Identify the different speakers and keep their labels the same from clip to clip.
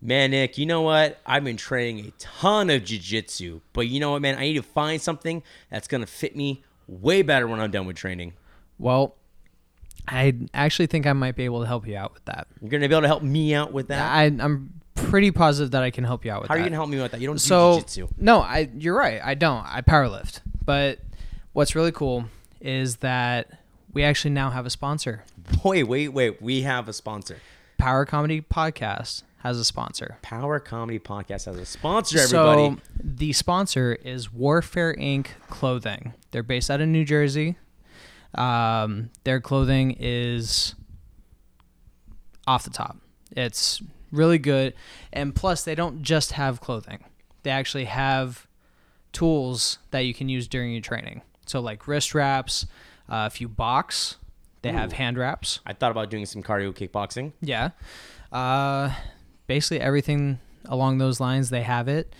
Speaker 1: Man, Nick, you know what? I've been training a ton of jujitsu, but you know what, man? I need to find something that's going to fit me way better when I'm done with training.
Speaker 2: Well, I actually think I might be able to help you out with that.
Speaker 1: You're going to be able to help me out with that?
Speaker 2: I, I'm pretty positive that I can help you out with
Speaker 1: How are you
Speaker 2: that.
Speaker 1: going to help me out with that? You don't
Speaker 2: so
Speaker 1: do jujitsu.
Speaker 2: no, I you're right. I don't. I powerlift. But what's really cool is that we actually now have a sponsor.
Speaker 1: Wait, wait, wait. We have a sponsor.
Speaker 2: Power Comedy Podcast has a sponsor.
Speaker 1: Power Comedy Podcast has a sponsor, everybody.
Speaker 2: So the sponsor is Warfare Inc. Clothing. They're based out of New Jersey. Um, their clothing is off the top. It's really good, and plus they don't just have clothing. They actually have tools that you can use during your training. So like wrist wraps. Uh, if you box, they have hand wraps.
Speaker 1: I thought about doing some cardio kickboxing.
Speaker 2: Yeah. Uh, basically everything along those lines, they have it.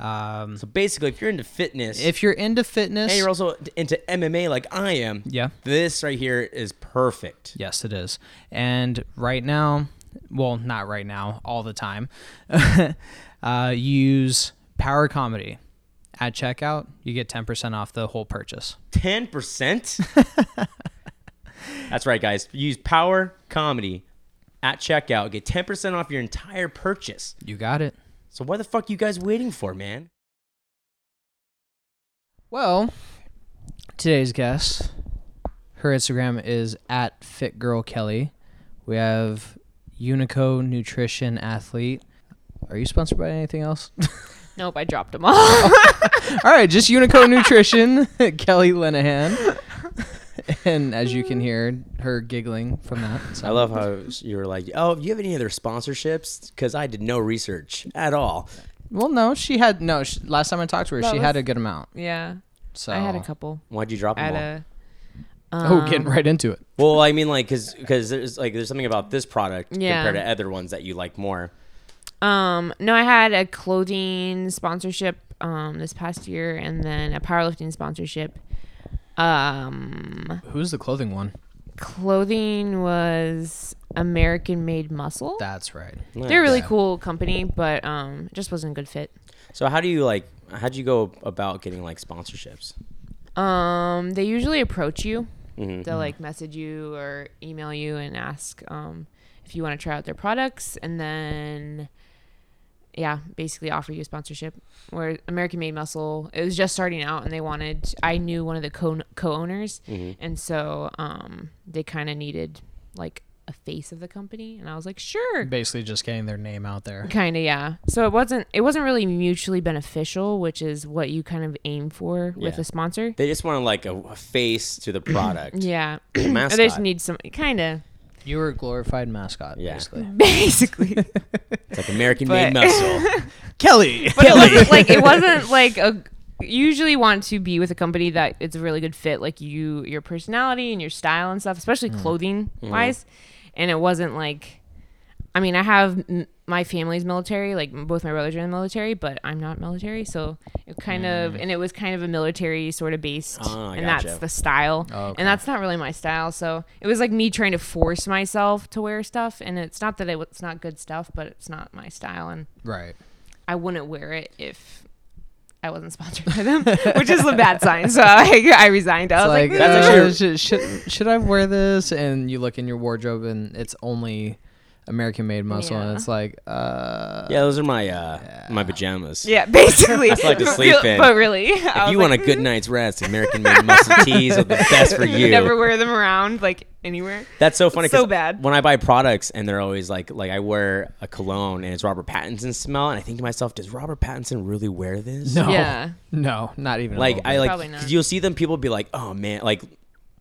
Speaker 2: Um,
Speaker 1: So basically, if you're into fitness
Speaker 2: if you're into fitness,
Speaker 1: and you're also into MMA like I am,
Speaker 2: Yeah.
Speaker 1: this right here is perfect.
Speaker 2: yes, it is. And right now, well, not right now, all the time, uh, use Power Comedy at checkout. You get 10% off the whole purchase.
Speaker 1: ten percent. That's right, guys. Use Power Comedy at checkout. Get ten percent off your entire purchase.
Speaker 2: You got it.
Speaker 1: So what the fuck you guys waiting for, man?
Speaker 2: Well, today's guest, her Instagram is at FitGirlKelly. We have Unico Nutrition Athlete. Are you sponsored by anything else?
Speaker 3: Nope, I dropped them all.
Speaker 2: All right, just Unico Nutrition, Kelly Lenahan. and as you can hear, her giggling from that. So.
Speaker 1: I love how you were like, "Oh, do you have any other sponsorships?" Because I did no research at all.
Speaker 2: Well, no, she had no. She, last time I talked to her,
Speaker 3: That
Speaker 2: she had
Speaker 3: was-
Speaker 2: a good amount.
Speaker 3: yeah,
Speaker 2: So
Speaker 3: I had a couple. Um,
Speaker 1: Why'd you drop
Speaker 3: I
Speaker 1: them
Speaker 3: had
Speaker 1: all?
Speaker 3: a.
Speaker 2: Oh, getting right into it.
Speaker 1: Well, I mean, like, because there's like there's something about this product
Speaker 3: Yeah.
Speaker 1: compared to other ones that you like more.
Speaker 3: Um, no, I had a clothing sponsorship um this past year, and then a powerlifting sponsorship. Um,
Speaker 2: Who's the clothing one?
Speaker 3: clothing was American Made Muscle.
Speaker 2: That's right.
Speaker 3: They're a really
Speaker 2: Yeah.
Speaker 3: cool company, but um, it just wasn't a good fit.
Speaker 1: So how do you like? How'd you go about getting like sponsorships?
Speaker 3: Um, they usually approach you. They'll like message you or email you and ask um, if you want to try out their products, and then yeah, basically offer you a sponsorship. Where American Made Muscle, it was just starting out, and they wanted. I knew one of the co co owners, and so um, they kind of needed like a face of the company, and I was like, sure,
Speaker 2: Basically, just getting their name out there.
Speaker 3: kind of yeah so it wasn't it wasn't really mutually beneficial which is what you kind of aim for with
Speaker 1: Yeah.
Speaker 3: a sponsor
Speaker 1: They just want like a, a face to the product.
Speaker 3: yeah
Speaker 1: a
Speaker 3: i
Speaker 1: mascot.
Speaker 3: just need some kind of
Speaker 2: You were a glorified mascot,
Speaker 1: Yeah.
Speaker 2: basically.
Speaker 3: basically
Speaker 1: It's like American made
Speaker 3: But-
Speaker 1: muscle.
Speaker 2: Kelly.
Speaker 3: but it wasn't like it wasn't like a you usually want to be with a company that it's a really good fit like you your personality and your style and stuff especially clothing
Speaker 1: Mm.
Speaker 3: wise and it wasn't like i mean i have m- my family's military like m- both my brothers are in the military but i'm not military so it kind of and it was kind of a military sort of based
Speaker 1: Mm. Ah,
Speaker 3: and
Speaker 1: gotcha.
Speaker 3: that's the style
Speaker 2: okay.
Speaker 3: and that's not really my style so it was like me trying to force myself to wear stuff and it's not that it, it's not good stuff but it's not my style and
Speaker 2: right.
Speaker 3: I wouldn't wear it if I wasn't sponsored by them, which is a bad sign. So I, I resigned. I was like, "Mm,
Speaker 2: Like,
Speaker 3: "Ugh."
Speaker 1: that's
Speaker 2: uh,
Speaker 1: actually-
Speaker 2: should, should should I wear this? And you look in your wardrobe, and it's only American made muscle,
Speaker 3: Yeah.
Speaker 2: and it's like, uh,
Speaker 1: yeah, those are my uh, my pajamas.
Speaker 3: yeah, basically.
Speaker 1: like to
Speaker 3: But
Speaker 1: sleep
Speaker 3: real-
Speaker 1: in.
Speaker 3: But
Speaker 1: If
Speaker 3: really, I was
Speaker 1: you
Speaker 3: like, "Hmm." "Mm,
Speaker 1: want a good night's rest, American made muscle tees are the best for you.
Speaker 3: never wear them around like anywhere.
Speaker 1: That's so funny. 'cause
Speaker 3: So bad.
Speaker 1: When I buy products and they're always like, like I wear a cologne and it's Robert Pattinson smell, and I think to myself, does Robert Pattinson really wear this?
Speaker 2: no,
Speaker 3: Yeah.
Speaker 2: no, not even a
Speaker 1: Like
Speaker 2: little
Speaker 1: I
Speaker 2: bit.
Speaker 1: like,
Speaker 3: Probably not.
Speaker 1: 'cause you'll see them. People be like, oh man, like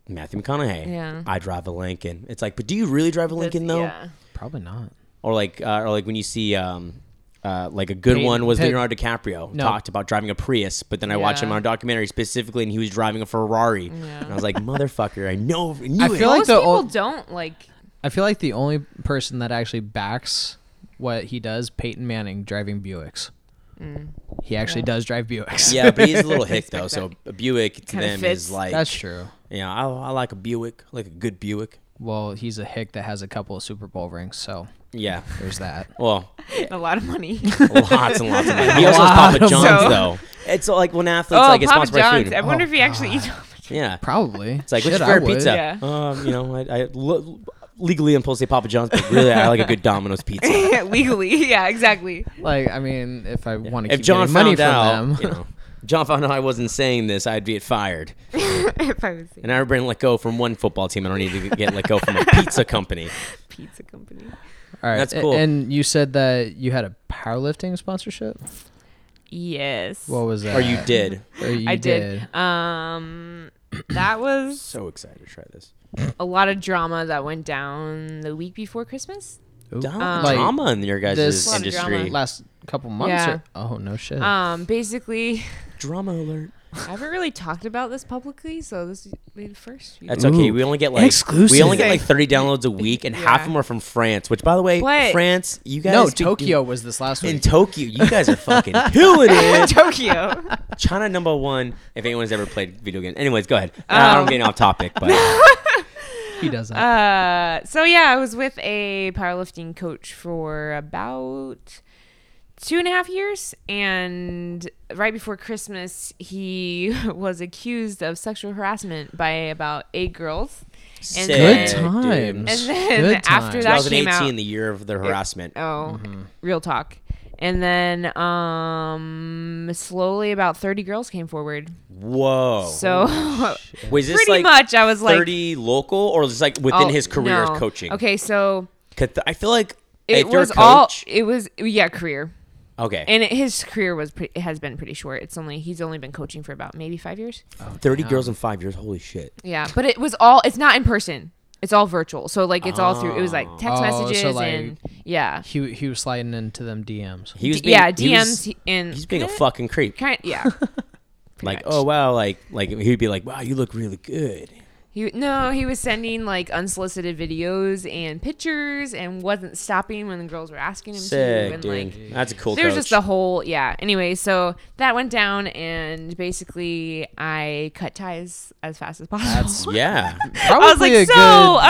Speaker 1: Matthew McConaughey.
Speaker 3: Yeah.
Speaker 1: I drive a Lincoln. It's like, but do you really drive a Lincoln though?
Speaker 3: Yeah.
Speaker 2: probably not.
Speaker 1: or like uh, or like when you see um uh, like a good
Speaker 2: Peyton-
Speaker 1: one was
Speaker 2: Pey-
Speaker 1: Leonardo DiCaprio
Speaker 2: No.
Speaker 1: talked about driving a Prius, but then I watched him
Speaker 3: Yeah.
Speaker 1: on a documentary specifically, and he was driving a Ferrari, and I was like, "Motherfucker, I know, I knew
Speaker 2: I
Speaker 1: it."
Speaker 2: feel like
Speaker 3: Most
Speaker 2: the
Speaker 3: people
Speaker 2: old,
Speaker 3: don't like.
Speaker 2: I feel like the only person that actually backs what he does, Peyton Manning driving Buicks.
Speaker 3: Mm.
Speaker 2: He actually does drive Buicks.
Speaker 1: yeah, but he's a little hick though. So a Buick to
Speaker 3: Kinda
Speaker 1: them is
Speaker 3: fits.
Speaker 1: like,
Speaker 2: that's true.
Speaker 1: you know, I, I like a Buick, I like a good Buick.
Speaker 2: Well, he's a hick that has a couple of Super Bowl rings, so
Speaker 1: Yeah,
Speaker 2: there's that.
Speaker 1: well,
Speaker 3: and a lot of money.
Speaker 1: lots and lots of money. He also has Papa
Speaker 2: Wow.
Speaker 1: John's
Speaker 3: So-
Speaker 1: though. It's like when athletes
Speaker 3: oh,
Speaker 1: like get
Speaker 3: Papa
Speaker 1: sponsored by
Speaker 3: John's.
Speaker 1: food.
Speaker 3: I wonder
Speaker 2: Oh,
Speaker 3: if he actually eats. Papa John's.
Speaker 1: yeah,
Speaker 2: Probably.
Speaker 1: it's like
Speaker 2: Shit,
Speaker 1: what's your
Speaker 2: I
Speaker 1: favorite
Speaker 2: would.
Speaker 1: pizza?
Speaker 3: Yeah.
Speaker 1: Um, you know, I, I lo- legally I'm supposed to say Papa John's, but really I like a good Domino's pizza.
Speaker 3: Legally, yeah, exactly.
Speaker 2: Like, I mean, if I want to
Speaker 1: If
Speaker 2: keep
Speaker 1: John
Speaker 2: getting money
Speaker 1: found out,
Speaker 2: from them,
Speaker 1: you know, John found out I wasn't saying this, I'd be fired.
Speaker 3: if I was a
Speaker 1: And I've been let go from one football team. I don't need to get let go from a pizza company.
Speaker 3: pizza company.
Speaker 2: all right.
Speaker 1: That's
Speaker 2: a-
Speaker 1: cool.
Speaker 2: And you said that you had a powerlifting sponsorship.
Speaker 3: Yes.
Speaker 2: What was that?
Speaker 1: Or you did.
Speaker 2: Or you
Speaker 3: I did. Um, that was
Speaker 1: So excited to try this.
Speaker 3: a lot of drama that went down the week before Christmas.
Speaker 2: Ooh. Um,
Speaker 1: Dom-
Speaker 2: Like,
Speaker 1: drama in your guys'
Speaker 2: this-
Speaker 3: Lot of
Speaker 1: industry.
Speaker 3: drama.
Speaker 2: Last couple months.
Speaker 3: Yeah.
Speaker 2: Or, oh no shit.
Speaker 3: Um, basically,
Speaker 1: Drama alert.
Speaker 3: I haven't really talked about this publicly, so this will be the first. few.
Speaker 1: That's okay.
Speaker 2: Ooh.
Speaker 1: We only get like
Speaker 2: Exclusive.
Speaker 1: We only get like thirty downloads a week, and half of
Speaker 3: Yeah.
Speaker 1: them are from France. Which, by the way,
Speaker 3: What?
Speaker 1: France, you guys
Speaker 2: no,
Speaker 1: speak-
Speaker 2: Tokyo was this last
Speaker 1: in
Speaker 2: week.
Speaker 1: Tokyo, you guys are fucking killing it.
Speaker 3: Tokyo.
Speaker 1: China number one. If anyone's ever played video games, anyways, go ahead. I don't
Speaker 3: Um.
Speaker 1: getting off topic, but
Speaker 2: he doesn't.
Speaker 3: Uh, so yeah, I was with a powerlifting coach for about two and a half years, and right before Christmas, he was accused of sexual harassment by about eight girls.
Speaker 1: sick,
Speaker 3: then-
Speaker 2: Good
Speaker 1: dude.
Speaker 2: times.
Speaker 3: And then
Speaker 2: Good
Speaker 3: after
Speaker 2: times.
Speaker 3: that came
Speaker 1: 2018,
Speaker 3: out,
Speaker 1: the year of the harassment.
Speaker 3: oh,
Speaker 1: Mm-hmm.
Speaker 3: real talk. And then um, slowly, about thirty girls came forward.
Speaker 1: Whoa.
Speaker 3: So
Speaker 1: was this
Speaker 3: pretty
Speaker 1: like
Speaker 3: much, I was like,
Speaker 1: 30 local, or just like within
Speaker 3: oh,
Speaker 1: his career
Speaker 3: no.
Speaker 1: of coaching?
Speaker 3: Okay, so
Speaker 1: 'Cause I feel like if
Speaker 3: it
Speaker 1: you're a
Speaker 3: was all.
Speaker 1: coach-
Speaker 3: It was yeah, career.
Speaker 1: okay.
Speaker 3: and it, his career was pre- has been pretty short. It's only he's only been coaching for about maybe five years.
Speaker 1: 30 girls in five years. Holy shit.
Speaker 3: Yeah, but it was all it's not in person. It's all virtual. So like it's all through. It was like text
Speaker 2: Oh, so,
Speaker 3: messages
Speaker 2: like,
Speaker 3: and yeah,
Speaker 2: he he was sliding into them DMs.
Speaker 1: He was
Speaker 3: D-
Speaker 1: being,
Speaker 3: yeah
Speaker 1: he was-
Speaker 3: DMs and
Speaker 1: he's being a fucking creep.
Speaker 3: kind yeah. pretty
Speaker 1: like,
Speaker 3: much.
Speaker 1: oh wow, like like he'd be like, wow, you look really good.
Speaker 3: He, no, he was sending like unsolicited videos and pictures and wasn't stopping when the girls were asking him to.
Speaker 1: Sick,
Speaker 3: And
Speaker 1: dude.
Speaker 3: like,
Speaker 1: That's a cool.
Speaker 3: There's
Speaker 1: coach.
Speaker 3: just the whole yeah. Anyway, so that went down and basically I cut ties as fast as possible.
Speaker 1: yeah.
Speaker 2: Probably
Speaker 3: was like,
Speaker 2: a
Speaker 3: so,
Speaker 2: good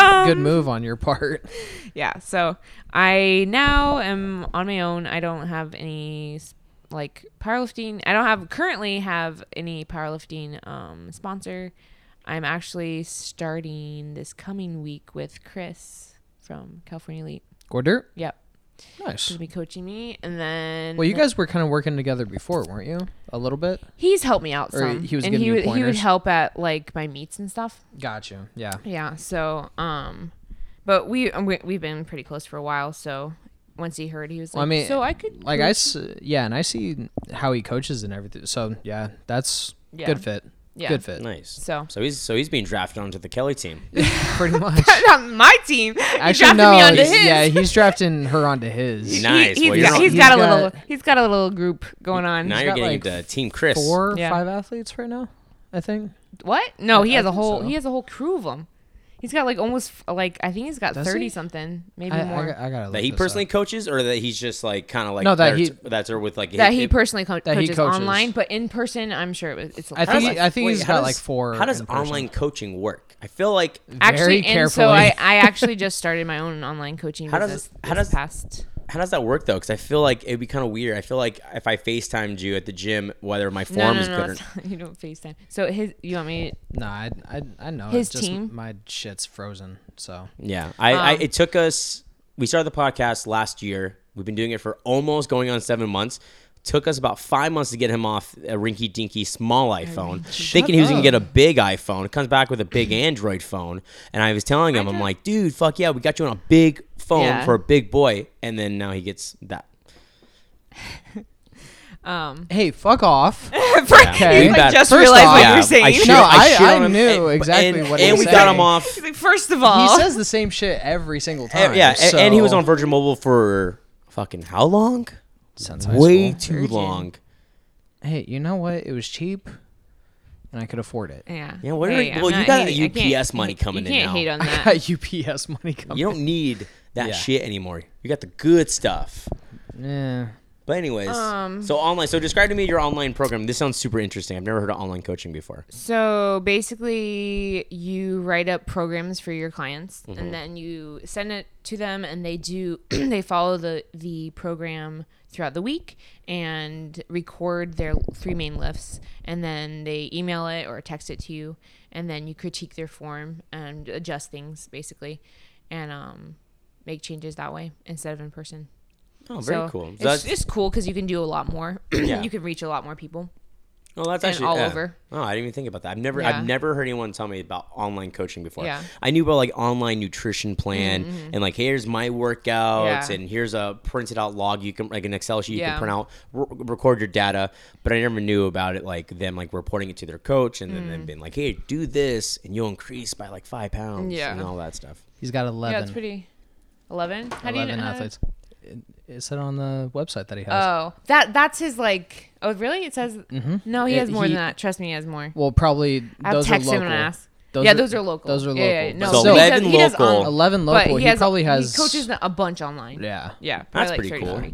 Speaker 3: um,
Speaker 2: good move on your part.
Speaker 3: yeah so i now am on my own i don't have any s- like powerlifting i don't have currently have any powerlifting um sponsor i'm actually starting this coming week with chris from california elite
Speaker 2: Order.
Speaker 3: yep
Speaker 2: Nice.
Speaker 3: he'll be coaching me and then
Speaker 2: Well, you guys were kind of working together before, weren't you? A little bit.
Speaker 3: he's helped me out
Speaker 2: Or
Speaker 3: some
Speaker 2: he was
Speaker 3: and
Speaker 2: giving
Speaker 3: he
Speaker 2: you
Speaker 3: would, he would
Speaker 2: pointers?
Speaker 3: help at like my meets and stuff
Speaker 2: Got you. Yeah.
Speaker 3: Yeah. So, um, but we, um, we we've been pretty close for a while. So once he heard, he was like,
Speaker 2: Well, I mean,
Speaker 3: so I could
Speaker 2: Like I, s- yeah, and I see how he coaches and everything. So yeah, that's
Speaker 3: Yeah.
Speaker 2: good fit.
Speaker 3: Yeah.
Speaker 2: Good fit.
Speaker 1: nice.
Speaker 3: So-
Speaker 1: so he's so he's being drafted onto the Kelly team.
Speaker 2: Pretty much.
Speaker 3: on my team. He
Speaker 2: Actually,
Speaker 3: drafted
Speaker 2: no.
Speaker 3: me onto
Speaker 2: he's-
Speaker 3: his.
Speaker 2: Yeah, he's drafting her onto his.
Speaker 1: He- Nice.
Speaker 3: He,
Speaker 1: Well,
Speaker 3: has
Speaker 1: you're
Speaker 3: got,
Speaker 1: on-
Speaker 3: he's
Speaker 2: he's
Speaker 3: got a
Speaker 2: got-
Speaker 3: little he's got a little group going on.
Speaker 1: now
Speaker 2: he's
Speaker 1: you're
Speaker 2: got,
Speaker 1: getting
Speaker 2: like,
Speaker 1: the team Chris.
Speaker 2: Four, or
Speaker 3: Yeah.
Speaker 2: five athletes right now, I think.
Speaker 3: What? No, he
Speaker 2: I
Speaker 3: has a
Speaker 2: think
Speaker 3: whole
Speaker 2: so.
Speaker 3: he has a whole crew of them. He's got like almost like I think he's got
Speaker 2: Does
Speaker 3: thirty
Speaker 2: he?
Speaker 3: something, maybe
Speaker 2: I, I,
Speaker 3: more.
Speaker 2: I gotta.
Speaker 1: That
Speaker 2: look
Speaker 1: he
Speaker 2: this
Speaker 1: personally
Speaker 2: up.
Speaker 1: coaches, or that he's just like kind of like
Speaker 2: No, that
Speaker 1: there
Speaker 2: he-
Speaker 1: to- that's or with like
Speaker 3: that
Speaker 1: his-
Speaker 3: he personally co-
Speaker 2: that he
Speaker 3: coaches,
Speaker 2: coaches.
Speaker 3: online, but in person, I'm sure it was, it's.
Speaker 2: I
Speaker 3: less.
Speaker 2: think.
Speaker 1: does-
Speaker 2: he- I think
Speaker 1: wait,
Speaker 2: he's
Speaker 1: how
Speaker 2: got
Speaker 1: does-
Speaker 2: like four.
Speaker 1: How does
Speaker 2: in person.
Speaker 1: online coaching work? I feel like
Speaker 3: actually,
Speaker 2: Very
Speaker 3: and
Speaker 2: carefully.
Speaker 3: so I, I actually just started my own online coaching
Speaker 1: How does-
Speaker 3: business.
Speaker 1: how
Speaker 3: this
Speaker 1: does-
Speaker 3: past?
Speaker 1: how does that work though? Because I feel like it'd be kind of weird. I feel like if I FaceTimed you at the gym, whether my form
Speaker 3: No, no,
Speaker 1: is
Speaker 3: no,
Speaker 1: good or
Speaker 3: it's not- you don't FaceTime. So his, you want me?
Speaker 2: No, I, I, I know.
Speaker 3: His
Speaker 2: it's just
Speaker 3: team? Mm-hmm.
Speaker 2: My shit's frozen. So
Speaker 1: Yeah, I, I
Speaker 2: Um,
Speaker 1: it took us. We started the podcast last year. We've been doing it for almost going on seven months. Took us about five months to get him off a rinky dinky small iPhone, thinking he was gonna
Speaker 2: up.
Speaker 1: get a big iPhone. Comes back with a big Android phone, and I was telling him, I'm like, dude, fuck yeah, we got you on a big phone
Speaker 3: Yeah.
Speaker 1: for a big boy, and then now he gets that.
Speaker 3: Um,
Speaker 2: hey, fuck off.
Speaker 1: Okay.
Speaker 3: I
Speaker 1: That-
Speaker 3: just
Speaker 2: first
Speaker 3: realized
Speaker 2: off-
Speaker 3: what
Speaker 2: Yeah,
Speaker 3: you're saying.
Speaker 1: shit-
Speaker 2: No, I-
Speaker 1: shit
Speaker 2: I
Speaker 1: on him,
Speaker 2: knew
Speaker 1: and-
Speaker 2: exactly
Speaker 1: and,
Speaker 2: what he
Speaker 1: and we
Speaker 2: was
Speaker 1: got
Speaker 2: saying.
Speaker 1: him off.
Speaker 3: He's like, first of all,
Speaker 2: he says the same shit every single time.
Speaker 1: Eh, yeah, and, and he was
Speaker 2: so-
Speaker 1: on Virgin Mobile for fucking how long?
Speaker 2: Since high
Speaker 1: Way
Speaker 2: school.
Speaker 1: too
Speaker 3: Virgin.
Speaker 1: long.
Speaker 2: Hey, you know what? It was cheap, and I could afford it.
Speaker 3: yeah,
Speaker 1: Yeah, what are
Speaker 3: Hey,
Speaker 1: you-
Speaker 3: I'm
Speaker 1: well, you
Speaker 3: not
Speaker 1: got
Speaker 3: hating. I can't-
Speaker 1: UPS money
Speaker 3: you-
Speaker 1: coming in
Speaker 3: You can't
Speaker 1: now.
Speaker 3: hate on
Speaker 2: I
Speaker 3: that.
Speaker 2: got UPS money coming.
Speaker 1: You don't need that
Speaker 2: Yeah.
Speaker 1: shit anymore. You got the good stuff.
Speaker 2: Yeah.
Speaker 1: But anyways,
Speaker 3: Um,
Speaker 1: so online. So describe to me your online program. This sounds super interesting. I've never heard of online coaching before.
Speaker 3: So basically, you write up programs for your clients,
Speaker 1: Mm-hmm.
Speaker 3: and then you send it to them, and they do they follow the the program throughout the week and record their three main lifts, and then they email it or text it to you, and then you critique their form and adjust things basically, and um, make changes that way instead of in person.
Speaker 1: Oh, very
Speaker 3: so
Speaker 1: cool. So
Speaker 3: It's,
Speaker 1: that's,
Speaker 3: it's cool because you can do a lot more.
Speaker 1: Yeah.
Speaker 3: You can reach a lot more people.
Speaker 1: oh, that's
Speaker 3: and
Speaker 1: actually
Speaker 3: all
Speaker 1: yeah.
Speaker 3: over.
Speaker 1: Oh, I didn't even think about that. I've never,
Speaker 3: Yeah.
Speaker 1: I've never heard anyone tell me about online coaching before.
Speaker 3: Yeah. Mm-hmm,
Speaker 1: I knew about like online nutrition plan and like here's my workouts
Speaker 3: Yeah.
Speaker 1: and here's a printed out log you can like an Excel sheet you
Speaker 3: Yeah.
Speaker 1: can print out, r- record your data. But I never knew about it like them like reporting it to their coach and then
Speaker 3: Mm.
Speaker 1: them being like, hey, do this and you'll increase by like five pounds
Speaker 3: Yeah.
Speaker 1: and all that stuff.
Speaker 2: He's got 11.
Speaker 3: Yeah, it's pretty. Eleven? How do you
Speaker 2: 11
Speaker 3: know?
Speaker 2: athletes. It, it said on the website that he has.
Speaker 3: Oh, that that's his like. Oh, really? It says no. He
Speaker 2: Yeah,
Speaker 3: has more
Speaker 2: Mm-hmm. he-
Speaker 3: than that. Trust me, he has more.
Speaker 2: well, probably
Speaker 3: I'll
Speaker 2: those
Speaker 3: text
Speaker 2: are
Speaker 3: him
Speaker 2: local.
Speaker 3: and ask.
Speaker 2: Those
Speaker 3: yeah,
Speaker 2: are-
Speaker 3: those are local.
Speaker 2: those are
Speaker 3: Yeah, yeah, yeah.
Speaker 2: local.
Speaker 3: No,
Speaker 1: So
Speaker 3: he does-
Speaker 1: 11
Speaker 3: he does
Speaker 1: local.
Speaker 3: on-
Speaker 2: 11
Speaker 3: but
Speaker 2: local. He, probably has.
Speaker 3: He coaches a bunch online.
Speaker 2: Yeah.
Speaker 3: yeah, probably
Speaker 1: That's
Speaker 3: like
Speaker 1: pretty
Speaker 3: 30,
Speaker 1: cool.
Speaker 3: 40.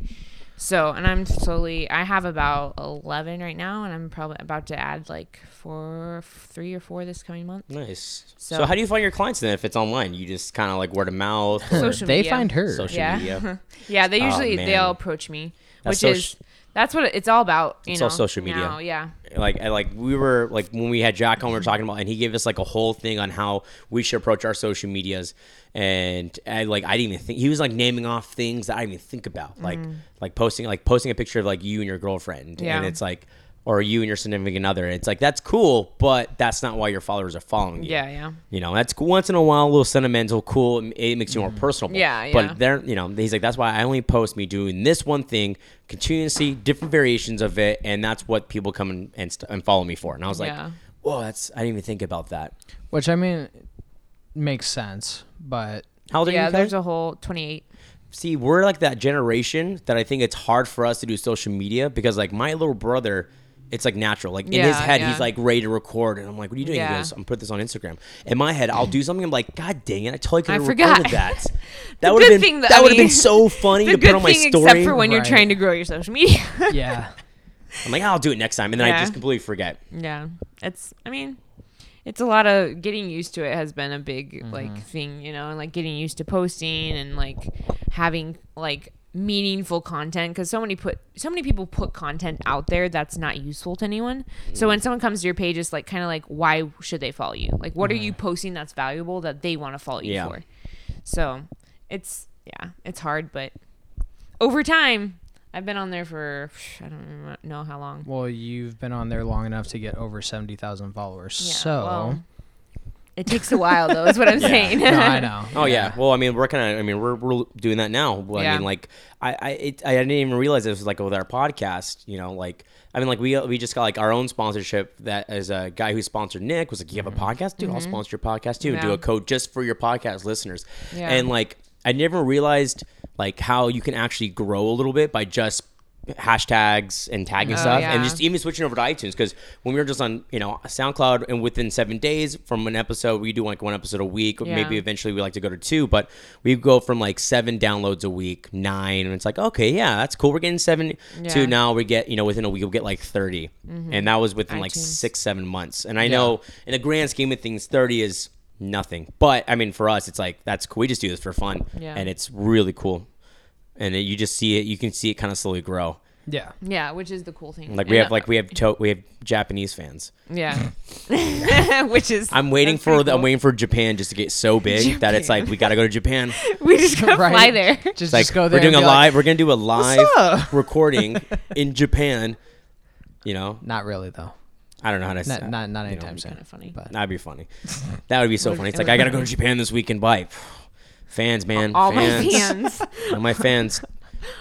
Speaker 3: So, and I'm slowly. I have about eleven right now, and I'm probably about to add like four, three or four this coming month.
Speaker 1: Nice. So,
Speaker 3: So-
Speaker 1: how do you find your clients then? If it's online, you just kind of like word of mouth, or
Speaker 3: Social
Speaker 2: they
Speaker 3: media.
Speaker 2: find her.
Speaker 1: social
Speaker 3: yeah.
Speaker 1: media.
Speaker 3: yeah, they
Speaker 1: Oh,
Speaker 3: usually they
Speaker 1: man.
Speaker 3: all approach me,
Speaker 1: That's
Speaker 3: which
Speaker 1: soc-
Speaker 3: is that's what it's all about. You
Speaker 1: It's
Speaker 3: know,
Speaker 1: all social media.
Speaker 3: now, yeah,
Speaker 1: Like, I- like we were like when we had Jack on, we were talking about, and he gave us like a whole thing on how we should approach our social medias. And I like I didn't even think he was like naming off things that I didn't even think
Speaker 3: Mm.
Speaker 1: about, like like posting like posting a picture of like you and your girlfriend,
Speaker 3: Yeah.
Speaker 1: and it's like. Or you and your significant other. And it's like, that's cool, but that's not why your followers are following you.
Speaker 3: yeah, yeah.
Speaker 1: You know, that's cool. once in a while, a little sentimental, cool. It, it makes you more personable.
Speaker 3: Mm-hmm. Yeah, yeah.
Speaker 1: But they're, you know, he's like, that's why I only post me doing this one thing, continuously, different variations of it, and that's what people come and and, st- and follow me for. And I was like,
Speaker 3: Yeah.
Speaker 1: whoa, that's I didn't even think about that.
Speaker 2: Which, I mean, makes sense, but
Speaker 1: How old are
Speaker 3: Yeah,
Speaker 1: you?
Speaker 3: there's
Speaker 1: There's
Speaker 3: a whole 28.
Speaker 1: See, we're like that generation that I think it's hard for us to do social media because, like, my little brother. It's like natural. Like in his
Speaker 3: Yeah,
Speaker 1: head,
Speaker 3: yeah.
Speaker 1: he's like ready to record, and I'm like, "What are you doing?" He
Speaker 3: Yeah.
Speaker 1: goes, "I'm put this on Instagram." In my head, I'll do something. I'm like, "God dang it! I totally could
Speaker 3: I
Speaker 1: have
Speaker 3: forgot."
Speaker 1: recorded that." That would
Speaker 3: good
Speaker 1: have been
Speaker 3: thing that-
Speaker 1: that
Speaker 3: I
Speaker 1: would have been
Speaker 3: mean,
Speaker 1: so funny
Speaker 3: The
Speaker 1: to
Speaker 3: good
Speaker 1: put on my
Speaker 3: thing,
Speaker 1: story.
Speaker 3: except for when you're
Speaker 2: Right.
Speaker 3: trying to grow your social media.
Speaker 2: yeah.
Speaker 1: I'm like, "I'll do it next time," and then I
Speaker 3: Yeah.
Speaker 1: just completely forget.
Speaker 3: yeah, it's. I mean, it's a lot of getting used to it has been a big like thing, you know, and like getting used to posting and like having like meaningful content because so many put so many people put content out there that's not useful to anyone so when someone comes to your page it's like kind of like why should they follow you like what are you posting that's valuable that they want to follow you
Speaker 1: Yeah.
Speaker 3: for so it's yeah it's hard but over time i've been on there for i don't even know how long
Speaker 2: Well, you've been on there long enough to get over 70,000 followers.
Speaker 3: Yeah,
Speaker 2: so.
Speaker 3: well, it takes a while though is what i'm saying
Speaker 2: no, I know.
Speaker 1: Oh yeah. Well, I mean, we're kind of. I mean, we're, we're doing that now. Well, I
Speaker 3: Yeah.
Speaker 1: mean, like, I I, it, I didn't even realize this was like with our podcast. You know, like, I mean, like we we just got like our own sponsorship that as a guy who sponsored Nick was like, you have a podcast, dude. I'll sponsor your podcast too. and Do
Speaker 3: Mm-hmm. Yeah.
Speaker 1: a code just for your podcast listeners.
Speaker 3: Yeah.
Speaker 1: And like, I never realized like how you can actually grow a little bit by just hashtags and tagging stuff and
Speaker 3: Oh, yeah.
Speaker 1: just even switching over to iTunes because when we were just on you know SoundCloud and within seven days from an episode we do like one episode a week or
Speaker 3: Yeah.
Speaker 1: maybe eventually we like to go to two but we go from like seven downloads a week nine and it's like okay yeah that's cool we're getting seven
Speaker 3: Yeah. Mm-hmm.
Speaker 1: to now we get you know within a week we'll get like 30 and that was within like
Speaker 3: iTunes.
Speaker 1: six seven months and I know in the grand scheme of things 30 is nothing but I mean for us it's like that's cool we just do this for fun
Speaker 3: Yeah.
Speaker 1: and it's really cool and it, you just see it you can see it kind of slowly grow
Speaker 2: Yeah.
Speaker 3: yeah which is the cool thing
Speaker 1: like we
Speaker 3: And,
Speaker 1: have like we have to- we have Japanese fans.
Speaker 3: yeah which is
Speaker 1: I'm waiting
Speaker 3: that's
Speaker 1: for
Speaker 3: pretty
Speaker 1: the, I'm
Speaker 3: cool.
Speaker 1: waiting for Japan just to get so big that it's like we gotta go to Japan. It's
Speaker 3: we just gotta
Speaker 2: Right?
Speaker 3: fly there
Speaker 2: Just,
Speaker 1: like
Speaker 2: just go there.
Speaker 1: we're doing
Speaker 2: and
Speaker 1: a
Speaker 2: be like,
Speaker 1: live we're gonna do a live
Speaker 2: up?"
Speaker 1: recording in Japan. You know,
Speaker 2: Not really, though.
Speaker 1: I don't know how to.
Speaker 2: Not,
Speaker 1: say-
Speaker 2: not, not
Speaker 1: you know,
Speaker 2: anytime soon.
Speaker 3: kind of funny
Speaker 2: But
Speaker 1: That'd be funny. That would be so
Speaker 3: Would-
Speaker 1: funny. It's
Speaker 3: it
Speaker 1: like
Speaker 3: would
Speaker 1: I
Speaker 3: be
Speaker 1: gotta go to
Speaker 3: funny.
Speaker 1: Japan this weekend. Bye. Fans, man.
Speaker 3: all
Speaker 1: fans.
Speaker 3: my fans
Speaker 1: All my fans.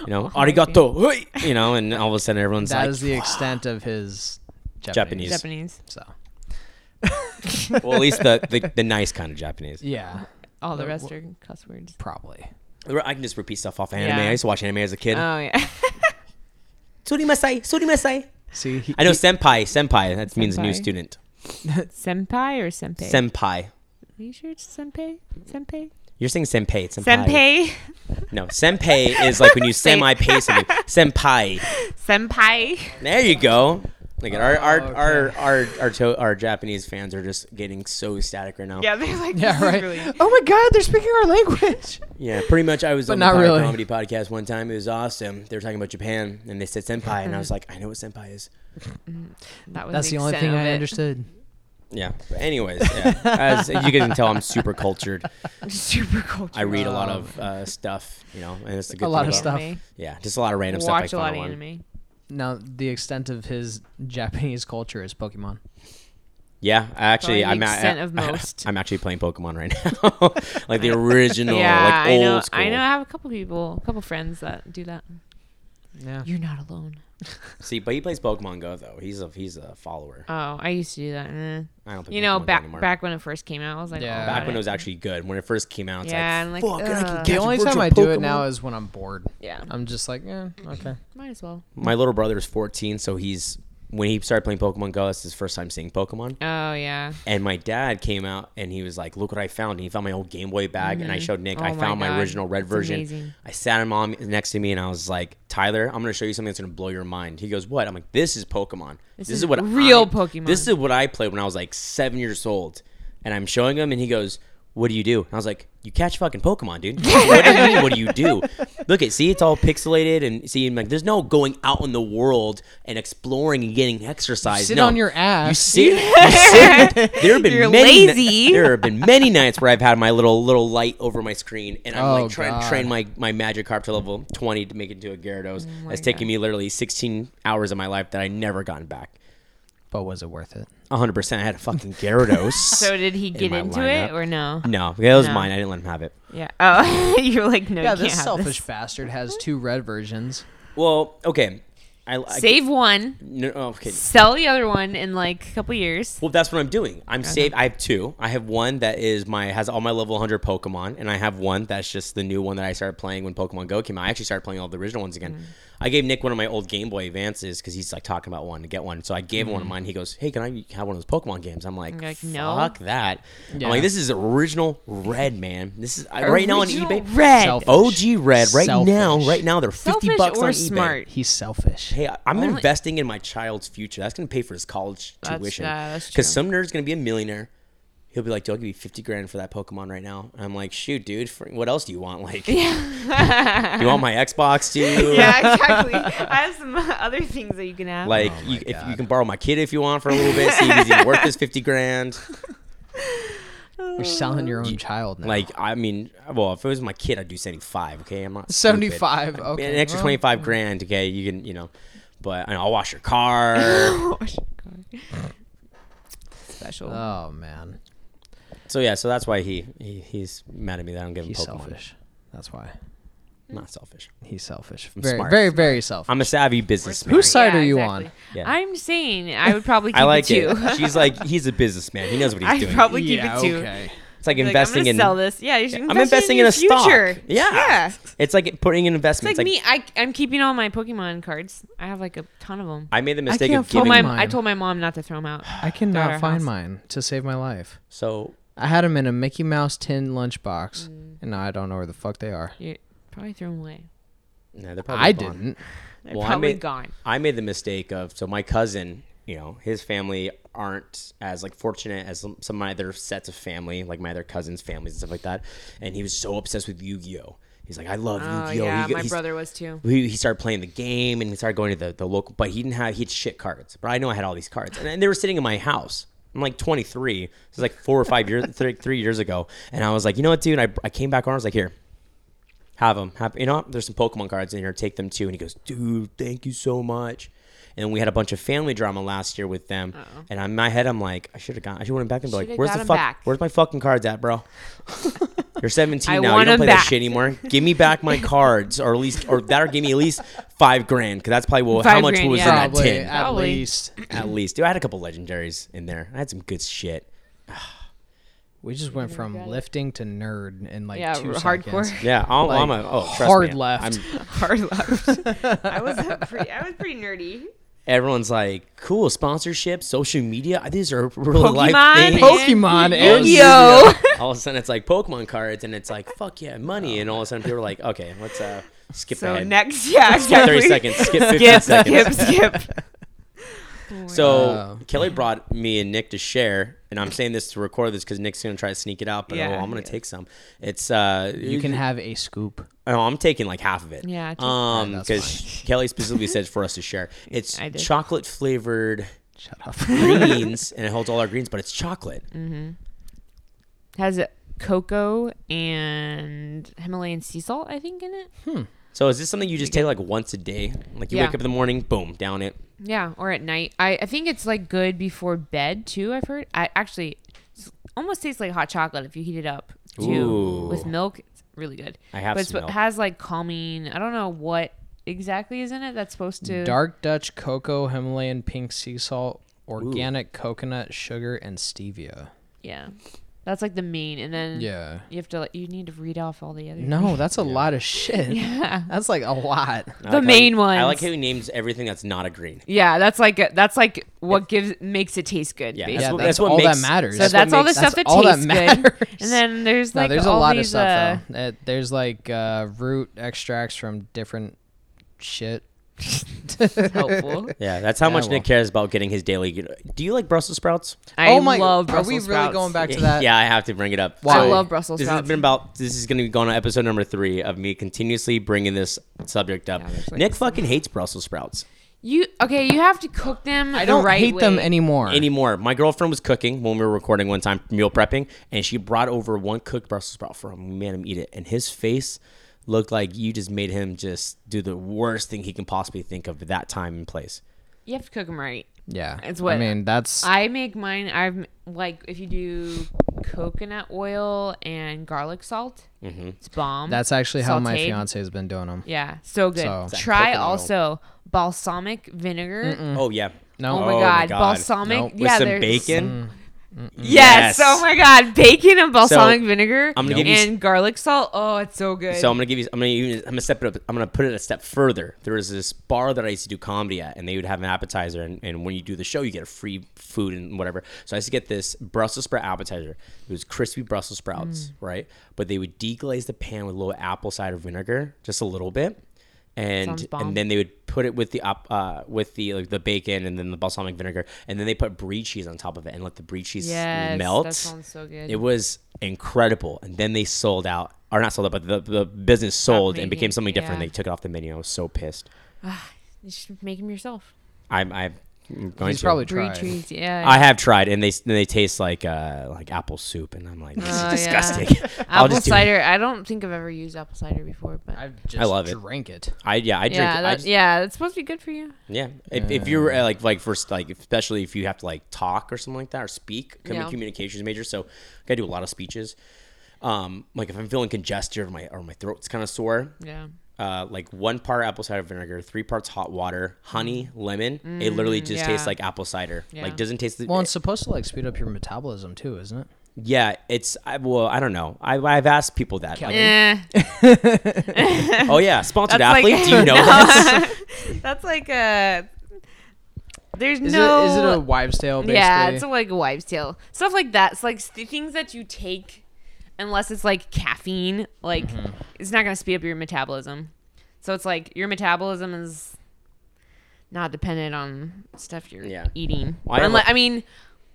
Speaker 1: You know, arigato. Hoi! You know, and all of a sudden everyone's
Speaker 2: that
Speaker 1: like,
Speaker 2: is the extent of his
Speaker 1: Japanese.
Speaker 2: Japanese.
Speaker 3: japanese
Speaker 2: So.
Speaker 1: well, at least the, the the nice kind of Japanese.
Speaker 2: Yeah.
Speaker 3: all the
Speaker 2: No,
Speaker 3: rest are cuss words
Speaker 2: Probably.
Speaker 1: I can just repeat stuff off anime.
Speaker 3: Yeah.
Speaker 1: I used to watch anime as a kid.
Speaker 2: Uh,
Speaker 3: oh yeah
Speaker 1: Surimasai, Surimasai.
Speaker 2: See, he,
Speaker 1: I know senpai, senpai. That means new
Speaker 3: Senpai.
Speaker 1: student.
Speaker 3: senpai or senpai
Speaker 1: Senpai.
Speaker 3: are you sure it's senpai senpai
Speaker 1: You're saying senpai. It's senpai.
Speaker 3: Senpai.
Speaker 1: No, senpai is like when you semi pay something. Senpai.
Speaker 3: Senpai.
Speaker 1: There you go. Look at our our, our our our to- our Japanese fans are just getting so ecstatic right now.
Speaker 3: Yeah, they're like,
Speaker 2: Yeah,
Speaker 3: this is
Speaker 2: right.
Speaker 3: really-
Speaker 2: Oh my God, they're speaking our language.
Speaker 1: Yeah, pretty much. I was on the
Speaker 2: not
Speaker 1: Pirate
Speaker 2: really.
Speaker 1: comedy podcast one time. It was awesome. They were talking about Japan, and they said senpai, and I was like, I know what senpai is.
Speaker 3: that was
Speaker 2: That's the only
Speaker 3: extent
Speaker 2: thing
Speaker 3: of
Speaker 2: I
Speaker 3: it.
Speaker 2: understood.
Speaker 1: Yeah. But anyways, yeah. as you guys can tell, I'm super cultured.
Speaker 3: Super cultural.
Speaker 1: I read a lot of uh, stuff, you know, and it's a good
Speaker 2: A lot
Speaker 1: thing
Speaker 2: of
Speaker 1: about-
Speaker 2: stuff.
Speaker 3: Anime.
Speaker 1: Yeah, just a lot of random stuff. I
Speaker 3: Watch a lot
Speaker 1: found
Speaker 3: of
Speaker 1: online.
Speaker 3: anime.
Speaker 2: Now, the extent of his Japanese culture is Pokemon.
Speaker 1: Yeah, I actually,
Speaker 3: Probably the
Speaker 1: I'm a-
Speaker 3: extent of most.
Speaker 1: I'm actually playing Pokemon right now, like the original,
Speaker 3: yeah,
Speaker 1: like old
Speaker 3: I know.
Speaker 1: school.
Speaker 3: I know. I have a couple people, a couple friends that do that.
Speaker 2: Yeah.
Speaker 3: You're not alone.
Speaker 1: See, but he plays Pokemon Go though. He's a he's a follower.
Speaker 3: Oh, I used to do that. eh.
Speaker 1: I don't. Play
Speaker 3: You know,
Speaker 1: Pokemon Go
Speaker 3: back
Speaker 1: anymore.
Speaker 3: back when it first came out, I was like,
Speaker 2: Yeah.
Speaker 3: oh,
Speaker 1: back
Speaker 3: I-
Speaker 1: when it was actually good. When it first came out, it's
Speaker 3: Yeah, and
Speaker 1: like,
Speaker 3: like,
Speaker 1: fuck, I can
Speaker 3: ugh.
Speaker 1: catch
Speaker 2: The
Speaker 1: a
Speaker 2: only time
Speaker 1: virtual
Speaker 2: I do it
Speaker 1: Pokemon.
Speaker 2: now is when I'm bored.
Speaker 3: yeah,
Speaker 2: I'm just like, yeah, okay.
Speaker 3: might as well.
Speaker 1: My little brother is 14, so he's when he started playing Pokemon Go, that's his first time seeing Pokemon.
Speaker 3: Oh yeah,
Speaker 1: And my dad came out and he was like, "Look what I found!" And he found my old Game Boy bag, and I showed Nick.
Speaker 3: Oh
Speaker 1: I
Speaker 3: my
Speaker 1: found my,
Speaker 3: God.
Speaker 1: original red
Speaker 3: That's
Speaker 1: version.
Speaker 3: amazing.
Speaker 1: I sat him on next to me, and I was like, "Tyler, I'm going to show you something that's going to blow your mind." He goes, "What?" I'm like, "This is Pokemon. This,
Speaker 3: is
Speaker 1: is, what
Speaker 3: real
Speaker 1: I-
Speaker 3: Pokemon."
Speaker 1: This is what I played when I was like seven years old." And I'm showing him, and he goes, "What do you do?" And I was like, "You catch fucking Pokemon, dude. what do you mean? What do you do? Look at see, it's all pixelated, and see, and like, there's no going out in the world and exploring and getting exercise.
Speaker 2: Sit
Speaker 1: No.
Speaker 2: on your ass.
Speaker 1: You sit, you sit- There have been
Speaker 3: Uh, You're
Speaker 1: many. ni-
Speaker 3: lazy.
Speaker 1: there have been many nights where I've had my little little light over my screen, and I'm
Speaker 2: Oh,
Speaker 1: like trying
Speaker 2: God.
Speaker 1: to train my my magic carp to level 20 to make it to a Gyarados.
Speaker 3: Oh my
Speaker 1: That's taken
Speaker 3: God.
Speaker 1: me literally 16 hours of my life that I never gotten back.
Speaker 2: but was it worth it?
Speaker 1: 100. percent I had a fucking Gyarados.
Speaker 3: So did he get
Speaker 1: my
Speaker 3: into
Speaker 1: lineup.
Speaker 3: it or no?
Speaker 1: no, that was
Speaker 3: No.
Speaker 1: mine. I didn't let him have it.
Speaker 3: Yeah. Oh, you're like no.
Speaker 2: Yeah,
Speaker 3: you can't
Speaker 2: this
Speaker 3: have
Speaker 2: selfish
Speaker 3: This.
Speaker 2: bastard has two red versions.
Speaker 1: Well, okay. I, I
Speaker 3: Save one,
Speaker 1: No, oh, okay.
Speaker 3: sell the other one in like a couple years.
Speaker 1: Well, that's what I'm doing. I'm saved. I have two. I have one that is my has all my level 100 Pokemon, and I have one that's just the new one that I started playing when Pokemon Go came out. I actually started playing all the original ones again.
Speaker 3: Mm.
Speaker 1: I gave Nick one of my old Game Boy Advances because he's like talking about one to get one. So I gave him one of mine. He goes, "Hey, can I have one of those Pokemon games?" I'm like,
Speaker 3: Mm. You're like, "No."
Speaker 1: "Fuck that!"
Speaker 2: Yeah.
Speaker 1: I'm like, "This is original red, man. This is I- right now on
Speaker 3: Original
Speaker 1: eBay."
Speaker 3: Red.
Speaker 2: Selfish.
Speaker 1: OG red right now,
Speaker 2: Selfish.
Speaker 1: right now they're fifty
Speaker 3: Selfish
Speaker 1: bucks
Speaker 3: or
Speaker 1: on eBay.
Speaker 3: smart.
Speaker 2: He's selfish.
Speaker 1: Hey, I- I'm
Speaker 3: Only-
Speaker 1: investing in my child's future. That's gonna pay for his college
Speaker 3: That's-
Speaker 1: tuition.
Speaker 3: yeah, that's true.
Speaker 1: Because some nerd's gonna be a millionaire. He'll be like, "Dude, I'll give you fifty grand for that Pokemon right now." And I'm like, "Shoot, dude, fr- what else do you want? Like, you want my Xbox, dude?
Speaker 3: yeah, exactly. I have some other things that you can have.
Speaker 2: Oh
Speaker 1: Like, you, if you can borrow my kid if you want for a little bit, see if he's worth this fifty grand.
Speaker 2: You're selling your own child now.
Speaker 1: Like, I mean, well, if it was my kid, I'd do seventy five. Okay, I'm not stupid.
Speaker 2: 75.
Speaker 1: An
Speaker 2: Okay.
Speaker 1: extra
Speaker 2: well,
Speaker 1: twenty five grand. Okay, you can, you know, but I know, I'll wash your car.
Speaker 3: Oh Special.
Speaker 1: Uh,
Speaker 2: Oh, man.
Speaker 1: so yeah, so that's why he, he he's mad at me that I don't give him
Speaker 2: He's
Speaker 1: Pokemon.
Speaker 2: selfish. That's why.
Speaker 3: Hmm?
Speaker 1: Not selfish.
Speaker 2: He's selfish. Very,
Speaker 1: smart.
Speaker 2: very, very selfish.
Speaker 1: I'm a savvy businessman.
Speaker 2: Whose side are you on?
Speaker 1: Yeah.
Speaker 3: I'm saying I would probably keep
Speaker 1: I like
Speaker 3: it too.
Speaker 1: it. She's like, he's a businessman. He knows what he's
Speaker 3: I'd
Speaker 1: doing.
Speaker 3: probably keep it too.
Speaker 2: okay.
Speaker 1: it's like
Speaker 3: Like,
Speaker 1: investing
Speaker 3: I'm gonna
Speaker 1: in.
Speaker 3: sell this. Yeah, you should
Speaker 1: I'm investing in,
Speaker 3: your
Speaker 1: a stock.
Speaker 3: future.
Speaker 1: Yeah.
Speaker 3: yeah.
Speaker 1: It's like putting in
Speaker 3: It's like,
Speaker 1: investments.
Speaker 3: me. I I'm keeping all my Pokemon cards. I have like a ton of them.
Speaker 1: I made the mistake
Speaker 2: can't
Speaker 1: of
Speaker 2: find
Speaker 1: giving.
Speaker 3: my,
Speaker 2: mine.
Speaker 3: I told my mom not to throw them out.
Speaker 2: I cannot
Speaker 3: our
Speaker 2: find
Speaker 3: house.
Speaker 2: mine to save my life.
Speaker 1: so
Speaker 2: I had them in a Mickey Mouse tin lunchbox, and now I don't know where the fuck they are.
Speaker 3: You probably threw them away.
Speaker 1: no, they're probably
Speaker 2: I
Speaker 1: gone.
Speaker 2: didn't.
Speaker 3: They're
Speaker 1: Well, I
Speaker 3: probably
Speaker 1: made-
Speaker 3: gone.
Speaker 1: I made the mistake of so my cousin, you know, his family aren't as like fortunate as some some of my other sets of family, like my other cousins' families and stuff like that. And he was so obsessed with Yu-Gi-Oh. He's like, I love
Speaker 3: Oh
Speaker 1: Yu-Gi-Oh.
Speaker 3: yeah,
Speaker 1: He-
Speaker 3: my
Speaker 1: he's-
Speaker 3: brother was too.
Speaker 1: he, he started playing the game and he started going to the, the local but he didn't have he had shit cards but i know i had all these cards and, and they were sitting in my house i'm like 23 this is like four or five years three, three years ago and i was like you know what dude I, I came back on i was like here have them have you know there's some pokemon cards in here take them too and he goes dude thank you so much and we had a bunch of family drama last year with them, and in my head I'm like, I should have gone. I should went back and be like,
Speaker 3: Shoulda
Speaker 1: "Where's
Speaker 3: Oh. got
Speaker 1: the
Speaker 3: 'em
Speaker 1: fuck?
Speaker 3: back."
Speaker 1: Where's my fucking cards at, bro?" You're 17
Speaker 3: I
Speaker 1: now. You
Speaker 3: want
Speaker 1: don't
Speaker 3: 'em
Speaker 1: play
Speaker 3: back.
Speaker 1: that shit anymore. Give me back my cards, or at least, or that'll give me at least five grand, because that's probably well, how
Speaker 3: Five
Speaker 1: much
Speaker 3: grand,
Speaker 1: was
Speaker 3: yeah.
Speaker 1: in that
Speaker 2: Probably
Speaker 1: tin.
Speaker 2: at
Speaker 3: Probably.
Speaker 2: least.
Speaker 1: At least, dude, I had a couple legendaries in there. I had some good shit.
Speaker 2: We just went from lifting to nerd in like
Speaker 3: Yeah,
Speaker 2: two
Speaker 3: hardcore.
Speaker 2: seconds.
Speaker 1: Yeah, I'm, I'm a
Speaker 2: Like,
Speaker 1: oh, trust
Speaker 2: hard
Speaker 1: me,
Speaker 2: left.
Speaker 1: I'm,
Speaker 3: uh, Hard left. I was pretty. I was pretty nerdy.
Speaker 1: Everyone's like, cool sponsorship, social media. I- These are really
Speaker 3: Pokemon
Speaker 1: life things.
Speaker 3: and-
Speaker 2: Pokemon
Speaker 1: All of a
Speaker 2: and
Speaker 1: sudden-
Speaker 3: Yo.
Speaker 1: All of a sudden, it's like Pokemon cards, and it's like, fuck yeah, money. And all of a sudden, people are like, okay, let's uh, skip
Speaker 3: So
Speaker 1: ahead.
Speaker 3: next, yeah,
Speaker 1: Skip
Speaker 3: exactly.
Speaker 1: 30 seconds. Skip 15
Speaker 3: Skip,
Speaker 1: seconds.
Speaker 3: skip, skip.
Speaker 1: So
Speaker 2: Wow.
Speaker 1: Kelly brought me and Nick to share, and I'm saying this to record this because Nick's gonna try to sneak it out, but
Speaker 3: Yeah,
Speaker 1: oh, I'm gonna
Speaker 3: he
Speaker 1: take some. It's uh,
Speaker 2: you can have a scoop.
Speaker 1: Oh, I'm taking like half of it.
Speaker 3: Yeah, take-
Speaker 1: Um,
Speaker 2: Alright, that's
Speaker 1: because Kelly specifically says for us to share. It's
Speaker 3: I did.
Speaker 1: chocolate flavored
Speaker 2: Shut up.
Speaker 1: greens, and it holds all our greens, but it's chocolate.
Speaker 3: Mm. has cocoa and Himalayan sea salt, I think, in it.
Speaker 1: So is this something you just take like once a day? Like you
Speaker 3: Yeah.
Speaker 1: wake up in the morning, boom, down it.
Speaker 3: Yeah, or at night. I, I think it's like good before bed too. I've heard. I actually it's almost tastes like hot chocolate if you heat it up too
Speaker 1: Ooh.
Speaker 3: with milk. It's really good.
Speaker 1: I have
Speaker 3: but it's
Speaker 1: some
Speaker 3: what
Speaker 1: milk.
Speaker 3: has like calming. I don't know what exactly is in it. That's supposed to.
Speaker 2: Dark Dutch cocoa, Himalayan pink sea salt, organic coconut sugar, and stevia.
Speaker 3: Yeah, that's like the main, and then
Speaker 2: Yeah.
Speaker 3: you have to like you need to read off all the other.
Speaker 2: No, that's a lot of shit. Yeah. That's like a lot.
Speaker 1: I
Speaker 3: The
Speaker 1: like how
Speaker 3: main
Speaker 1: he- I like
Speaker 3: ones.
Speaker 1: how he names everything that's not a green.
Speaker 3: Yeah, that's like that's like what gives makes it taste good.
Speaker 1: Yeah,
Speaker 3: basically.
Speaker 2: Yeah,
Speaker 1: what-
Speaker 2: that's,
Speaker 1: that's what
Speaker 2: all
Speaker 1: makes-
Speaker 2: that matters.
Speaker 3: So that's, all the stuff that
Speaker 2: that's all that
Speaker 3: tastes good.
Speaker 2: matters.
Speaker 3: And then there's
Speaker 2: no,
Speaker 3: like
Speaker 2: there's a
Speaker 3: all
Speaker 2: lot
Speaker 3: these,
Speaker 2: of stuff
Speaker 3: uh,
Speaker 2: though. That- there's like uh, root extracts from different shit.
Speaker 3: helpful.
Speaker 1: Yeah, that's how
Speaker 2: Yeah,
Speaker 1: much
Speaker 2: well.
Speaker 1: Nick cares about getting his daily. Do you like Brussels sprouts?
Speaker 3: I
Speaker 2: oh my!
Speaker 3: love
Speaker 2: are
Speaker 3: Brussels
Speaker 2: we really
Speaker 3: sprouts.
Speaker 2: going back to that?
Speaker 1: Yeah, I have to bring it up.
Speaker 2: Wow. I
Speaker 3: love Brussels
Speaker 1: this
Speaker 3: sprouts.
Speaker 1: has been about. This is going to go on episode number three of me continuously bringing this subject up.
Speaker 3: Yeah, there's like
Speaker 1: Nick fucking hates Brussels sprouts
Speaker 3: You okay? You have to cook them.
Speaker 2: I don't
Speaker 3: the right
Speaker 2: hate them
Speaker 3: way.
Speaker 2: anymore.
Speaker 1: anymore. My girlfriend was cooking when we were recording one time, meal prepping, and she brought over one cooked Brussels sprout for him. We made him eat it, and his face looked like you just made him just do the worst thing he can possibly think of at that time and place.
Speaker 3: You have to cook them right.
Speaker 2: yeah,
Speaker 3: It's what-
Speaker 2: I mean. That's
Speaker 3: I make mine. I'm like if you do coconut oil and garlic salt, it's bomb.
Speaker 2: Mm-hmm. that's actually how my
Speaker 3: sauteed.
Speaker 2: fiance has been doing them.
Speaker 3: yeah, so good.
Speaker 2: So- It's
Speaker 1: like
Speaker 3: Try
Speaker 1: coconut oil.
Speaker 3: also balsamic vinegar.
Speaker 1: Oh yeah.
Speaker 2: No,
Speaker 3: Oh, my,
Speaker 1: Oh my
Speaker 3: god.
Speaker 1: God.
Speaker 3: balsamic.
Speaker 2: Nope.
Speaker 1: With
Speaker 3: Yeah,
Speaker 1: some
Speaker 3: there's-
Speaker 1: bacon,
Speaker 3: Yes.
Speaker 1: Yes.
Speaker 3: Oh my god, bacon and balsamic
Speaker 1: So,
Speaker 3: vinegar
Speaker 1: I'm gonna give you s-
Speaker 3: and garlic salt. Oh, it's so good.
Speaker 1: So I'm gonna give you. I'm gonna. Even, I'm gonna step it up. I'm gonna put it a step further. There was this bar that I used to do comedy at, and they would have an appetizer. And, and when you do the show, you get a free food and whatever. So I used to get this Brussels sprout appetizer. It was crispy Brussels
Speaker 3: Mm.
Speaker 1: sprouts, right? But they would deglaze the pan with a little apple cider vinegar, just a little bit,
Speaker 3: Sounds
Speaker 1: and
Speaker 3: bomb.
Speaker 1: and then they would put it with the up uh, with the like the bacon and then the balsamic vinegar, and then they put brie cheese on top of it and let the brie cheese
Speaker 3: yes,
Speaker 1: melt.
Speaker 3: That sounds so good.
Speaker 1: It was incredible. And then they sold out, or not sold out, but the, the business sold and
Speaker 3: making-
Speaker 1: became something different.
Speaker 3: yeah.
Speaker 1: They took it off the menu. I was so pissed.
Speaker 3: you should make them yourself.
Speaker 1: I'm, I'm going
Speaker 2: he's
Speaker 1: to.
Speaker 2: probably
Speaker 3: Brie
Speaker 2: tried.
Speaker 3: cheese. Yeah.
Speaker 1: I have tried, and they they taste like uh, like apple soup, and I'm like, this
Speaker 3: Oh, yeah.
Speaker 1: is disgusting. I'll
Speaker 3: apple
Speaker 1: just do it.
Speaker 3: cider. I don't think I've ever used apple cider before, but
Speaker 2: I've just
Speaker 1: love it.
Speaker 2: drank it.
Speaker 1: I yeah, I drink.
Speaker 3: yeah,
Speaker 1: I
Speaker 3: that,
Speaker 1: just-
Speaker 3: yeah, that's supposed to be good for you.
Speaker 1: Yeah. If, if you're uh, like like first like especially if you have to like talk or something like that or speak, I'm
Speaker 3: Yeah.
Speaker 1: a communications major, so I do a lot of speeches. Um, like if I'm feeling congested or my or my throat's kind of sore,
Speaker 3: Yeah.
Speaker 1: uh, like one part apple cider vinegar, three parts hot water, honey, lemon. it literally just
Speaker 3: Mm. yeah.
Speaker 1: tastes like apple cider.
Speaker 3: Yeah.
Speaker 1: Like doesn't taste. The,
Speaker 2: Well, it's supposed to like speed up your metabolism too, isn't it?
Speaker 1: yeah, it's. I, well, I don't know. I, I've asked people that. Like,
Speaker 3: Eh,
Speaker 1: oh yeah, sponsored
Speaker 3: That's like-
Speaker 1: athlete. Do you know this?
Speaker 3: that's like a. There's
Speaker 2: Is
Speaker 3: no.
Speaker 2: it is it a wives' tale? Basically?
Speaker 3: yeah, it's like a wives' tale. Stuff like that. It's like th- things that you take, unless it's like caffeine. Like
Speaker 1: Mm-hmm.
Speaker 3: it's not gonna speed up your metabolism. So it's like your metabolism is not dependent on stuff you're
Speaker 1: Yeah.
Speaker 3: eating.
Speaker 1: Well, I have
Speaker 3: Unle-
Speaker 1: a-
Speaker 3: I mean,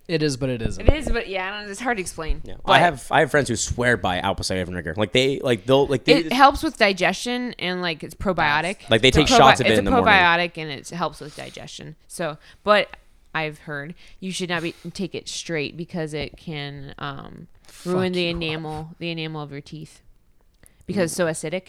Speaker 2: it is, but it isn't.
Speaker 3: it is, but yeah, I don't, it's hard to explain.
Speaker 1: Yeah.
Speaker 3: But-
Speaker 1: I have I have friends who swear by apple cider vinegar. Like they like they'll like they.
Speaker 3: It helps with digestion and like it's probiotic.
Speaker 1: Like, they
Speaker 3: It's a
Speaker 1: take shots of it
Speaker 3: It's
Speaker 1: in
Speaker 3: a
Speaker 1: the morning.
Speaker 3: probiotic and it helps with digestion. So, but I've heard you should not be take it straight because it can um, ruin the
Speaker 2: you up.
Speaker 3: enamel, the enamel of your teeth because it's so acidic.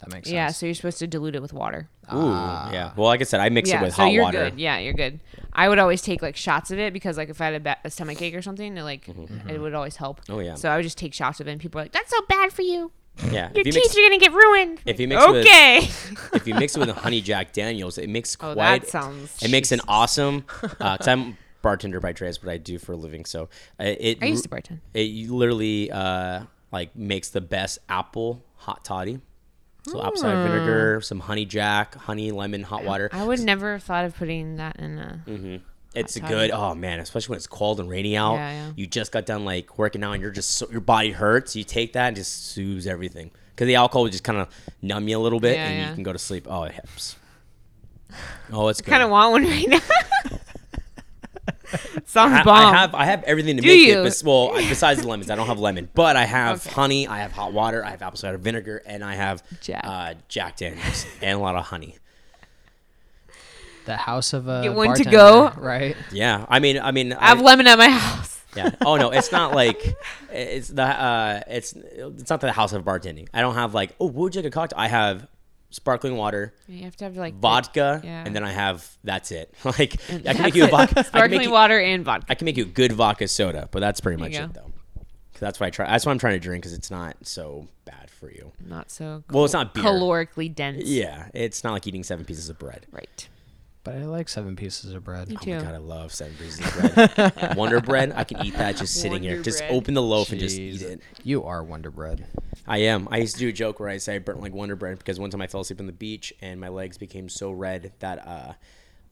Speaker 2: That makes sense.
Speaker 3: Yeah, so you're supposed to dilute it with water.
Speaker 1: ooh, yeah. Well, like I said, I mix
Speaker 3: Ah. yeah,
Speaker 1: it with
Speaker 3: so
Speaker 1: hot
Speaker 3: you're
Speaker 1: water.
Speaker 3: good. Yeah, you're good. I would always take like shots of it because like if I had a, ba- a stomach ache or something, it, like it would always help.
Speaker 1: Oh, yeah.
Speaker 3: So I would just take shots of it, and people are like, "That's so bad for you.
Speaker 1: Yeah.
Speaker 3: Your
Speaker 1: If you
Speaker 3: teeth
Speaker 1: mix
Speaker 3: are gonna get ruined."
Speaker 1: if you
Speaker 3: Like,
Speaker 1: mix with-
Speaker 3: okay.
Speaker 1: if you mix it with a honey Jack Daniels, it makes
Speaker 3: Oh,
Speaker 1: quite.
Speaker 3: that sounds-
Speaker 1: It makes an awesome. Because I'm bartender by trade, is what I do for a living. So uh, it.
Speaker 3: I used to bartend.
Speaker 1: It literally uh, like makes the best apple hot toddy. So apple cider vinegar, some honey jack, honey, lemon, hot water.
Speaker 3: Hmm. I would never have thought of putting that in a.
Speaker 1: Mm. It's a
Speaker 3: hot
Speaker 1: good. Oh man, especially when it's cold and rainy out.
Speaker 3: Yeah, yeah.
Speaker 1: You just got done like working out, and you're just so, your body hurts. You take that and just soothes everything because the alcohol would just kind of numb you a little bit,
Speaker 3: Yeah,
Speaker 1: and
Speaker 3: yeah.
Speaker 1: you can go to sleep. Oh, it helps. Oh, it's good.
Speaker 3: Kind of want one right now. Sounds
Speaker 1: I,
Speaker 3: bomb.
Speaker 1: I have I have everything to
Speaker 3: Do
Speaker 1: make
Speaker 3: you?
Speaker 1: it. Bes- well, I- besides the lemons, I don't have lemon, but I have honey. I have hot water. I have apple cider vinegar, and I have
Speaker 3: Jack.
Speaker 1: uh, Jack Daniels and a lot of honey.
Speaker 2: The house of a
Speaker 3: Get one to
Speaker 2: bartender,
Speaker 3: go.
Speaker 2: right?
Speaker 1: Yeah, I mean, I mean,
Speaker 3: I have lemon at my house.
Speaker 1: Yeah. Oh no, it's not like it's the uh, it's it's not the house of bartending. I don't have like oh, what would you like a cocktail? I have sparkling water,
Speaker 3: You have to have like the-
Speaker 1: vodka,
Speaker 3: Yeah.
Speaker 1: and then I have that's it. Like I can
Speaker 3: That's
Speaker 1: make you a
Speaker 3: it.
Speaker 1: vodka, I can
Speaker 3: sparkling
Speaker 1: make you,
Speaker 3: water and vodka.
Speaker 1: I can make you a good vodka soda, but that's pretty
Speaker 3: There
Speaker 1: much
Speaker 3: you
Speaker 1: it
Speaker 3: go.
Speaker 1: though. 'Cause That's why I try. That's why I'm trying to drink because it's not so bad for you.
Speaker 3: Not so.
Speaker 1: Well, it's not beer.
Speaker 3: calorically dense.
Speaker 1: Yeah, it's not like eating seven pieces of bread.
Speaker 3: Right.
Speaker 2: But I like seven pieces of bread.
Speaker 3: Me
Speaker 1: Oh my
Speaker 3: too.
Speaker 1: god, I love seven pieces of bread. Wonder bread, I can eat that just sitting here.
Speaker 3: Wonder
Speaker 1: Just
Speaker 3: Bread.
Speaker 1: open the loaf and just eat
Speaker 2: Jesus.
Speaker 1: it.
Speaker 2: You are Wonder Bread.
Speaker 1: I am. I used to do a joke where I say I burnt like Wonder Bread because one time I fell asleep on the beach and my legs became so red that uh,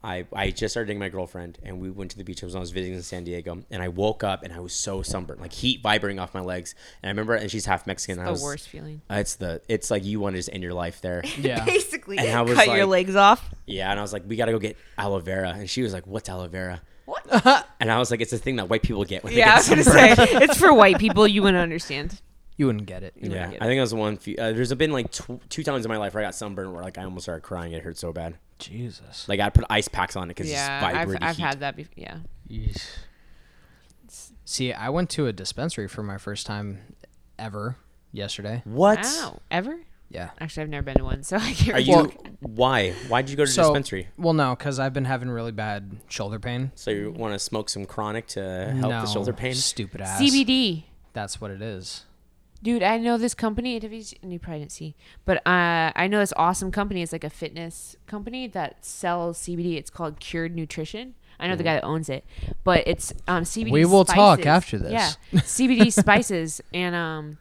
Speaker 1: I I just started dating my girlfriend and we went to the beach. It was when I was visiting in San Diego and I woke up and I was so sunburned, like heat vibrating off my legs. And I remember, and she's half Mexican. and I
Speaker 3: The
Speaker 1: was,
Speaker 3: worst feeling.
Speaker 1: uh, It's the. It's like you want to just end your life there.
Speaker 2: Yeah.
Speaker 3: Basically,
Speaker 1: And I was
Speaker 3: cut your
Speaker 1: like-
Speaker 3: legs off.
Speaker 1: yeah, and I was like, we got to go get aloe vera, and she was like, what's aloe vera?
Speaker 3: What?
Speaker 1: And I was like, it's a thing that white people get when they
Speaker 3: yeah, I
Speaker 1: get
Speaker 3: was gonna
Speaker 1: sunburned."
Speaker 3: say it's for white people. You wouldn't understand.
Speaker 2: You wouldn't get it.
Speaker 1: Yeah,
Speaker 3: get
Speaker 1: I think that was the one. Few, uh, there's been like tw- two times in my life where I got sunburned, where like I almost started crying. It hurt so bad.
Speaker 2: Jesus.
Speaker 1: Like I put ice packs on it because
Speaker 3: Yeah,
Speaker 1: it's
Speaker 3: I've,
Speaker 1: vibrating
Speaker 3: I've
Speaker 1: heat.
Speaker 3: had that. before. Yeah.
Speaker 2: Yeesh. See, I went to a dispensary for my first time ever yesterday.
Speaker 1: What?
Speaker 3: Wow. Ever?
Speaker 2: Yeah.
Speaker 3: Actually, I've never been to one, so I can't.
Speaker 1: Are you?
Speaker 3: remember.
Speaker 1: why? Why did you go to
Speaker 2: So,
Speaker 1: dispensary?
Speaker 2: Well, no, because I've been having really bad shoulder pain.
Speaker 1: So you want to smoke some chronic to help
Speaker 2: no,
Speaker 1: the shoulder pain?
Speaker 2: Stupid ass.
Speaker 3: CBD?
Speaker 2: That's what it is. Dude,
Speaker 3: Dude, I know this company. it is- You probably didn't see, but uh, I know this awesome company. It's like a fitness company that sells CBD. It's called Cured Nutrition. I know the guy that owns it, but it's um, CBD.
Speaker 2: Mm-hmm. We will talk
Speaker 3: spices.
Speaker 2: after this.
Speaker 3: Yeah, CBD spices, and um,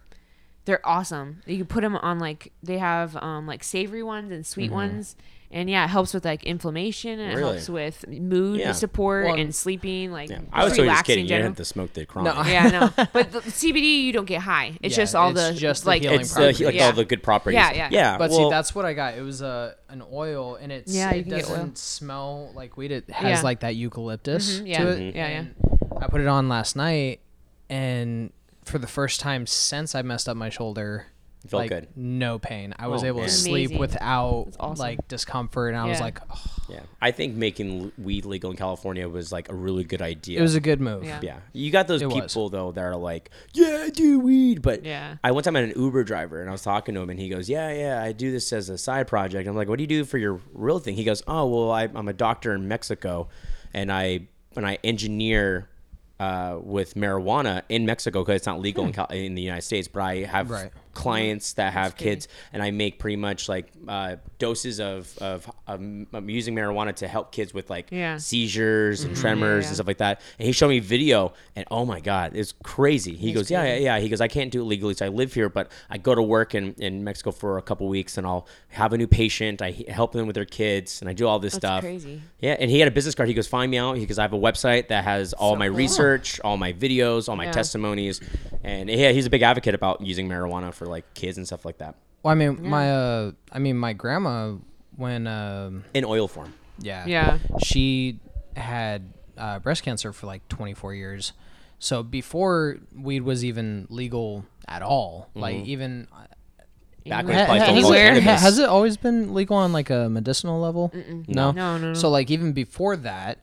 Speaker 3: they're awesome. You can put them on like they have um, like savory ones and
Speaker 2: Mm-hmm.
Speaker 3: sweet ones, and yeah, it helps with like inflammation and
Speaker 1: Really?
Speaker 3: it helps with mood
Speaker 1: Yeah.
Speaker 3: support
Speaker 2: Well,
Speaker 3: and sleeping. Like
Speaker 1: Yeah. I was totally
Speaker 3: just
Speaker 1: just
Speaker 3: relaxing
Speaker 1: kidding.
Speaker 3: in
Speaker 1: You didn't
Speaker 3: general.
Speaker 1: have to smoke the chronic.
Speaker 2: I-
Speaker 3: Yeah, no. But the CBD, you don't get high. It's
Speaker 2: Yeah,
Speaker 3: just all
Speaker 2: it's
Speaker 3: the
Speaker 2: just the
Speaker 3: like
Speaker 2: healing
Speaker 1: It's the,
Speaker 2: properties.
Speaker 1: like
Speaker 3: Yeah.
Speaker 1: all the good properties.
Speaker 3: Yeah, yeah.
Speaker 1: yeah.
Speaker 2: But see,
Speaker 1: Uh, well,
Speaker 2: that's what I got. It was a an oil, and it's
Speaker 3: Yeah, you
Speaker 2: it
Speaker 3: can get oil.
Speaker 2: doesn't smell like weed. It has
Speaker 3: Yeah.
Speaker 2: like that eucalyptus
Speaker 3: Mhm, yeah.
Speaker 2: to it.
Speaker 1: Mm-hmm.
Speaker 3: Mhm. Yeah, yeah.
Speaker 2: and I put it on last night, and for the first time since I messed up my shoulder,
Speaker 1: It felt
Speaker 2: like,
Speaker 1: good.
Speaker 2: No pain. I was
Speaker 1: Oh,
Speaker 2: able
Speaker 1: man.
Speaker 2: to sleep
Speaker 3: Amazing.
Speaker 2: without
Speaker 3: awesome.
Speaker 2: like discomfort, and I was
Speaker 3: Yeah.
Speaker 2: like, oh,
Speaker 1: yeah. I think making l- weed legal in California was like a really good idea.
Speaker 2: it was a good move.
Speaker 3: Yeah.
Speaker 1: Yeah, you got those
Speaker 2: It
Speaker 1: people
Speaker 2: was.
Speaker 1: though that are like, yeah, I do weed, but
Speaker 3: Yeah.
Speaker 1: I one time had an Uber driver and I was talking to him and he goes, yeah, yeah, I do this as a side project. I'm like, what do you do for your real thing? He goes, oh, well, I, I'm a doctor in Mexico, and I and I engineer. Uh, with marijuana in Mexico because it's not legal
Speaker 3: Hmm.
Speaker 1: in, Cal- in the United States, but I have
Speaker 2: Right.
Speaker 1: clients that have kids, and I make pretty much like uh, doses of of, of m- I'm using marijuana to help kids with like
Speaker 3: Yeah.
Speaker 1: seizures and tremors
Speaker 3: Mm-hmm. yeah.
Speaker 1: and stuff like that. And he showed me video, and oh my god, it's crazy. He goes, yeah, yeah, yeah. He goes, I can't do it legally, so I live here, but I go to work in, in Mexico for a couple weeks, and I'll have a new patient. I he- help them with their kids, and I do all this stuff.
Speaker 3: crazy.
Speaker 1: Yeah, and he had a business card. He goes, find me out. He goes, I have a website that has all my
Speaker 3: cool.
Speaker 1: research, all my videos, all my
Speaker 3: Yeah.
Speaker 1: testimonies, and yeah, he's a big advocate about using marijuana for like kids and stuff like that
Speaker 2: Well, I mean, my uh, I mean, my grandma when um,
Speaker 1: in oil form.
Speaker 2: yeah,
Speaker 3: Yeah.
Speaker 2: she had uh, breast cancer for like 24 years. So before weed was even legal at all, like
Speaker 1: Mm-hmm.
Speaker 2: even
Speaker 1: Back when
Speaker 3: Yeah.
Speaker 1: it's probably
Speaker 3: Has
Speaker 1: still
Speaker 3: it-
Speaker 1: called
Speaker 3: Anywhere.
Speaker 1: cannabis.
Speaker 2: has it always been legal on like a medicinal level? No?
Speaker 3: No, no, no.
Speaker 2: So like even before that,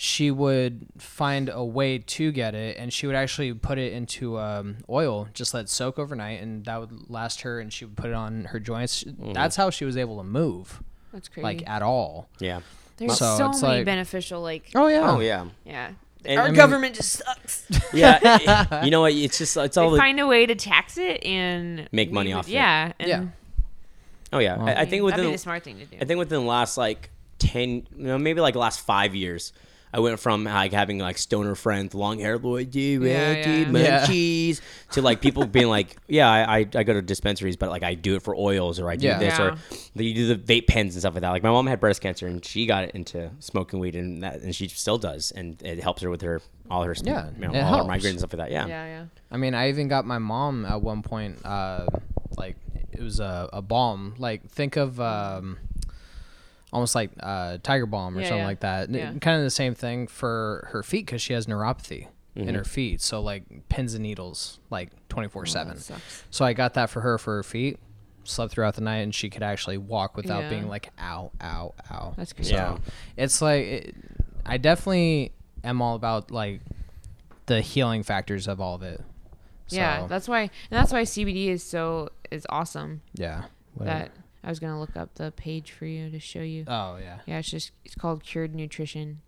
Speaker 2: she would find a way to get it, and she would actually put it into um, oil, just let it soak overnight, and that would last her. And she would put it on her joints. That's how she was able to move,
Speaker 3: That's crazy.
Speaker 2: like at all.
Speaker 1: Yeah.
Speaker 3: There's
Speaker 2: so
Speaker 3: so,
Speaker 2: it's
Speaker 3: many
Speaker 2: like-
Speaker 3: beneficial, like,
Speaker 2: Oh yeah.
Speaker 1: Oh yeah.
Speaker 3: yeah.
Speaker 1: And-
Speaker 3: Our
Speaker 1: I mean-
Speaker 3: government just sucks.
Speaker 1: Yeah. you know what? It's just it's all
Speaker 3: they
Speaker 1: the
Speaker 3: find a way to tax it and
Speaker 1: Make money
Speaker 3: we would-
Speaker 1: off it.
Speaker 3: yeah, And
Speaker 2: Yeah.
Speaker 1: Oh yeah, I, I think
Speaker 3: that'd be
Speaker 1: within
Speaker 3: the smart thing to do.
Speaker 1: I think within the last like ten, you know, maybe like the last five years, I went from like having like stoner friends, long hair, Lloyd, dude,
Speaker 3: Yeah,
Speaker 1: yeah, dude,
Speaker 2: yeah.
Speaker 1: munchies, to like people being like, yeah, I, I I go to dispensaries, but like I do it for oils or I do
Speaker 2: Yeah.
Speaker 1: this or
Speaker 3: Yeah.
Speaker 1: that you do the vape pens and stuff like that. Like my mom had breast cancer and she got into smoking weed and that, and she still does, and it helps her with her all her
Speaker 2: Yeah,
Speaker 1: you know, all
Speaker 2: it
Speaker 1: her
Speaker 2: helps.
Speaker 1: migraines and stuff like that. Yeah,
Speaker 3: Yeah, yeah.
Speaker 2: I mean, I even got my mom at one point, uh, like it was a, a bomb. Like think of um, almost like uh, Tiger Balm or
Speaker 3: Yeah,
Speaker 2: something
Speaker 3: yeah.
Speaker 2: like that.
Speaker 3: Yeah.
Speaker 2: Kind of the same thing for her feet because she has neuropathy in her feet. So like pins and needles, like twenty four seven.
Speaker 3: sucks.
Speaker 2: So I got that for her for her feet. Slept throughout the night and she could actually walk without
Speaker 3: Yeah.
Speaker 2: being like ow ow ow.
Speaker 3: That's
Speaker 2: So
Speaker 3: crazy.
Speaker 1: Yeah.
Speaker 2: it's like it, I definitely am all about like the healing factors of all of it.
Speaker 3: Yeah,
Speaker 2: So-
Speaker 3: that's why, and that's why CBD is so is awesome.
Speaker 2: Yeah.
Speaker 3: That I was gonna look up the page for you to show you.
Speaker 2: oh yeah.
Speaker 3: yeah, it's just it's called Cured Nutrition,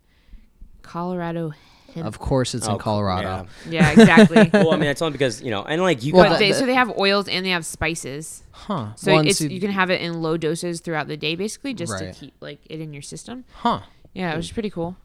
Speaker 3: Colorado. Hemp.
Speaker 2: Of course, it's
Speaker 1: Oh,
Speaker 2: in Colorado.
Speaker 1: yeah.
Speaker 3: yeah, exactly.
Speaker 1: Well, I mean, that's only because you know, and like you
Speaker 2: Well,
Speaker 1: got
Speaker 3: but
Speaker 2: the-
Speaker 3: they,
Speaker 2: the-
Speaker 3: so they have oils and they have spices.
Speaker 2: Huh.
Speaker 3: So
Speaker 2: Well, and
Speaker 3: it's
Speaker 2: see-
Speaker 3: you can have it in low doses throughout the day, basically, just
Speaker 2: Right.
Speaker 3: to keep like it in your system.
Speaker 2: Huh.
Speaker 3: Yeah, it was pretty cool.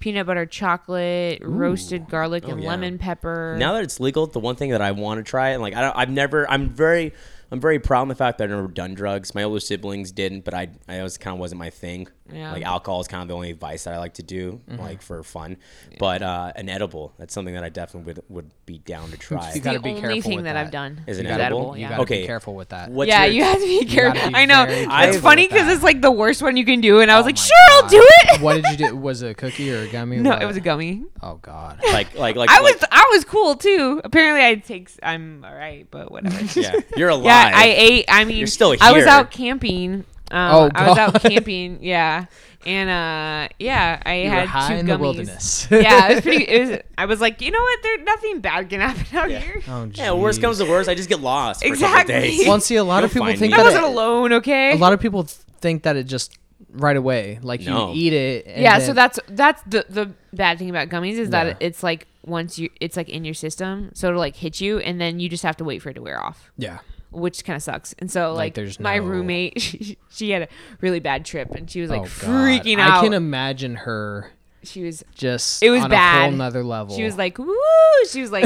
Speaker 3: Peanut butter chocolate, roasted garlic,
Speaker 2: Oh,
Speaker 3: and
Speaker 1: yeah.
Speaker 3: lemon pepper.
Speaker 1: now that it's legal, the one thing that I want to try, and like I don't, I've never, I'm very, I'm very proud of the fact that I've never done drugs. My older siblings didn't, but I, I was kind of wasn't my thing.
Speaker 3: Yeah. Mm-hmm.
Speaker 1: Like alcohol is kind of the only vice that I like to do, like for fun. But uh, an edible, that's something that I definitely would would be down to try.
Speaker 2: You
Speaker 3: It's
Speaker 2: gotta
Speaker 3: the
Speaker 2: be
Speaker 3: only
Speaker 2: careful
Speaker 3: thing
Speaker 2: with
Speaker 3: that,
Speaker 2: that.
Speaker 3: I've done
Speaker 1: Is an
Speaker 3: Is
Speaker 1: edible?
Speaker 3: edible,
Speaker 1: You
Speaker 2: You
Speaker 3: yeah.
Speaker 2: gotta
Speaker 1: Okay.
Speaker 2: be careful with that.
Speaker 1: What's
Speaker 3: yeah,
Speaker 1: your-
Speaker 3: you have to be careful.
Speaker 2: gotta be
Speaker 3: I know.
Speaker 2: very
Speaker 3: It's
Speaker 1: careful
Speaker 3: funny
Speaker 2: with that.
Speaker 3: because it's like the worst one you can do, and I was
Speaker 2: Oh
Speaker 3: like,
Speaker 2: my
Speaker 3: "Sure, I'll
Speaker 2: God.
Speaker 3: do it."
Speaker 2: what did you do? Was it a cookie or a gummy?
Speaker 3: No,
Speaker 2: What?
Speaker 3: it was a gummy.
Speaker 2: Oh God.
Speaker 1: like, like, like,
Speaker 3: I
Speaker 1: like-
Speaker 3: was I was cool too. Apparently, I take. I'm all right, but whatever.
Speaker 1: yeah, you're alive.
Speaker 3: yeah, I ate. I mean,
Speaker 1: You're still
Speaker 3: I was
Speaker 1: here.
Speaker 3: out camping. Um,
Speaker 2: Oh,
Speaker 3: I was out
Speaker 2: God.
Speaker 3: camping. Yeah, and uh, yeah, I
Speaker 2: You
Speaker 3: had
Speaker 2: were high
Speaker 3: two
Speaker 2: in
Speaker 3: gummies.
Speaker 2: the wilderness.
Speaker 3: yeah, it was pretty. It was, I was like, you know what? There nothing bad can happen out here.
Speaker 2: Oh,
Speaker 1: Yeah, worst
Speaker 2: geez.
Speaker 1: comes to worst, I just get lost. For
Speaker 3: Exactly.
Speaker 1: exactly. Days.
Speaker 2: Well, and see, a lot of
Speaker 1: You'll
Speaker 2: people
Speaker 1: find
Speaker 2: think
Speaker 1: me.
Speaker 3: I
Speaker 1: But
Speaker 2: that
Speaker 3: wasn't
Speaker 2: it,
Speaker 3: alone. Okay.
Speaker 2: a lot of people think that it just right away, like
Speaker 1: No.
Speaker 2: you eat it. And
Speaker 3: yeah.
Speaker 2: then,
Speaker 3: So that's that's the the bad thing about gummies is that
Speaker 2: Yeah.
Speaker 3: it's like once you it's like in your system, so it'll like hit you, and then you just have to wait for it to wear off.
Speaker 2: Yeah.
Speaker 3: which kind of sucks. And so like,
Speaker 2: Like, there's
Speaker 3: my
Speaker 2: no-
Speaker 3: roommate, she, she had a really bad trip and she was like
Speaker 2: Oh, God.
Speaker 3: freaking out.
Speaker 2: I can imagine her
Speaker 3: she was
Speaker 2: just.
Speaker 3: It was
Speaker 2: on A
Speaker 3: bad.
Speaker 2: whole nother level.
Speaker 3: she was like woo. She was like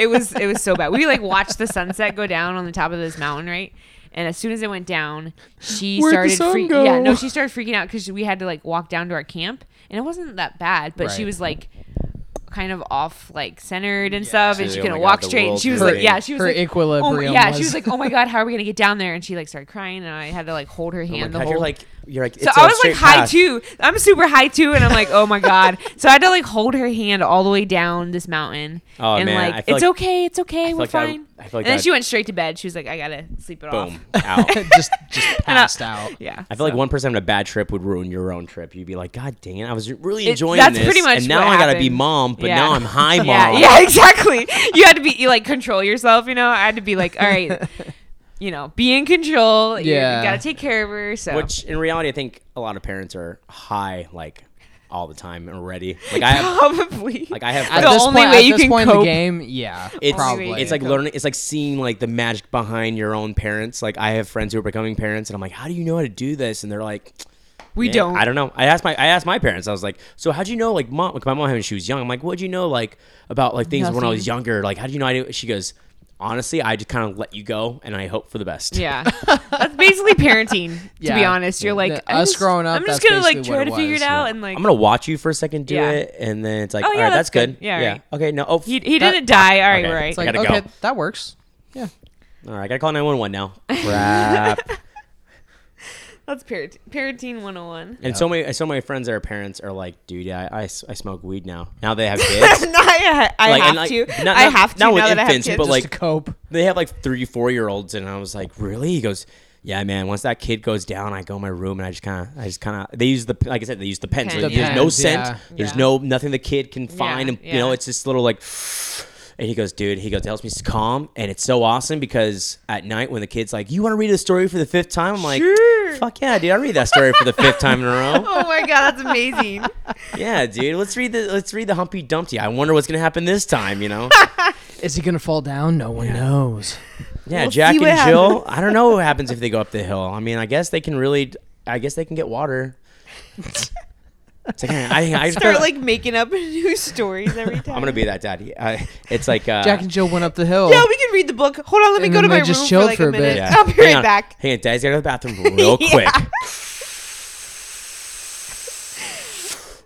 Speaker 3: it was it was so bad. We like watched the sunset go down on the top of this mountain, right? And as soon as it went down, she
Speaker 2: Where'd the
Speaker 3: started
Speaker 2: sun
Speaker 3: freaking yeah
Speaker 2: go?
Speaker 3: no she started freaking out because we had to like walk down to our camp and it wasn't that bad, but she
Speaker 2: Right.
Speaker 3: was like kind of off like centered and stuff and
Speaker 1: She's like,
Speaker 3: she
Speaker 1: "Oh
Speaker 3: couldn't
Speaker 1: my
Speaker 3: walk
Speaker 1: God, the
Speaker 3: straight and
Speaker 1: world's
Speaker 3: she was
Speaker 1: Her-
Speaker 3: like yeah she was
Speaker 2: her
Speaker 3: like Oh, my-
Speaker 2: equilibrium.
Speaker 3: yeah, she
Speaker 2: was
Speaker 3: was like, "Oh my god, how are we gonna get down there?" And she like started crying, and I had to like hold her
Speaker 1: Oh my
Speaker 3: hand the
Speaker 1: God,
Speaker 3: whole.
Speaker 1: you're like, you're like.
Speaker 3: so
Speaker 1: it's
Speaker 3: I
Speaker 1: a
Speaker 3: was like
Speaker 1: straight
Speaker 3: high
Speaker 1: path.
Speaker 3: too. I'm super high too, and I'm like, "Oh my god!" So I had to like hold her hand all the way down this mountain.
Speaker 1: Oh,
Speaker 3: and
Speaker 1: man,
Speaker 3: like,
Speaker 1: I feel
Speaker 3: it's
Speaker 1: like-
Speaker 3: okay, it's okay, we're
Speaker 1: like that-
Speaker 3: fine.
Speaker 1: I feel like
Speaker 3: and then
Speaker 1: that-
Speaker 3: she went straight to bed. She was like, "I gotta sleep it off."
Speaker 1: Boom. Out.
Speaker 2: just just
Speaker 3: And I-
Speaker 2: passed out.
Speaker 3: Yeah,
Speaker 1: I feel like one person on a bad trip would ruin your own trip. You'd be like, God dang it, I was really
Speaker 3: It-
Speaker 1: enjoying
Speaker 3: that's
Speaker 1: this.
Speaker 3: pretty much
Speaker 1: and now
Speaker 3: what
Speaker 1: I gotta be
Speaker 3: happened.
Speaker 1: mom, but
Speaker 3: Yeah.
Speaker 1: now I'm high mom.
Speaker 3: Yeah, yeah, exactly. You had to be you, like control yourself. You know, I had to be like, "All right." You know, be in control. Yeah.
Speaker 2: Yeah.
Speaker 3: You gotta take care of her. So
Speaker 1: Which in reality I think a lot of parents are high like all the time already. Like I have
Speaker 3: probably.
Speaker 1: like I have
Speaker 2: At
Speaker 3: The
Speaker 2: this
Speaker 3: only
Speaker 2: point,
Speaker 3: way
Speaker 2: at
Speaker 3: you
Speaker 2: this
Speaker 3: can
Speaker 2: point in
Speaker 3: cope-
Speaker 2: the game, yeah,
Speaker 1: it's
Speaker 2: probably.
Speaker 1: it's like learning it's like seeing like the magic behind your own parents. Like I have friends who are becoming parents and I'm like, How do you know how to do this? And they're like
Speaker 3: we
Speaker 1: "Man,
Speaker 3: don't.
Speaker 1: I don't know. I asked my I asked my parents. I was like, so how'd you know like mom? Like my mom had when she was young. I'm like, what'd you know like about like things when I was
Speaker 3: Nothing.
Speaker 1: younger? Like how do you know? I do? She goes, honestly, I just kind of let you go and I hope for the best.
Speaker 3: Yeah, that's basically parenting. To be
Speaker 2: Yeah.
Speaker 3: honest, you're
Speaker 2: Yeah.
Speaker 3: like
Speaker 2: The-
Speaker 3: I'm
Speaker 2: us
Speaker 3: just-
Speaker 2: growing up,
Speaker 3: I'm just
Speaker 2: that's
Speaker 3: gonna like
Speaker 2: basically what
Speaker 3: try
Speaker 2: it
Speaker 3: to figure
Speaker 2: was.
Speaker 3: it out and like
Speaker 1: I'm gonna watch you for a second do
Speaker 3: Yeah.
Speaker 1: it, and then it's like,
Speaker 3: Oh,
Speaker 1: all
Speaker 3: yeah,
Speaker 1: right, that's,
Speaker 3: that's
Speaker 1: good.
Speaker 3: good. Yeah, right.
Speaker 1: Okay. No. Oh,
Speaker 3: he, he didn't die. All right,
Speaker 1: okay.
Speaker 3: we're right.
Speaker 1: It's like- I gotta
Speaker 2: okay,
Speaker 1: go.
Speaker 2: that works. Yeah,
Speaker 1: all right. I gotta call nine one one now. Crap.
Speaker 3: that's parent- parenting 101.
Speaker 1: and so many, so many friends that are parents are like, dude, yeah, I, I, s- I smoke weed now. Now they have kids.
Speaker 3: no, I, I
Speaker 1: Like,
Speaker 3: have
Speaker 1: and, like,
Speaker 3: to.
Speaker 1: not-
Speaker 3: I
Speaker 1: not-
Speaker 3: have to
Speaker 1: not
Speaker 3: now
Speaker 1: with
Speaker 3: that I have
Speaker 1: infants,
Speaker 3: kids.
Speaker 1: but,
Speaker 2: just
Speaker 1: like-
Speaker 2: to cope.
Speaker 1: they have like three, four year olds, and I was like, really? He goes, yeah, man. Once that kid goes down, I go in my room and I just kind of, I just kind of. They use the, like I said, they use the pen. So
Speaker 3: Pen.
Speaker 1: there's
Speaker 3: The
Speaker 1: no
Speaker 2: pens,
Speaker 1: scent.
Speaker 2: yeah.
Speaker 1: There's
Speaker 3: Yeah.
Speaker 1: no nothing the kid can find, and you know,
Speaker 3: yeah.
Speaker 1: it's this little like. And he goes, dude. He goes, it helps me calm, and it's so awesome because at night when the kid's like, "You want to read a story for the fifth time?" I'm like,
Speaker 3: Sure.
Speaker 1: "Fuck yeah, dude! I read that story for the fifth time in a row."
Speaker 3: oh my god, that's amazing.
Speaker 1: Yeah, dude. Let's read the let's read the Humpty Dumpty. I wonder what's gonna happen this time. You know?
Speaker 2: Is he gonna fall down? No one knows.
Speaker 1: Yeah,
Speaker 3: We'll
Speaker 1: Jack
Speaker 3: see
Speaker 1: and
Speaker 3: what
Speaker 1: Jill. I don't know what happens if they go up the hill. I mean, I guess they can really. I guess they can get water. It's like I, I just
Speaker 3: Start like making up new stories every time.
Speaker 1: I'm gonna be that daddy. I, it's like uh,
Speaker 2: Jack and Jill went up the hill.
Speaker 3: Yeah, we can read the book. Hold on, let me
Speaker 2: And
Speaker 3: go to
Speaker 2: then
Speaker 3: my
Speaker 2: they just
Speaker 3: room for
Speaker 2: chilled
Speaker 3: like
Speaker 2: for
Speaker 3: a
Speaker 2: a bit.
Speaker 3: minute.
Speaker 2: Yeah.
Speaker 3: I'll be right
Speaker 1: on.
Speaker 3: back.
Speaker 1: Hey, daddy's gotta go to the bathroom real quick.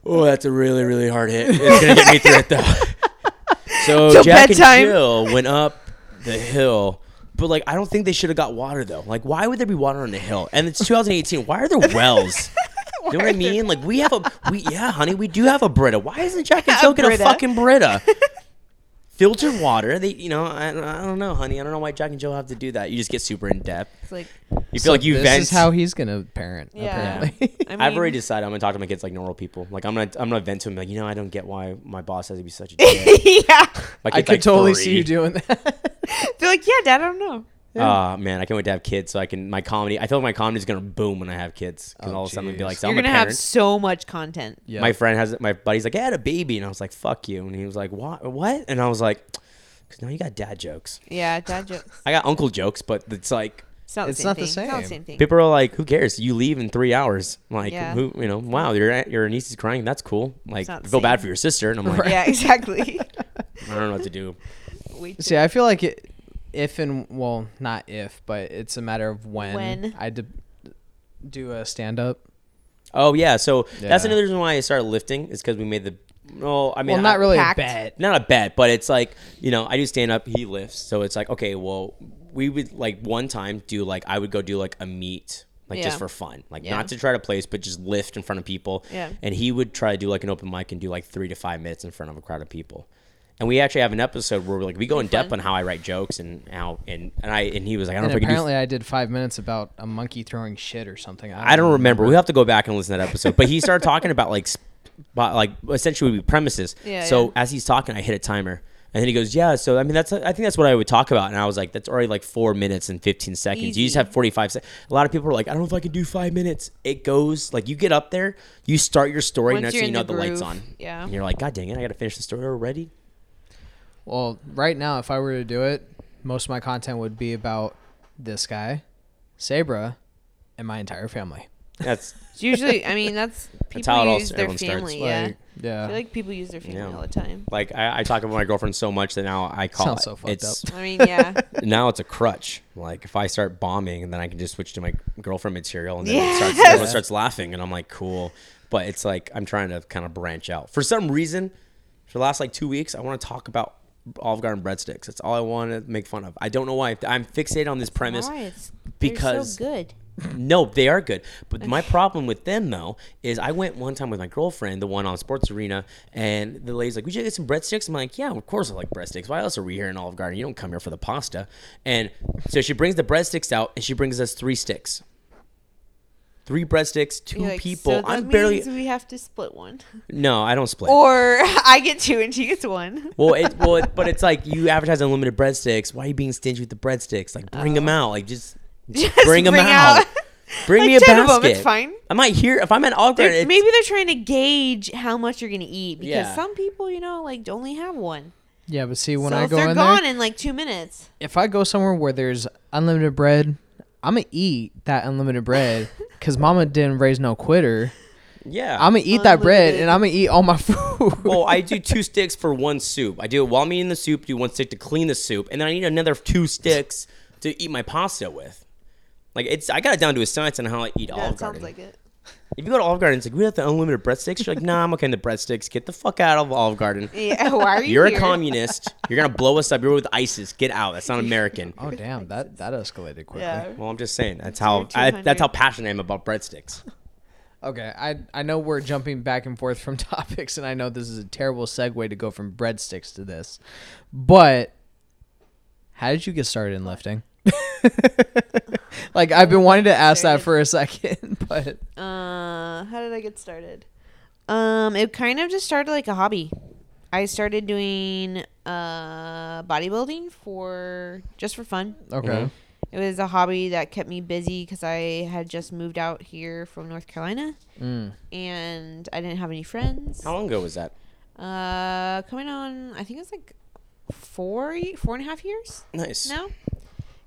Speaker 1: oh, that's a really really hard hit. It's gonna get me through it though. So
Speaker 3: Till
Speaker 1: Jack
Speaker 3: bedtime.
Speaker 1: and Jill went up the hill. But like, I don't think they should have got water though. Like, why would there be water on the hill? And it's 2018. Why are there wells? You know what I mean? Like we have a we yeah, honey, we do have a Brita. Why isn't Jack and
Speaker 3: A
Speaker 1: Jill get a
Speaker 3: Brita.
Speaker 1: fucking Brita? Filtered water. They you know I, I don't know, honey. I don't know why Jack and Jill have to do that. You just get super in depth.
Speaker 3: It's like,
Speaker 1: You feel like you
Speaker 2: this
Speaker 1: vent.
Speaker 2: is how he's gonna parent.
Speaker 3: Yeah.
Speaker 2: Apparently.
Speaker 3: I
Speaker 1: I've
Speaker 3: mean,
Speaker 1: already decided I'm gonna talk to my kids like normal people. Like I'm gonna I'm gonna vent to him like you know I don't get why my boss has to be such a dick.
Speaker 3: yeah.
Speaker 1: My
Speaker 2: I
Speaker 1: kid's,
Speaker 2: could
Speaker 1: like,
Speaker 2: totally
Speaker 1: three.
Speaker 2: see you doing that.
Speaker 3: They're like, yeah, Dad, I don't know.
Speaker 1: Ah man, I can't wait to have kids so I can my comedy. I feel like my comedy's gonna boom when I have kids because
Speaker 2: Oh,
Speaker 1: all of a sudden I'd be
Speaker 2: jeez.
Speaker 1: like, so
Speaker 3: You're
Speaker 1: I'm a
Speaker 3: gonna have
Speaker 1: parent.
Speaker 3: so much content.
Speaker 2: yeah.
Speaker 1: my friend has my buddy's like, I had a baby, and I was like, fuck you, and he was like, what? What? And I was like, because now you got dad jokes.
Speaker 3: Yeah, Dad jokes.
Speaker 1: I got uncle jokes, but it's like
Speaker 3: It's not the
Speaker 2: It's
Speaker 3: same
Speaker 2: not
Speaker 3: thing.
Speaker 2: the
Speaker 3: It's not the
Speaker 2: same.
Speaker 3: same thing.
Speaker 1: people are like, who cares? You leave in three hours. Like,
Speaker 3: Yeah.
Speaker 1: who? You know, wow, your aunt- your niece is crying. That's cool. Like,
Speaker 3: not the
Speaker 1: feel bad
Speaker 3: same.
Speaker 1: for your sister, and I'm like,
Speaker 3: Yeah, exactly.
Speaker 1: I don't know what to do.
Speaker 3: Wait
Speaker 2: See, I feel like it, if and well, not if, but it's a matter of when,
Speaker 3: When.
Speaker 2: I d- do a stand up.
Speaker 1: Oh yeah, so that's
Speaker 2: Yeah.
Speaker 1: another reason why I started lifting is because we made the. No, I mean,
Speaker 2: Well, not
Speaker 1: I-
Speaker 2: really
Speaker 3: packed.
Speaker 2: a bet.
Speaker 1: not a bet, but it's like you know I do stand up, he lifts, so it's like okay, well we would like one time do like I would go do like a meet. Like
Speaker 3: Yeah.
Speaker 1: just for fun, like
Speaker 3: Yeah.
Speaker 1: not to try to place, but just lift in front of people.
Speaker 3: Yeah.
Speaker 1: And he would try to do like an open mic and do like three to five minutes in front of a crowd of people. And we actually have an episode where we're like we go in depth on how I write jokes and how and and I and he was like I don't
Speaker 2: And
Speaker 1: know if I can do
Speaker 2: apparently, I did five minutes about a monkey throwing shit or something.
Speaker 1: I don't remember. We'll have to go back and listen to that episode. But he started talking about like, sp- about, like essentially would be premises.
Speaker 3: Yeah,
Speaker 1: so
Speaker 3: yeah.
Speaker 1: as he's talking, I hit a timer. And then he goes, yeah. So I mean, that's I think that's what I would talk about. And I was like, that's already like four minutes and fifteen seconds. You just
Speaker 3: Easy.
Speaker 1: have forty five seconds. A lot of people are like, I don't know if I can do five minutes. It goes like you get up there, you start your story, and
Speaker 3: Once
Speaker 1: that's
Speaker 3: you're
Speaker 1: when you know
Speaker 3: in the
Speaker 1: the, lights
Speaker 3: groove,
Speaker 1: on.
Speaker 3: yeah.
Speaker 1: And you're like, God dang it, I got to finish the story already.
Speaker 2: Well, right now, if I were to do it, most of my content would be about this guy, Sabra, and my entire family.
Speaker 1: That's
Speaker 3: It's usually, I mean, that's people
Speaker 1: how it all-
Speaker 3: use their
Speaker 1: everyone starts.
Speaker 3: family. yeah,
Speaker 2: Like,
Speaker 3: I
Speaker 2: yeah.
Speaker 3: feel like people use their family
Speaker 1: Yeah.
Speaker 3: all the time.
Speaker 1: like I, I talk about my girlfriend so much that now I call
Speaker 2: Sounds
Speaker 1: it.
Speaker 2: so fucked
Speaker 1: it's,
Speaker 2: up.
Speaker 3: I mean, yeah,
Speaker 1: now it's a crutch. Like if I start bombing, and then I can just switch to my girlfriend material, and then
Speaker 3: Yes.
Speaker 1: it starts, everyone starts laughing, and I'm like, cool. But it's like I'm trying to kind of branch out. For some reason, for the last like two weeks, I want to talk about Olive Garden breadsticks. That's all I want to make fun of. I don't know why. I'm fixated on this premise.
Speaker 3: Why? It's- they're
Speaker 1: because-
Speaker 3: so good.
Speaker 1: No, they are good. But my problem with them though is I went one time with my girlfriend, the one on Sports Arena, and the lady's like, "We should get some breadsticks." I'm like, "Yeah, of course I like breadsticks. Why else are we here in Olive Garden? You don't come here for the pasta." And so she brings the breadsticks out, and she brings us three sticks. Three breadsticks, 2
Speaker 3: You're like,
Speaker 1: people.
Speaker 3: So that
Speaker 1: I'm
Speaker 3: means Oh.
Speaker 1: barely.
Speaker 3: We have to split one,
Speaker 1: No, I don't split.
Speaker 3: or I get two and she gets one.
Speaker 1: Well, it, well, it, but it's like you advertise unlimited breadsticks. Why are you being stingy with the breadsticks? Like, bring them out. Like, just,
Speaker 3: Oh. Just
Speaker 1: bring them
Speaker 3: bring
Speaker 1: out.
Speaker 3: out-
Speaker 1: Bring
Speaker 3: like
Speaker 1: me a
Speaker 3: 10 of 'em,
Speaker 1: basket.
Speaker 3: it's fine.
Speaker 1: I might hear if I'm at Olive Garden.
Speaker 3: They're,
Speaker 1: it's-
Speaker 3: maybe they're trying to gauge how much you're gonna eat because
Speaker 1: Yeah.
Speaker 3: some people, you know, like only have one.
Speaker 2: Yeah, but see, when
Speaker 3: so
Speaker 2: I
Speaker 3: if
Speaker 2: go
Speaker 3: they're
Speaker 2: in there,
Speaker 3: gone in like two minutes,
Speaker 2: if I go somewhere where there's unlimited bread, I'm gonna eat that unlimited bread because Mama didn't raise no quitter.
Speaker 1: Yeah.
Speaker 2: I'm gonna eat that bread
Speaker 3: Unlimited.
Speaker 2: and I'm gonna eat all my food.
Speaker 1: well, I do two sticks for one soup. I do it while I'm eating the soup, do one stick to clean the soup, and then I need another two sticks to eat my pasta with. Like it's, I got it down to a science on how I eat
Speaker 3: that
Speaker 1: Olive
Speaker 3: sounds
Speaker 1: Garden.
Speaker 3: like it.
Speaker 1: if you go to Olive Garden, it's like we have the unlimited breadsticks. You're like, nah, I'm okay on the breadsticks. Get the fuck out of Olive Garden.
Speaker 3: Yeah, why are you?
Speaker 1: You're a
Speaker 3: here?
Speaker 1: communist. You're gonna blow us up. You're with ISIS. Get out. That's not American.
Speaker 2: oh damn, that that escalated quickly.
Speaker 3: Yeah.
Speaker 1: Well, I'm just saying. That's how.
Speaker 3: It's your
Speaker 1: I, that's
Speaker 3: 200.
Speaker 1: how passionate I am about breadsticks.
Speaker 2: Okay, I I know we're jumping back and forth from topics, and I know this is a terrible segue to go from breadsticks to this, but how did you get started in lifting? like I've been wanting to ask that
Speaker 3: Started.
Speaker 2: for a second, but
Speaker 3: Uh, how did I get started? Um, it kind of just started like a hobby. I started doing uh bodybuilding for just for fun.
Speaker 2: okay,
Speaker 1: Mhm.
Speaker 3: It was a hobby that kept me busy because I had just moved out here from North Carolina
Speaker 2: Mm.
Speaker 3: and I didn't have any friends.
Speaker 1: How long ago was that?
Speaker 3: Uh, coming on, I think it's like four ye- four and a half years
Speaker 1: Nice.
Speaker 3: now.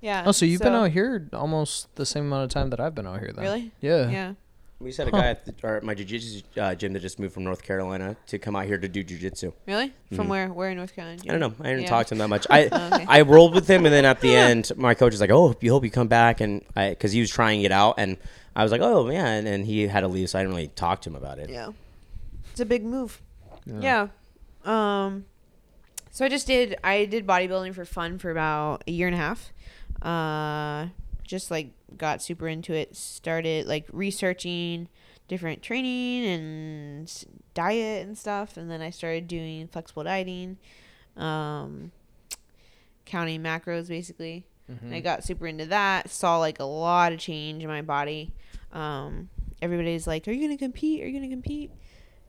Speaker 3: Yeah.
Speaker 2: Oh, so you've been out here almost the same amount of time that I've been out here, then?
Speaker 3: Really?
Speaker 2: Yeah.
Speaker 3: Yeah.
Speaker 1: We just had a guy at, the, or at my jiu-jitsu uh, gym that just moved from North Carolina to come out here to do jiu-jitsu.
Speaker 3: Really? From where? Where in North Carolina?
Speaker 1: I don't know. I didn't
Speaker 3: Yeah. Oh,
Speaker 1: talk to him that much. I
Speaker 3: Okay.
Speaker 1: I rolled with him, and then at the end, my coach was like, "Oh, you hope you come back," and I because he was trying it out, and I was like, "Oh man," and he had to leave, so I didn't really talk to him about it.
Speaker 3: Yeah. It's a big move. Yeah. Um so I just did I did bodybuilding for fun for about a year and a half. Uh just like got super into it, started like researching different training and s- diet and stuff and then I started doing flexible dieting. Um counting macros basically. And I got super into that. Saw like a lot of change in my body. Um, everybody's like, "Are you gonna compete? Are you gonna compete?"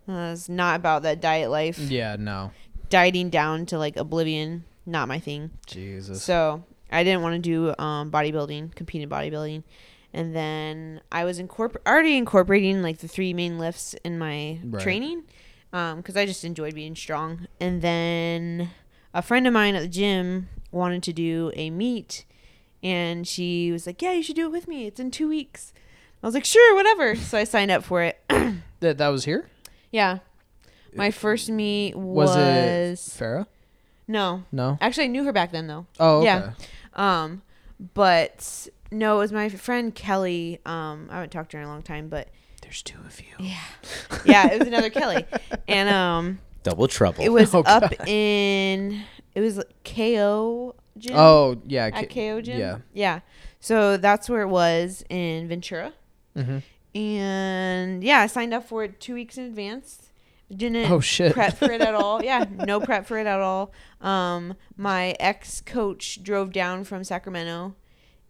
Speaker 3: Uh, it's not about that diet life.
Speaker 2: Yeah, no.
Speaker 3: Dieting down to like oblivion, not my thing.
Speaker 2: Jesus.
Speaker 3: So I didn't want to do um, bodybuilding, compete in bodybuilding, and then I was incorpor- already incorporating like the three main lifts in my
Speaker 2: Right.
Speaker 3: training because I just enjoyed being strong. And then a friend of mine at the gym wanted to do a meet, and she was like, "Yeah, you should do it with me. It's in two weeks." I was like, "Sure, whatever." So I signed up for it.
Speaker 2: that that was here?
Speaker 3: yeah. My first meet was,
Speaker 2: Was, it Farah?
Speaker 3: no.
Speaker 2: No.
Speaker 3: Actually, I knew her back then though.
Speaker 2: Oh, okay.
Speaker 3: Yeah. Um, but no, it was my friend Kelly. Um, I haven't talked to her in a long time, but
Speaker 2: There's two of you.
Speaker 3: yeah, it was another Kelly, and um,
Speaker 1: Double trouble.
Speaker 3: it was
Speaker 2: Oh,
Speaker 3: up in it was KO gym.
Speaker 2: Oh, yeah.
Speaker 3: at
Speaker 2: K-
Speaker 3: KO gym.
Speaker 2: Yeah.
Speaker 3: yeah. So that's where it was in Ventura,
Speaker 2: Mhm.
Speaker 3: and yeah, I signed up for it two weeks in advance. Didn't
Speaker 2: Oh, shit.
Speaker 3: prep for it at all. Yeah, no prep for it at all. Um, my ex coach drove down from Sacramento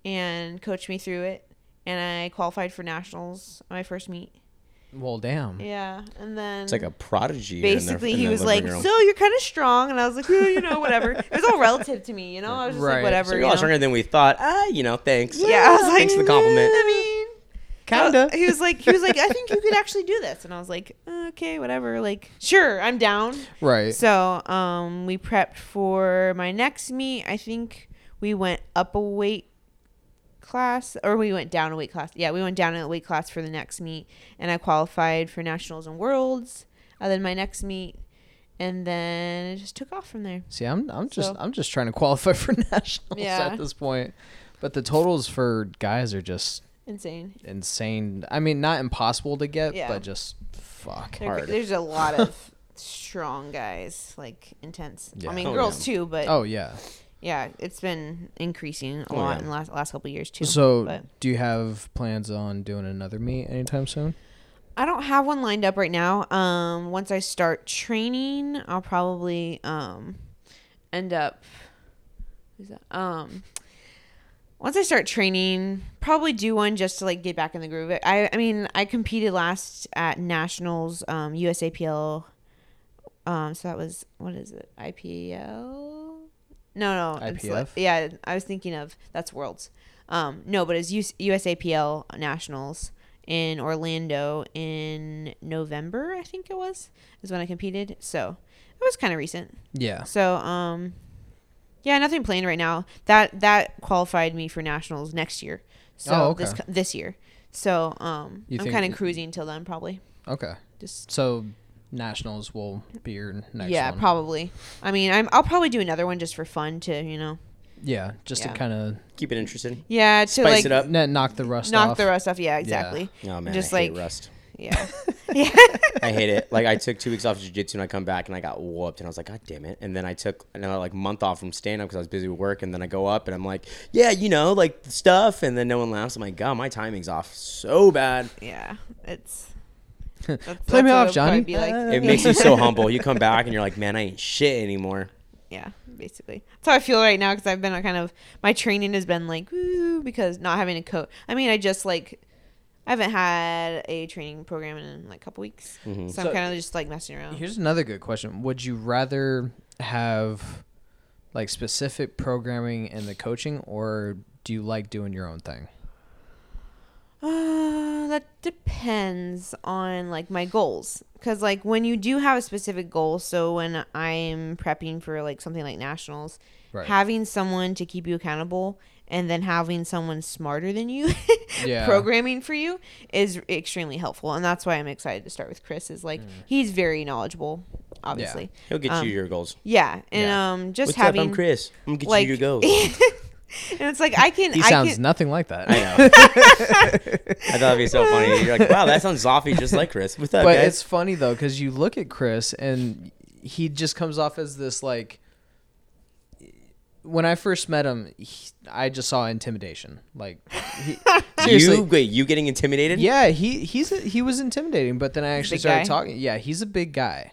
Speaker 3: and coached me through it, and I qualified for nationals on my first meet.
Speaker 2: Well, damn.
Speaker 3: Yeah, and then
Speaker 1: it's like a prodigy. in their-
Speaker 3: basically
Speaker 1: in
Speaker 3: he
Speaker 1: their
Speaker 3: was like,
Speaker 1: living room.
Speaker 3: "So you're kind of strong," and I was like, "Yeah, "You know, whatever." It was all relative to me, you know. I was just
Speaker 2: Right.
Speaker 3: like, "Whatever."
Speaker 1: So you're
Speaker 3: you
Speaker 1: a
Speaker 3: know?
Speaker 1: lot stronger than we thought. Ah, you know, thanks.
Speaker 3: Yeah, I was like, "Mm,
Speaker 1: thanks for the compliment.
Speaker 3: I mean,
Speaker 2: Kinda.
Speaker 3: uh, He was like, he was like, I think you could actually do this, and I was like, okay, whatever. Like, sure, I'm down.
Speaker 2: Right.
Speaker 3: So, um, we prepped for my next meet. I think we went up a weight class, or we went down a weight class. Yeah, we went down a weight class for the next meet, and I qualified for nationals and worlds. And then my next meet, and then it just took off from there.
Speaker 2: See, I'm I'm just
Speaker 3: So-
Speaker 2: I'm just trying to qualify for nationals
Speaker 3: Yeah.
Speaker 2: at this point. But the totals for guys are just
Speaker 3: Insane.
Speaker 2: insane. I mean, not impossible to get,
Speaker 3: Yeah.
Speaker 2: but just fuck
Speaker 3: There-
Speaker 2: hard.
Speaker 3: There's a lot of strong guys, like intense.
Speaker 2: Yeah.
Speaker 3: I mean,
Speaker 1: Oh,
Speaker 3: girls too, but
Speaker 2: Oh yeah.
Speaker 3: yeah, it's been increasing a
Speaker 1: Oh,
Speaker 3: lot
Speaker 1: yeah.
Speaker 3: in the last last couple of years too.
Speaker 2: So,
Speaker 3: but
Speaker 2: do you have plans on doing another meet anytime soon?
Speaker 3: I don't have one lined up right now. Um, once I start training, I'll probably um end up. Who's that? Um. Once I start training, probably do one just to like get back in the groove. I, I mean, I competed last at nationals, um, USAPL. Um, so that was what is it? IPL? No, no. it's like-
Speaker 2: IPF?
Speaker 3: yeah, I was thinking of that's Worlds. Um, no, but it's US, USAPL Nationals in Orlando in November, I think it was, is when I competed. So it was kind of recent.
Speaker 2: Yeah.
Speaker 3: So, um, yeah, nothing planned right now. That that qualified me for nationals next year. So
Speaker 2: Oh, okay.
Speaker 3: this co- this year. So um,
Speaker 2: You
Speaker 3: I'm
Speaker 2: think-
Speaker 3: kind of cruising till then, probably.
Speaker 2: Okay.
Speaker 3: Just
Speaker 2: So nationals will be your next
Speaker 3: yeah,
Speaker 2: one.
Speaker 3: probably. I mean, I'm I'll probably do another one just for fun to you know.
Speaker 2: Yeah, just
Speaker 3: Yeah.
Speaker 2: to kind of
Speaker 1: Keep it interesting.
Speaker 3: Yeah, to
Speaker 1: Spice
Speaker 3: like
Speaker 1: it up.
Speaker 2: kn- knock the rust
Speaker 3: knock
Speaker 2: off.
Speaker 3: the rust off. Yeah, exactly.
Speaker 1: Oh man,
Speaker 3: Just
Speaker 1: I hate
Speaker 3: like-
Speaker 1: rust.
Speaker 3: Yeah, yeah.
Speaker 1: I hate it. Like I took two weeks off of jiu-jitsu and I come back and I got whooped and I was like, God damn it. And then I took another like month off from stand up because I was busy with work and then I go up and I'm like, yeah, you know, like the stuff. And then no one laughs. I'm like, God, my timing's off so bad.
Speaker 3: yeah. It's that's,
Speaker 2: Play me
Speaker 3: what
Speaker 2: off,
Speaker 3: it'll probably
Speaker 2: Johnny.
Speaker 3: Be like.
Speaker 2: Uh,
Speaker 1: It makes you so humble. You come back and you're like, man, I ain't shit anymore.
Speaker 3: yeah, basically. That's how I feel right now because I've been a kind of my training has been like woo because not having a coach. I mean, I just like I haven't had a training program in like a couple weeks, so,
Speaker 2: So-
Speaker 3: I'm kind of just like messing around.
Speaker 2: Here's another good question. Would you rather have like specific programming and the coaching or do you like doing your own thing?
Speaker 3: Uh, that depends on like my goals. Cause like when you do have a specific goal, so when I'm prepping for like something like nationals,
Speaker 2: Right.
Speaker 3: having someone to keep you accountable and then having someone smarter than you
Speaker 2: Yeah.
Speaker 3: programming for you is extremely helpful, and that's why I'm excited to start with Chris. Is
Speaker 2: Mm.
Speaker 3: like he's very knowledgeable, obviously.
Speaker 1: He'll get
Speaker 3: Um,
Speaker 1: you your goals.
Speaker 3: Yeah, and
Speaker 2: Yeah.
Speaker 3: um, just
Speaker 1: What's
Speaker 3: having
Speaker 1: up? I'm Chris. I'm gonna get
Speaker 3: like-
Speaker 1: you your goals.
Speaker 3: and it's like I can.
Speaker 2: He
Speaker 3: I
Speaker 2: sounds
Speaker 3: can,
Speaker 2: nothing like that.
Speaker 1: I know. I thought it'd be so funny. You're like, wow, that sounds zoffy just like Chris. What's up,
Speaker 2: but
Speaker 1: guys?
Speaker 2: it's funny though because you look at Chris and he just comes off as this like. When I first met him, he, I just saw intimidation. Like, he, seriously,
Speaker 1: you wait, you getting intimidated?
Speaker 2: yeah, he he's he was intimidating, but then I actually
Speaker 3: Big
Speaker 2: started
Speaker 3: guy.
Speaker 2: talking. Yeah, he's a big guy,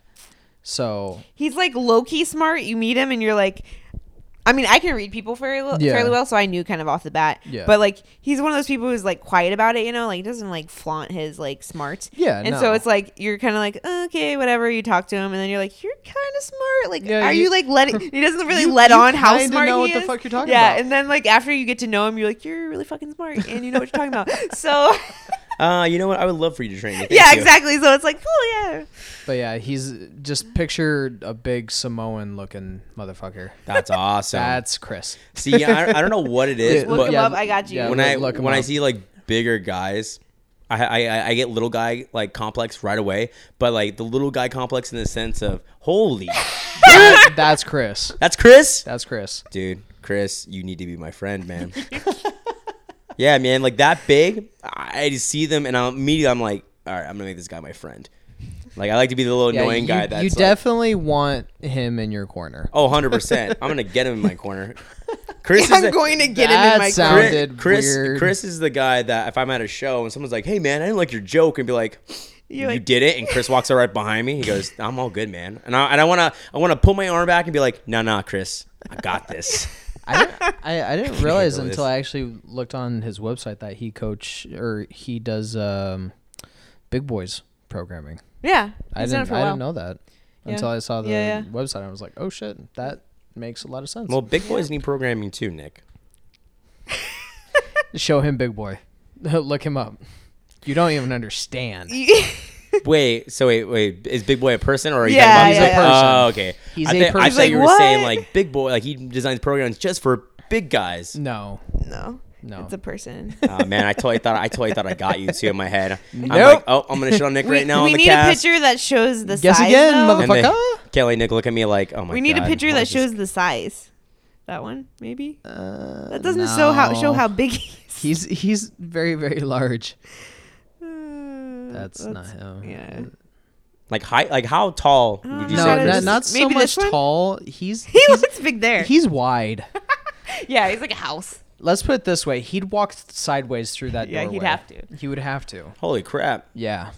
Speaker 2: so
Speaker 3: he's like low key smart. You meet him and you're like, I mean, I can read people fairly well,
Speaker 2: Yeah.
Speaker 3: fairly well, so I knew kind of off the bat.
Speaker 2: Yeah.
Speaker 3: But like, he's one of those people who's like quiet about it, you know, like he doesn't like flaunt his like smarts.
Speaker 2: Yeah,
Speaker 3: And
Speaker 2: no.
Speaker 3: so it's like you're kind of like "Uh, okay, whatever. You talk to him, and then you're like, you're kind of smart. Like,
Speaker 2: Yeah,
Speaker 3: are you,
Speaker 2: you-
Speaker 3: like letting? He doesn't really
Speaker 2: you-
Speaker 3: let
Speaker 2: you
Speaker 3: on how
Speaker 2: kinda
Speaker 3: smart
Speaker 2: know
Speaker 3: he
Speaker 2: what the
Speaker 3: is.
Speaker 2: fuck you're talking
Speaker 3: yeah,
Speaker 2: about.
Speaker 3: and then like after you get to know him, you're like, you're really fucking smart, and you know what you're talking about. So.
Speaker 1: Uh, you know what? I would love for you to train me. Thank
Speaker 3: Yeah,
Speaker 1: you.
Speaker 3: exactly. So it's like, cool, yeah.
Speaker 2: But yeah, he's just picture a big Samoan looking motherfucker.
Speaker 1: That's awesome.
Speaker 2: That's Chris.
Speaker 1: See, I, I don't know what it is,
Speaker 2: Yeah,
Speaker 3: Look
Speaker 1: but
Speaker 3: him up. I got you.
Speaker 2: yeah,
Speaker 1: when
Speaker 2: look-
Speaker 1: I
Speaker 2: look him
Speaker 1: when I
Speaker 2: up.
Speaker 1: see like bigger guys, I, I I- I get little guy like complex right away. But like the little guy complex in the sense of holy,
Speaker 2: That- that's Chris.
Speaker 1: that's Chris,
Speaker 2: That's Chris.
Speaker 1: dude. Chris, you need to be my friend, man. yeah, man, like that big. I I just see them and I'm immediately I'm like, all right, I'm gonna make this guy my friend. Like I like to be the little annoying
Speaker 2: you,
Speaker 1: guy. That's
Speaker 2: you
Speaker 1: like,
Speaker 2: definitely want him in your corner.
Speaker 1: oh 100 percent. I'm gonna get him in my corner. Chris is
Speaker 3: I'm
Speaker 1: the-
Speaker 3: going to get him
Speaker 2: That
Speaker 3: in my
Speaker 2: sounds-
Speaker 3: car.
Speaker 1: Chris,
Speaker 2: sounded
Speaker 1: Chris,
Speaker 2: weird.
Speaker 1: Chris is the guy that if I'm at a show and someone's like, "Hey man, I didn't like your joke," and be like, "You,
Speaker 3: You're like-
Speaker 1: did it," and Chris walks right behind me. He goes, "I'm all good, man," and I and I wanna I wanna pull my arm back and be like, "No, nah, nah, Chris, I got this."
Speaker 2: I didn't, I, I didn't realize
Speaker 1: handle
Speaker 2: until
Speaker 1: this.
Speaker 2: I actually looked on his website that he coach or he does um, big boys programming.
Speaker 3: Yeah,
Speaker 2: I
Speaker 3: he's done it
Speaker 2: didn't
Speaker 3: for a
Speaker 2: I
Speaker 3: while.
Speaker 2: didn't know that
Speaker 3: Yeah.
Speaker 2: until I saw the
Speaker 3: Yeah, yeah.
Speaker 2: website. I was like, oh shit, that makes a lot of sense.
Speaker 1: well, big boys need programming too, Nick.
Speaker 2: Show him big boy. Look him up. You don't even understand.
Speaker 1: Wait, so wait, wait, is Big Boy a person or are you
Speaker 3: Yeah,
Speaker 1: talking about-
Speaker 3: yeah, He's a
Speaker 2: yeah.
Speaker 1: Oh, okay.
Speaker 2: He's
Speaker 1: I
Speaker 2: a
Speaker 1: thi- I
Speaker 2: person.
Speaker 1: thought you were
Speaker 3: Like, what?
Speaker 1: saying like Big Boy, like he designs programs just for big guys.
Speaker 2: No,
Speaker 3: No,
Speaker 2: no.
Speaker 3: it's a person.
Speaker 1: Oh man, I totally thought I totally thought I got you too in my head. I'm
Speaker 2: Nope.
Speaker 1: like, oh, I'm gonna shit on Nick
Speaker 3: we
Speaker 1: right now
Speaker 3: we
Speaker 1: on the
Speaker 3: need
Speaker 1: cast.
Speaker 3: a picture that shows the
Speaker 2: Guess
Speaker 3: size.
Speaker 2: again,
Speaker 3: though.
Speaker 2: motherfucker.
Speaker 1: And they-
Speaker 2: Motherfucker.
Speaker 1: Kelly, Nick, look at me like, oh my god.
Speaker 3: We need a picture
Speaker 1: why
Speaker 3: that
Speaker 1: is this-
Speaker 3: shows the size. That one, maybe. that doesn't show how show how big he is.
Speaker 2: He's he's very very large.
Speaker 3: Uh,
Speaker 2: That's, not him.
Speaker 3: Yeah.
Speaker 1: like height, like how tall would you
Speaker 2: No,
Speaker 1: say?
Speaker 3: Maybe
Speaker 2: not,
Speaker 1: Chris
Speaker 2: not
Speaker 1: is?
Speaker 2: so
Speaker 3: maybe
Speaker 2: much
Speaker 3: this one?
Speaker 2: tall. He's
Speaker 3: He
Speaker 2: he's,
Speaker 3: looks big there.
Speaker 2: he's wide.
Speaker 3: yeah, he's like a house.
Speaker 2: Let's put it this way: he'd walk sideways through that.
Speaker 3: Yeah, he'd
Speaker 2: doorway.
Speaker 3: have to.
Speaker 2: He would have to.
Speaker 1: Holy crap!
Speaker 2: Yeah.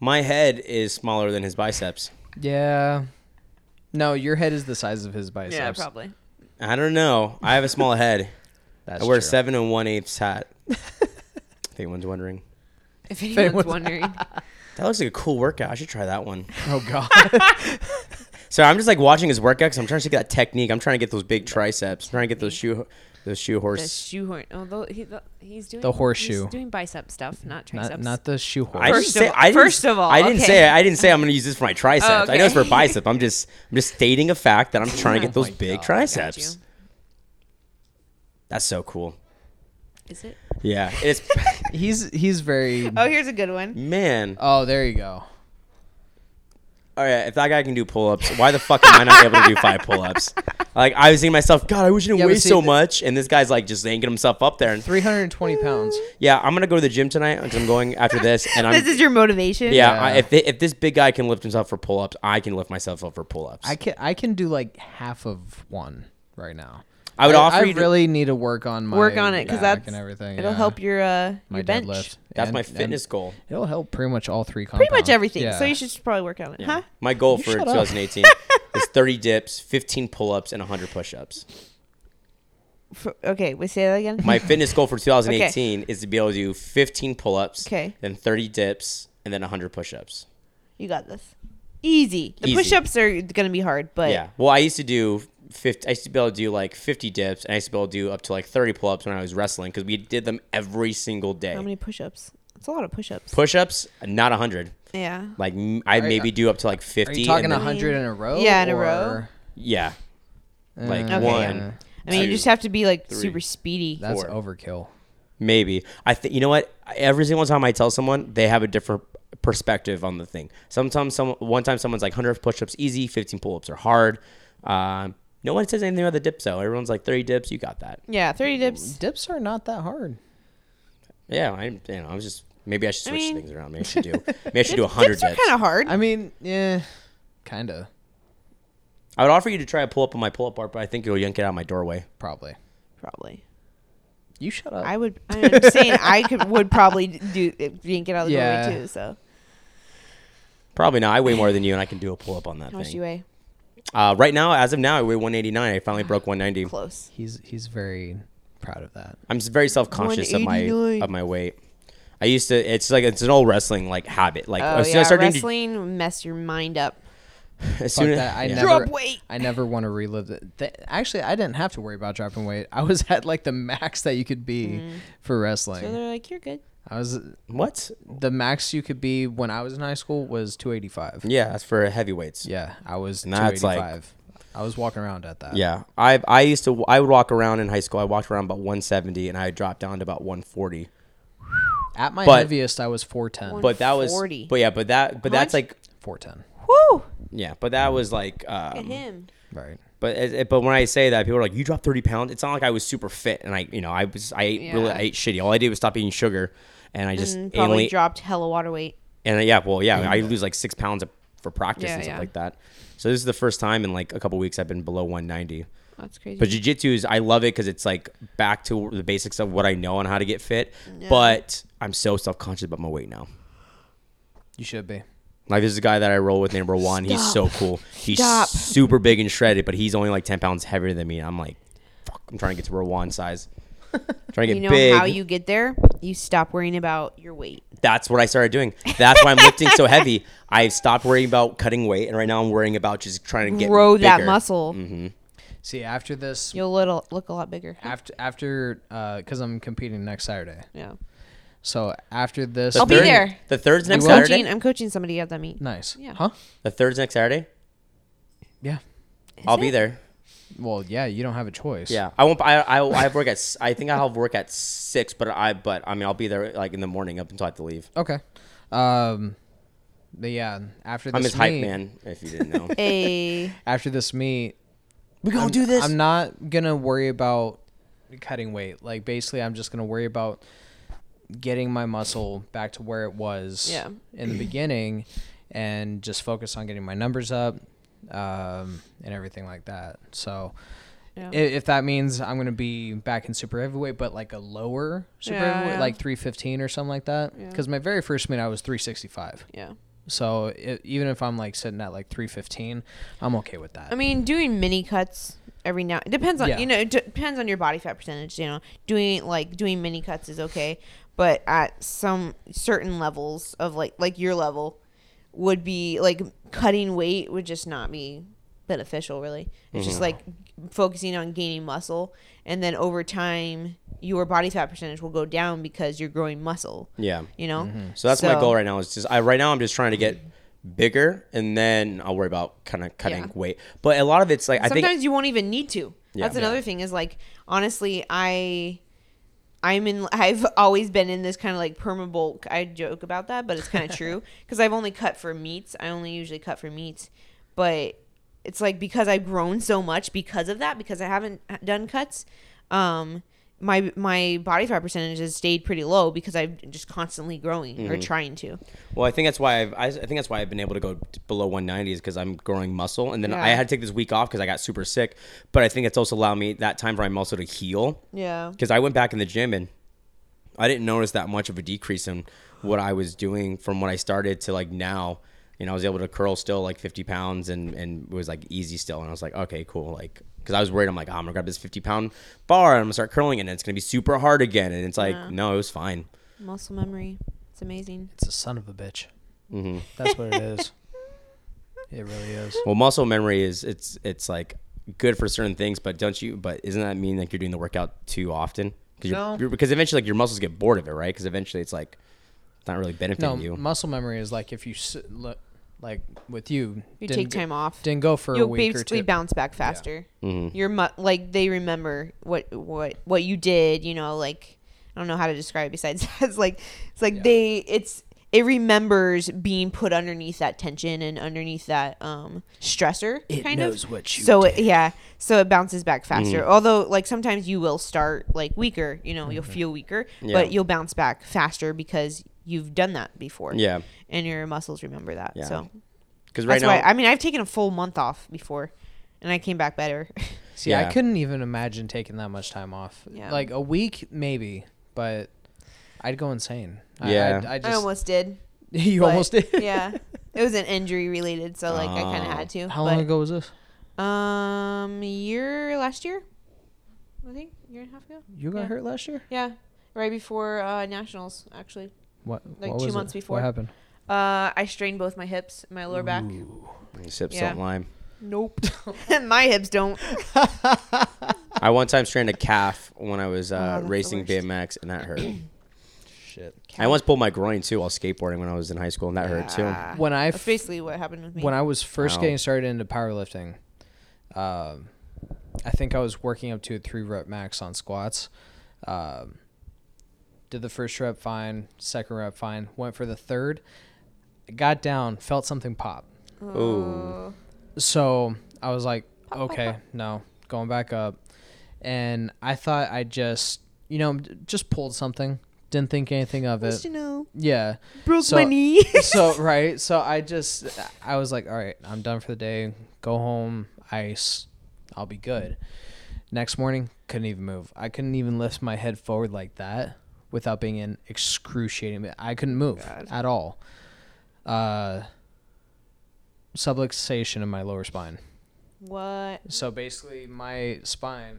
Speaker 1: My head is smaller than his biceps.
Speaker 2: Yeah. No, your head is the size of his biceps.
Speaker 3: Yeah, probably.
Speaker 1: I don't know. I have a small head.
Speaker 2: That's
Speaker 1: I wear a
Speaker 2: true.
Speaker 1: seven and one eighths hat. if anyone's wondering,
Speaker 3: If anyone's
Speaker 2: anyone's-
Speaker 3: wondering,
Speaker 1: that looks like a cool workout. I should try that one.
Speaker 2: Oh god.
Speaker 1: So I'm just like watching his workout 'cause I'm trying to get that technique. I'm trying to get those big triceps. I'm trying to get those shoe, those shoe
Speaker 3: the
Speaker 1: horse.
Speaker 3: shoehorn. Oh, tho- he, tho- he's doing
Speaker 2: The horseshoe.
Speaker 4: He's doing bicep stuff, not triceps.
Speaker 2: not, not the shoe horse.
Speaker 1: I didn't
Speaker 3: First
Speaker 1: say-
Speaker 3: of-
Speaker 1: I didn't-
Speaker 3: first of all,
Speaker 1: I didn't
Speaker 3: okay.
Speaker 1: say I didn't say I'm going to use this for my triceps. I know it's for
Speaker 3: okay.
Speaker 1: bicep. I'm just I'm just stating a fact that I'm trying to get those
Speaker 2: Oh my
Speaker 1: big
Speaker 2: God.
Speaker 1: triceps.
Speaker 4: you.
Speaker 1: That's so cool.
Speaker 4: Is it?
Speaker 1: Yeah, it's
Speaker 2: he's he's very.
Speaker 3: Oh, here's a good one.
Speaker 1: man.
Speaker 2: Oh, there you go.
Speaker 1: All right, if that guy can do pull-ups, why the fuck am I not able to do five pull-ups? Like I was thinking to myself, God, I wish I didn't
Speaker 2: Yeah, but
Speaker 1: weigh
Speaker 2: see,
Speaker 1: so
Speaker 2: the-
Speaker 1: much. And this guy's like just yanking himself up there. And
Speaker 2: 320 pounds.
Speaker 1: yeah, I'm gonna go to the gym tonight because I'm going after this. And I'm
Speaker 3: This is your motivation.
Speaker 1: yeah.
Speaker 2: Yeah.
Speaker 1: I, if thi- if this big guy can lift himself for pull-ups, I can lift myself up for pull-ups.
Speaker 2: I
Speaker 1: I,
Speaker 2: can I can do like half of one right now.
Speaker 1: would offer
Speaker 2: I
Speaker 1: you. to-
Speaker 2: really need to work on my
Speaker 3: Work on it, 'cause
Speaker 2: back
Speaker 3: that's-
Speaker 2: and everything.
Speaker 3: It'll
Speaker 2: yeah.
Speaker 3: help your uh
Speaker 2: my
Speaker 3: your bench.
Speaker 2: deadlift.
Speaker 1: that's
Speaker 2: and-
Speaker 1: my
Speaker 2: and
Speaker 1: fitness goal.
Speaker 2: It'll help pretty much all three. Compounds.
Speaker 3: Pretty much everything.
Speaker 2: Yeah.
Speaker 3: So you should just probably work on it, huh?
Speaker 1: My goal
Speaker 2: You
Speaker 1: for
Speaker 2: shut up.
Speaker 1: 2018 is 30 dips, 15 pull-ups, and 100 push-ups.
Speaker 3: F okay, we say that again.
Speaker 1: My fitness goal for 2018 is to be able to do 15 pull-ups,
Speaker 3: Okay.
Speaker 1: then 30 dips, and then 100 push-ups.
Speaker 3: You got this. Easy. The
Speaker 1: Easy.
Speaker 3: push-ups are gonna be hard, but
Speaker 1: Yeah. Well, I used to do 50, I used to be able to do like 50 dips and I used to be able to do up to like 30 pull ups when I was wrestling because we did them every single
Speaker 3: how
Speaker 1: day.
Speaker 3: many push-ups? It's a lot of push-ups.
Speaker 1: Push ups, not 100.
Speaker 3: yeah.
Speaker 1: Like m- I
Speaker 2: Are-
Speaker 1: maybe do up to like
Speaker 2: Are
Speaker 1: 50.
Speaker 2: you talking
Speaker 1: and
Speaker 2: a
Speaker 1: then-
Speaker 2: hundred in a row?
Speaker 3: Yeah, in a
Speaker 2: or-
Speaker 3: row.
Speaker 1: Yeah. Like
Speaker 2: Uh,
Speaker 3: Okay, yeah.
Speaker 1: one.
Speaker 3: I mean, you
Speaker 1: two,
Speaker 3: just have to be like
Speaker 1: three.
Speaker 3: super speedy.
Speaker 2: That's
Speaker 1: Four.
Speaker 2: overkill.
Speaker 1: Maybe I think you know what. Every single time I tell someone, they have a different perspective on the thing. Sometimes someone, one time someone's like 100 push-ups easy, 15 pull-ups are hard. Um, no one says anything about the dips though. Everyone's like 30 dips, you got that.
Speaker 3: Yeah, 30 dips.
Speaker 2: Dips are not that hard.
Speaker 1: Yeah, I, you know, I was just maybe I should
Speaker 3: I
Speaker 1: switch
Speaker 3: mean-
Speaker 1: things around. Maybe I should do maybe I should do
Speaker 3: Dips
Speaker 1: 100 dips.
Speaker 3: are kind of hard.
Speaker 2: I mean, yeah, kind of,
Speaker 1: I would offer you to try a pull-up on my pull-up bar, but I think you'll yank it out of my doorway.
Speaker 2: probably.
Speaker 3: Probably.
Speaker 2: You shut up.
Speaker 3: I would. I'm saying I could would probably do yank it out of the
Speaker 2: Yeah.
Speaker 3: doorway too. So
Speaker 1: Probably not. I weigh more than you, and I can do a pull-up on that
Speaker 3: how much do you
Speaker 1: thing.
Speaker 3: weigh?
Speaker 1: Uh, right now, as of now, I weigh 189. I finally broke 190.
Speaker 3: Close.
Speaker 2: he's he's very proud of that.
Speaker 1: I'm s- very self conscious of my
Speaker 3: 189.
Speaker 1: of my weight. I used to. It's like it's an old wrestling like habit. Like
Speaker 3: Oh
Speaker 1: as soon
Speaker 3: yeah,
Speaker 1: as I started doing-
Speaker 3: wrestling mess your mind up.
Speaker 1: as
Speaker 2: Fuck
Speaker 1: soon as,
Speaker 2: that. I
Speaker 1: yeah.
Speaker 2: never.
Speaker 3: Drop weight.
Speaker 2: I never want to relive that. Th- actually, I didn't have to worry about dropping weight. I was at like the max that you could be for
Speaker 3: Mm. So
Speaker 2: wrestling.
Speaker 3: they're like, you're good.
Speaker 2: I was
Speaker 1: what?
Speaker 2: the max you could be when I was in high school was 285.
Speaker 1: Yeah, that's for heavyweights. Yeah,
Speaker 2: Yeah, I was
Speaker 1: And that's, like-
Speaker 2: 285. I was walking around at that.
Speaker 1: I I used to. I would walk around in high school. I walked around about 170, and I dropped down to about 140.
Speaker 2: At my
Speaker 1: But-
Speaker 2: heaviest, I was 410.
Speaker 1: But that was.
Speaker 3: 140.
Speaker 1: But yeah, but that but that's
Speaker 3: much?
Speaker 1: like
Speaker 2: 410.
Speaker 3: Woo!
Speaker 1: yeah, but that was like.
Speaker 3: Look at
Speaker 1: Um,
Speaker 3: him.
Speaker 2: Right.
Speaker 1: but it- it- but when I say that, people are like, "You dropped 30 pounds." It's not like I was super fit, and I you know I was I ate really
Speaker 3: Yeah.
Speaker 1: I ate shitty. All I did was stop eating sugar, and I just
Speaker 3: And probably
Speaker 1: only
Speaker 3: dropped hella water weight.
Speaker 1: And uh, yeah, well, yeah, I lose like six pounds of, for practice
Speaker 3: Yeah,
Speaker 1: and stuff
Speaker 3: yeah.
Speaker 1: like that. So this is the first time in like a couple weeks I've been below 190.
Speaker 3: That's crazy.
Speaker 1: But jujitsu is I love it because it's like back to the basics of what I know on how to get fit. But I'm so self conscious about my weight now.
Speaker 2: You should be.
Speaker 1: Like this is a guy that I roll with number one. He's so cool. He's
Speaker 3: Stop.
Speaker 1: super big and shredded, but he's only like 10 pounds heavier than me. And I'm like, fuck, I'm trying to get to row one size. trying to get
Speaker 3: you know
Speaker 1: big.
Speaker 3: how you get there? You stop worrying about your weight.
Speaker 1: That's what I started doing. That's why I'm lifting so heavy. I stopped worrying about cutting weight, and right now I'm worrying about just trying to get
Speaker 3: Grow that
Speaker 1: bigger. Mm-hmm.
Speaker 3: muscle.
Speaker 2: See, after this,
Speaker 3: You'll little, look a lot bigger.
Speaker 2: after after uh because I'm competing next Saturday.
Speaker 3: Yeah.
Speaker 2: So after this,
Speaker 3: I'll be
Speaker 1: third-
Speaker 3: there.
Speaker 1: The third's next
Speaker 2: will?
Speaker 1: Saturday.
Speaker 3: Coaching, I'm coaching somebody at that meet.
Speaker 2: Nice.
Speaker 3: Yeah.
Speaker 2: Huh?
Speaker 1: The third's next Saturday.
Speaker 2: Yeah.
Speaker 1: I'll be there.
Speaker 2: Well, yeah. You don't have a choice.
Speaker 1: Yeah, I won't. I I, I have work at. s- I think I have work at six, but I but I mean I'll be there like in the morning up until I have to leave.
Speaker 2: Okay. Um. But yeah. After this
Speaker 1: I'm his hype
Speaker 2: meet-
Speaker 1: man. If you didn't know,
Speaker 3: A
Speaker 2: After this meet,
Speaker 1: we gonna
Speaker 2: I'm- I'm not gonna worry about cutting weight. Like basically, I'm just gonna worry about getting my muscle back to where it was
Speaker 3: Yeah.
Speaker 2: in the beginning, and just focus on getting my numbers up, um, and everything like that. So.
Speaker 3: Yeah.
Speaker 2: i- If that means I'm gonna be back in super heavyweight, but like a lower super
Speaker 3: Yeah,
Speaker 2: heavyweight,
Speaker 3: yeah.
Speaker 2: like 315 or something like that, because my very first meet I was 365.
Speaker 3: yeah.
Speaker 2: So it, even if I'm like sitting at like 315, I'm okay with that.
Speaker 3: I mean, doing mini cuts every now it depends on
Speaker 2: Yeah.
Speaker 3: you know it d- depends on your body fat percentage. You know, doing like doing mini cuts is okay, but at some certain levels of like like your level would be like cutting weight would just not be beneficial. Really, it's
Speaker 1: Mm-hmm.
Speaker 3: just like focusing on gaining muscle, and then over time your body fat percentage will go down because you're growing muscle.
Speaker 1: Yeah. Mm-hmm.
Speaker 3: You know,
Speaker 1: So that's my goal right now. Is just I right now I'm just trying to get bigger, and then I'll worry about kind of cutting
Speaker 3: Yeah.
Speaker 1: weight. But a lot of it's like I think
Speaker 3: sometimes you won't even need to
Speaker 1: Yeah.
Speaker 3: that's another thing is like honestly i i'm in i've always been in this kind of like perma bulk i joke about that but it's kind of true because i've only cut for meats i only usually cut for meats but it's like because i've grown so much because of that because i haven't uh, done cuts um my my body fat percentage has stayed pretty low because i'm just constantly growing
Speaker 1: Mm-hmm.
Speaker 3: or trying to
Speaker 1: Well, I think that's why I've I, I think that's why I've been able to go t- below 190 is because I'm growing muscle, and then I
Speaker 3: Yeah.
Speaker 1: had to take this week off because I got super sick. But I think it's also allowed me that time frame also to heal
Speaker 3: yeah
Speaker 1: because I went back in the gym and I didn't notice that much of a decrease in what I was doing from when I started to like now. You know, I was able to curl still like 50 pounds and and it was like easy still, and I was like, okay, cool, like. Because I was worried, I'm like, oh, I'm gonna grab this 50 pound bar and I'm gonna start curling it, and it's gonna be super hard again. And it's like, no, it was fine.
Speaker 3: muscle memory it's amazing
Speaker 2: it's a son of a bitch.
Speaker 1: Mm-hmm.
Speaker 2: That's what it is. It really is.
Speaker 1: Well, muscle memory is it's it's like good for certain things, but don't you? But isn't that mean like you're doing the workout too often? Cause you're,
Speaker 2: No.
Speaker 1: you're- because eventually, like your muscles get bored of it, right? Because eventually, it's like it's not really
Speaker 2: No,
Speaker 1: benefiting you.
Speaker 2: muscle memory is like if you sit, look, like with you,
Speaker 3: you
Speaker 2: didn't
Speaker 3: take
Speaker 2: go-
Speaker 3: time off
Speaker 2: didn't go for a
Speaker 3: you'll
Speaker 2: week or
Speaker 3: basically
Speaker 2: two.
Speaker 3: bounce back
Speaker 1: Mm-hmm.
Speaker 3: faster. You're mu- like they remember what what what you did. You know, like I don't know how to describe it besides that. it's like it's like they it's it remembers being put underneath that tension and underneath that um stressor
Speaker 2: It
Speaker 3: kind
Speaker 2: knows
Speaker 3: of
Speaker 2: what you
Speaker 3: so it, yeah so it bounces back
Speaker 1: Mm-hmm.
Speaker 3: faster although like sometimes you will start like weaker you know you'll feel weaker
Speaker 1: Mm-hmm. Yeah.
Speaker 3: but you'll bounce back faster because you've done that before
Speaker 1: Yeah.
Speaker 3: and your muscles remember that
Speaker 1: Yeah.
Speaker 3: so
Speaker 1: Because right
Speaker 3: that's
Speaker 1: now,
Speaker 3: why I mean I've taken a full month off before and I came back better
Speaker 2: See,
Speaker 1: Yeah.
Speaker 2: I couldn't even imagine taking that much time off.
Speaker 3: Yeah.
Speaker 2: Like a week, maybe, but I'd go insane. I-
Speaker 1: Yeah.
Speaker 2: I, I just,
Speaker 3: I almost did
Speaker 2: you
Speaker 3: but-
Speaker 2: almost did.
Speaker 3: yeah it was an injury related so like I kind
Speaker 1: Oh.
Speaker 3: of had to
Speaker 2: Ah, How
Speaker 3: but-
Speaker 2: long ago was this?
Speaker 3: Um, year last year, I think year and a half ago.
Speaker 2: You got
Speaker 3: Yeah.
Speaker 2: hurt last year?
Speaker 3: Yeah, right before uh, nationals, actually.
Speaker 2: What?
Speaker 3: Like
Speaker 2: what
Speaker 3: two
Speaker 2: was
Speaker 3: months
Speaker 2: it?
Speaker 3: before.
Speaker 2: What happened?
Speaker 3: Uh, I strained both my hips, and my lower back.
Speaker 1: sip
Speaker 3: Yeah.
Speaker 1: salt lime.
Speaker 3: Nope, my hips don't.
Speaker 1: I one time strained a calf when I was uh,
Speaker 3: Oh, that's the
Speaker 1: racing
Speaker 3: worst.
Speaker 1: BMX, and that hurt.
Speaker 2: Shit.
Speaker 1: I once pulled my groin too while skateboarding when I was in high school, and that hurt too.
Speaker 3: Ah,
Speaker 2: When I
Speaker 3: that's basically what happened with me.
Speaker 2: when I was first
Speaker 1: Wow.
Speaker 2: getting started into powerlifting, um, I think I was working up to a three rep max on squats. Um, did the first rep fine, second rep fine, went for the third, got down, felt something pop.
Speaker 3: Oh.
Speaker 1: Ooh.
Speaker 2: So I was like, okay, no, going back up. And I thought I just, you know, d- just pulled something. Didn't think anything of
Speaker 3: Just,
Speaker 2: it.
Speaker 3: you know,
Speaker 2: Yeah
Speaker 3: broke
Speaker 2: So-
Speaker 3: my knee.
Speaker 2: so right so i just i was like all right i'm done for the day go home ice i'll be good next morning couldn't even move i couldn't even lift my head forward like that without being in excruciating i couldn't move at all uh subluxation in my lower spine
Speaker 3: what?
Speaker 2: so basically my spine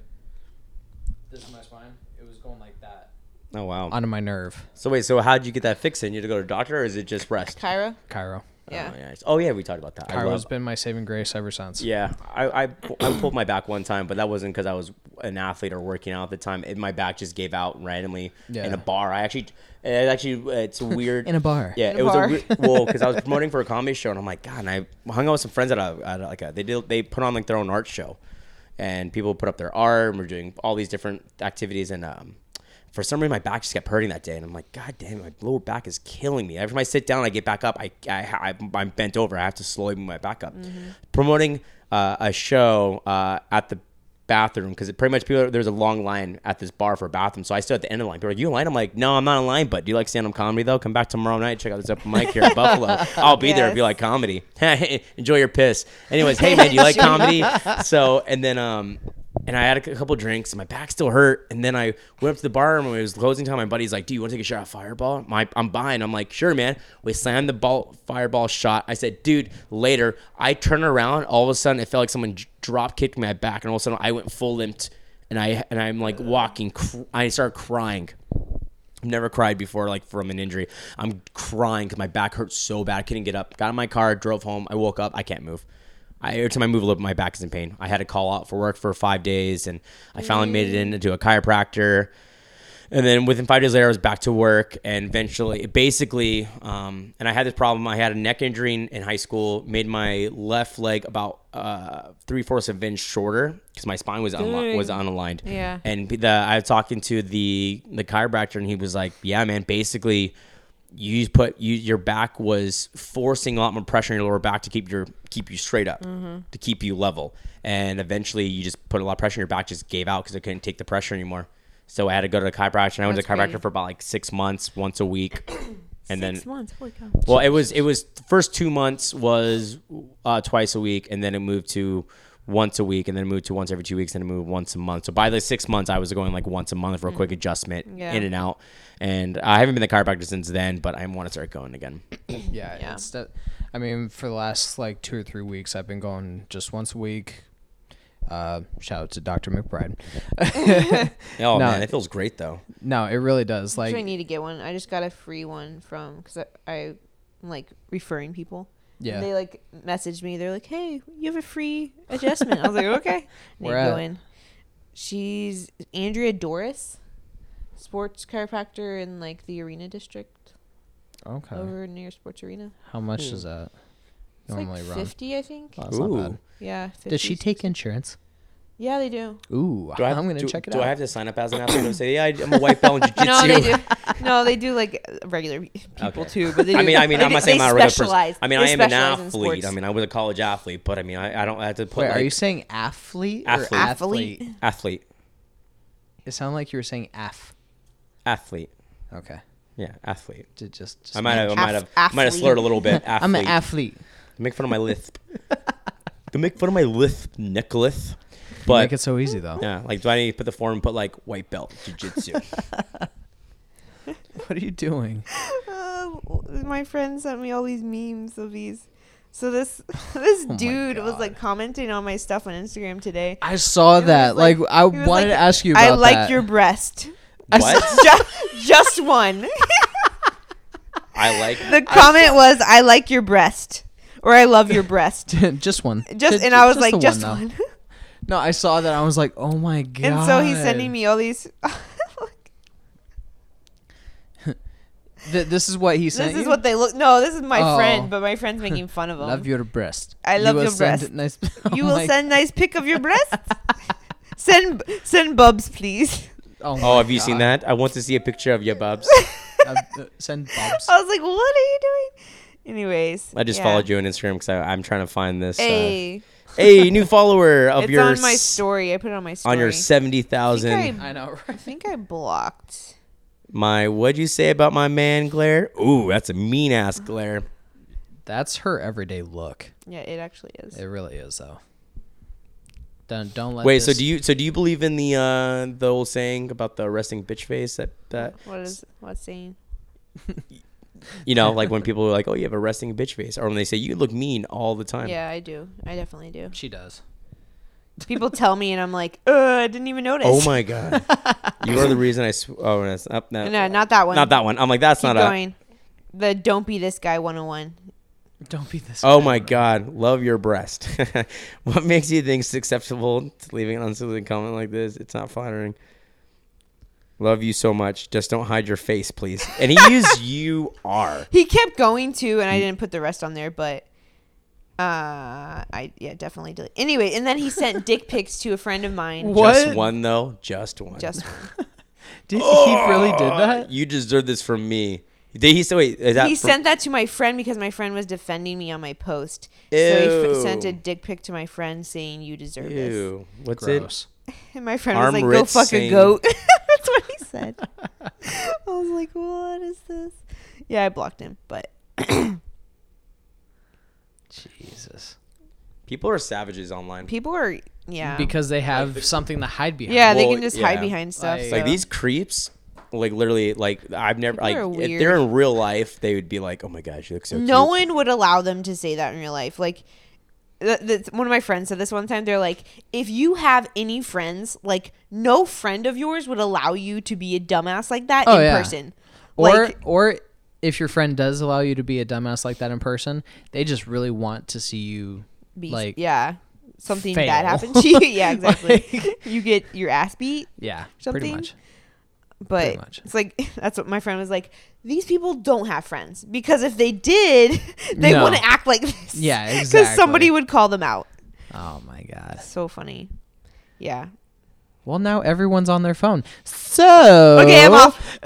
Speaker 2: this is my spine it was going like that
Speaker 1: Oh wow.
Speaker 2: onto my nerve
Speaker 1: So wait, so how did you get that fixed? In you had to go to a doctor, or is it just rest?
Speaker 3: Kyra?
Speaker 2: cairo
Speaker 3: Yeah.
Speaker 1: Oh, nice. oh yeah, we talked about that. I
Speaker 2: cairo's
Speaker 1: love,
Speaker 2: been my saving grace ever since
Speaker 1: yeah, I, I I pulled my back one time, but that wasn't because I was an athlete or working out at the time. It, my back just gave out randomly in
Speaker 2: Yeah.
Speaker 1: a bar. I actually, it actually, it's weird.
Speaker 2: in a bar
Speaker 1: Yeah,
Speaker 3: In a
Speaker 1: it was
Speaker 3: bar.
Speaker 1: a re- well because I was promoting for a comedy show, and I'm like, God, and I hung out with some friends at a, at a like a, they did they put on like their own art show, and people put up their art, and we're doing all these different activities, and um, for some reason my back just kept hurting that day, and I'm like, God damn, it, my lower back is killing me. Every time I sit down, I get back up, I I, I am bent over, I have to slowly move my back up. Promoting uh, a show uh, at the bathroom because pretty much people there's a long line at this bar for a bathroom. So I stood at the end of the line. People are like, You in line? I'm like, No, I'm not in line, but do you like stand up comedy though? Come back tomorrow night, check out this open mic here in Buffalo. I'll be there if you
Speaker 3: Yes.
Speaker 1: like comedy. Enjoy your piss. Anyways, hey man, do you like comedy? So and then um and I had a c- couple drinks and my back still hurt. And then I went up to the bar and when it was closing time, my buddy's like, Do you want to take a shot at fireball? My I'm buying. I'm like, sure, man. We slammed the ball fireball shot. I said, dude, later. I turn around, all of a sudden it felt like someone drop kicked my back, and all of a sudden I went full limped and I and I'm like walking. Cr- I start crying. I've never cried before, like from an injury. I'm crying because my back hurt so bad. I couldn't get up. Got in my car, drove home. I woke up. I can't move. I, every time I move a little bit, my back is in pain. I had to call out for work for five days, and I finally made it into a chiropractor. And then within five days later, I was back to work, and eventually, basically, um, and I had this problem. I had a neck injury in, in high school, made my left leg about uh, three fourths of an inch shorter because my spine was unli- was unaligned.
Speaker 3: Yeah.
Speaker 1: And the I was talking to the the chiropractor, and he was like, "Yeah, man, basically." You put you your back was forcing a lot more pressure on your lower back to keep your keep you straight up
Speaker 3: Mm-hmm.
Speaker 1: to keep you level, and eventually you just put a lot of pressure on your back just gave out because it couldn't take the pressure anymore. So I had to go to the chiropractor. and I went to the
Speaker 3: That's
Speaker 1: chiropractor
Speaker 3: crazy.
Speaker 1: for about like six months, once a week, and then
Speaker 3: Six months. Holy cow.
Speaker 1: well, it was it was the first two months was uh, twice a week, and then it moved to once a week, and then it moved to once every two weeks, and it moved once a month. So by the six months, I was going like once a month
Speaker 2: Mm.
Speaker 1: for a quick adjustment,
Speaker 3: Yeah.
Speaker 1: in and out. And I haven't been to chiropractor since then, but I want to start going again.
Speaker 2: Yeah,
Speaker 3: Yeah.
Speaker 2: it's that. I mean, for the last like two or three weeks, I've been going just once a week. Uh, shout out to Doctor McBride.
Speaker 1: Oh
Speaker 2: No.
Speaker 1: man, it feels great though.
Speaker 2: No, it really does.
Speaker 3: Like, I
Speaker 2: Like,
Speaker 3: need to get one. I just got a free one from because I, I'm like referring people.
Speaker 2: yeah,
Speaker 3: They like messaged me. They're like, "Hey, you have a free adjustment." I was like, "Okay." And
Speaker 2: Where
Speaker 3: I go
Speaker 2: at?
Speaker 3: in. She's Andrea Doris, sports chiropractor in like the Arena District
Speaker 2: okay.
Speaker 1: Oh.
Speaker 3: over near Sports Arena.
Speaker 2: How much is that
Speaker 3: It's
Speaker 2: normally
Speaker 3: like
Speaker 2: run?
Speaker 3: fifty, I think.
Speaker 1: Uh,
Speaker 2: Oh, that's not bad.
Speaker 1: Ooh.
Speaker 3: Yeah. 50,
Speaker 2: Does she take insurance?
Speaker 3: Yeah, they do.
Speaker 2: Ooh,
Speaker 1: Do I have,
Speaker 2: I'm gonna
Speaker 1: do-
Speaker 2: check it
Speaker 1: do
Speaker 2: out.
Speaker 1: I have to sign up as an athlete and say, yeah, I- I'm a white belt in jiu-jitsu?
Speaker 3: No, they do. No, they do like regular people
Speaker 1: Okay.
Speaker 3: too. But they do,
Speaker 1: I mean, I mean,
Speaker 3: they
Speaker 1: I'm
Speaker 3: do-
Speaker 1: not saying
Speaker 3: they
Speaker 1: I'm a regular person.
Speaker 3: specialize.
Speaker 1: I mean,
Speaker 3: They
Speaker 1: I am an
Speaker 3: specialize in
Speaker 1: athlete. I
Speaker 3: sports.
Speaker 1: mean, I was a college athlete, but I mean, I, I don't have to put
Speaker 2: Wait,
Speaker 1: like
Speaker 2: are you saying athlete or
Speaker 1: Athlete.
Speaker 2: athlete?
Speaker 3: Athlete.
Speaker 1: athlete,
Speaker 2: It sounded like you were saying af.
Speaker 1: athlete.
Speaker 2: Okay,
Speaker 1: Yeah, athlete.
Speaker 2: Ju- just, just
Speaker 1: I might have, I
Speaker 2: mention-
Speaker 1: might have, I might have
Speaker 3: athlete.
Speaker 1: slurred a little bit. Athlete.
Speaker 2: I'm an athlete.
Speaker 1: Make fun of my lisp. Don't make fun of my lisp, Nicholas. But
Speaker 2: Make it so easy though.
Speaker 1: yeah, like, do I need to put the form and put like white belt jiu-jitsu?
Speaker 2: What are you doing?
Speaker 3: Um, my friend sent me all these memes of these. So this this
Speaker 2: Oh my
Speaker 3: dude was
Speaker 2: God.
Speaker 3: like commenting on my stuff on Instagram today.
Speaker 2: I saw
Speaker 3: It was
Speaker 2: that. Like, I
Speaker 3: he
Speaker 2: wanted
Speaker 3: was like,
Speaker 2: to ask you
Speaker 3: I
Speaker 2: about
Speaker 3: like
Speaker 2: that.
Speaker 3: your breast.
Speaker 2: I
Speaker 1: what?
Speaker 3: just, just one.
Speaker 1: I like.
Speaker 3: the comment was, "I like your breast," or "I love your breast."
Speaker 2: just one.
Speaker 3: Just
Speaker 2: Ju-
Speaker 3: and I was
Speaker 2: the
Speaker 3: like, "Just
Speaker 2: though."
Speaker 3: one."
Speaker 2: No, I saw that. I was like, oh my god.
Speaker 3: and so he's sending me all these.
Speaker 2: Th- this is what he sent.
Speaker 3: this is
Speaker 2: you?
Speaker 3: what they look. No, this is my
Speaker 2: Oh.
Speaker 3: friend, but my friend's making fun of him.
Speaker 2: Love your breast.
Speaker 3: I
Speaker 2: You
Speaker 3: love
Speaker 2: will
Speaker 3: your
Speaker 2: send
Speaker 3: breast.
Speaker 2: Nice-
Speaker 3: You
Speaker 2: Oh
Speaker 3: will
Speaker 2: my-
Speaker 3: send nice pic of your breast. send send bubs, please.
Speaker 2: my
Speaker 1: Oh, have you seen
Speaker 2: God.
Speaker 1: that? I want to see a picture of your bubs.
Speaker 2: Uh, uh, send bobs.
Speaker 3: I was like, "What are you doing?" Anyways,
Speaker 1: I just
Speaker 3: yeah.
Speaker 1: followed you on Instagram because I'm trying to find this. uh,
Speaker 3: Hey,
Speaker 1: hey, new follower of
Speaker 3: it's
Speaker 1: your
Speaker 3: on my
Speaker 1: s-
Speaker 3: story. I put it on my story.
Speaker 1: on your seventy
Speaker 3: I think
Speaker 1: thousand.
Speaker 3: I,
Speaker 2: I know.
Speaker 3: I think I blocked.
Speaker 1: My what'd you say about my man glare? Ooh, that's a mean ass glare.
Speaker 2: That's her everyday look.
Speaker 3: Yeah, it actually is.
Speaker 2: It really is though. Don't don't let.
Speaker 1: Wait,
Speaker 2: this,
Speaker 1: so do you so do you believe in the uh the old saying about the resting bitch face that that
Speaker 3: What is what's saying?
Speaker 1: you know like when people are like oh you have a resting bitch face or when they say you look mean all the time.
Speaker 3: Yeah, I do. I definitely do.
Speaker 2: She does.
Speaker 3: People tell me, and I'm like, uh, I didn't even notice.
Speaker 1: Oh my god, you are the reason I sw- oh no, it's up no,
Speaker 3: No, not that one.
Speaker 1: not that one. I'm like that's
Speaker 3: Keep
Speaker 1: not a
Speaker 3: going. The don't be this guy 101.
Speaker 2: Don't be this.
Speaker 1: Oh my God, love your breast. what makes you think it's acceptable to leaving an unsolicited comment like this? It's not flattering. Love you so much. Just don't hide your face, please. And he used you are.
Speaker 3: He kept going too,
Speaker 1: Mm.
Speaker 3: and I didn't put the rest on there, but uh, I yeah definitely did. Anyway, and then he sent dick pics to a friend of mine.
Speaker 2: What?
Speaker 1: Just one though. Just one.
Speaker 3: Just
Speaker 2: Did, he really did that?
Speaker 1: You deserve this from me. Did he say wait, is that
Speaker 3: he
Speaker 1: from-
Speaker 3: sent that to my friend because my friend was defending me on my post. So he f-
Speaker 1: Ew.
Speaker 3: sent a dick pic to my friend saying, "You deserve this."
Speaker 1: Ew. What's
Speaker 2: Gross.
Speaker 3: it. And my friend
Speaker 1: Arm
Speaker 3: was like, "Go
Speaker 1: writ
Speaker 3: fuck
Speaker 1: saying-
Speaker 3: a goat." That's what he said. I was like, "What is this?" Yeah, I blocked him, but
Speaker 1: it?
Speaker 2: Jesus.
Speaker 1: People are savages online.
Speaker 3: people are yeah
Speaker 2: Because they have something to hide behind.
Speaker 3: yeah they
Speaker 1: Well,
Speaker 3: can just
Speaker 1: yeah.
Speaker 3: hide behind stuff.
Speaker 2: Like-
Speaker 1: like
Speaker 3: so-
Speaker 1: these creeps like literally like I've never
Speaker 3: People are
Speaker 1: like if they're
Speaker 3: weird.
Speaker 1: in real life they would be like, "Oh my gosh, you look so
Speaker 3: no
Speaker 1: cute."
Speaker 3: one would allow them to say that in real life. Like, th- th- one of my friends said this one time. They're like, if you have any friends, like, no friend of yours would allow you to be a dumbass like that
Speaker 2: Oh,
Speaker 3: in
Speaker 2: yeah.
Speaker 3: person.
Speaker 2: Or
Speaker 3: like,
Speaker 2: or if your friend does allow you to be a dumbass like that in person, they just really want to see you
Speaker 3: be,
Speaker 2: like yeah.
Speaker 3: yeah, something
Speaker 2: fail.
Speaker 3: bad happened to you. yeah, exactly. you get your ass beat,
Speaker 2: pretty
Speaker 3: Something-
Speaker 2: much. Pretty
Speaker 3: but
Speaker 2: much.
Speaker 3: it's like that's what my friend was like. These people don't have friends because if they did, they
Speaker 2: No.
Speaker 3: wouldn't act like this.
Speaker 2: Yeah,
Speaker 3: Because somebody
Speaker 2: exactly.
Speaker 3: would call them out.
Speaker 2: Oh my god.
Speaker 3: So funny. Yeah.
Speaker 2: Well, now everyone's on their phone. So
Speaker 3: Okay, I'm off.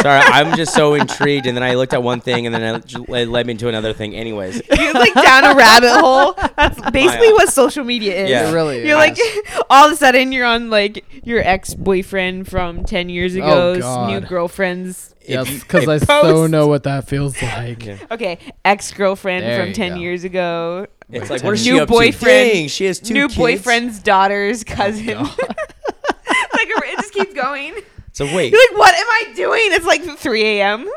Speaker 1: Sorry, I'm just so intrigued, and then I looked at one thing, and then I, it led me to another thing. Anyways,
Speaker 3: You're like down a rabbit hole. That's basically what social media is.
Speaker 1: Yeah.
Speaker 2: It really
Speaker 3: You're like
Speaker 2: is.
Speaker 3: all of a sudden you're on like your ex boyfriend from ten years
Speaker 2: Oh,
Speaker 3: ago's new
Speaker 2: God.
Speaker 3: girlfriend's
Speaker 1: If-
Speaker 2: because I
Speaker 1: if-
Speaker 2: so
Speaker 3: Post.
Speaker 2: know what that feels like.
Speaker 1: Yeah.
Speaker 3: okay, ex girlfriend
Speaker 2: There
Speaker 3: from
Speaker 2: you
Speaker 3: ten
Speaker 2: go.
Speaker 3: years ago.
Speaker 1: it's
Speaker 2: Wait,
Speaker 1: like
Speaker 2: ten
Speaker 1: what is she
Speaker 3: New
Speaker 1: up
Speaker 3: boyfriend.
Speaker 1: to? Dang, she has two
Speaker 3: new
Speaker 1: kids.
Speaker 3: boyfriend's daughter's
Speaker 2: Oh,
Speaker 3: cousin. It's like a, it just keeps going.
Speaker 1: So wait,
Speaker 3: You're like, what am I doing? It's like three a.m.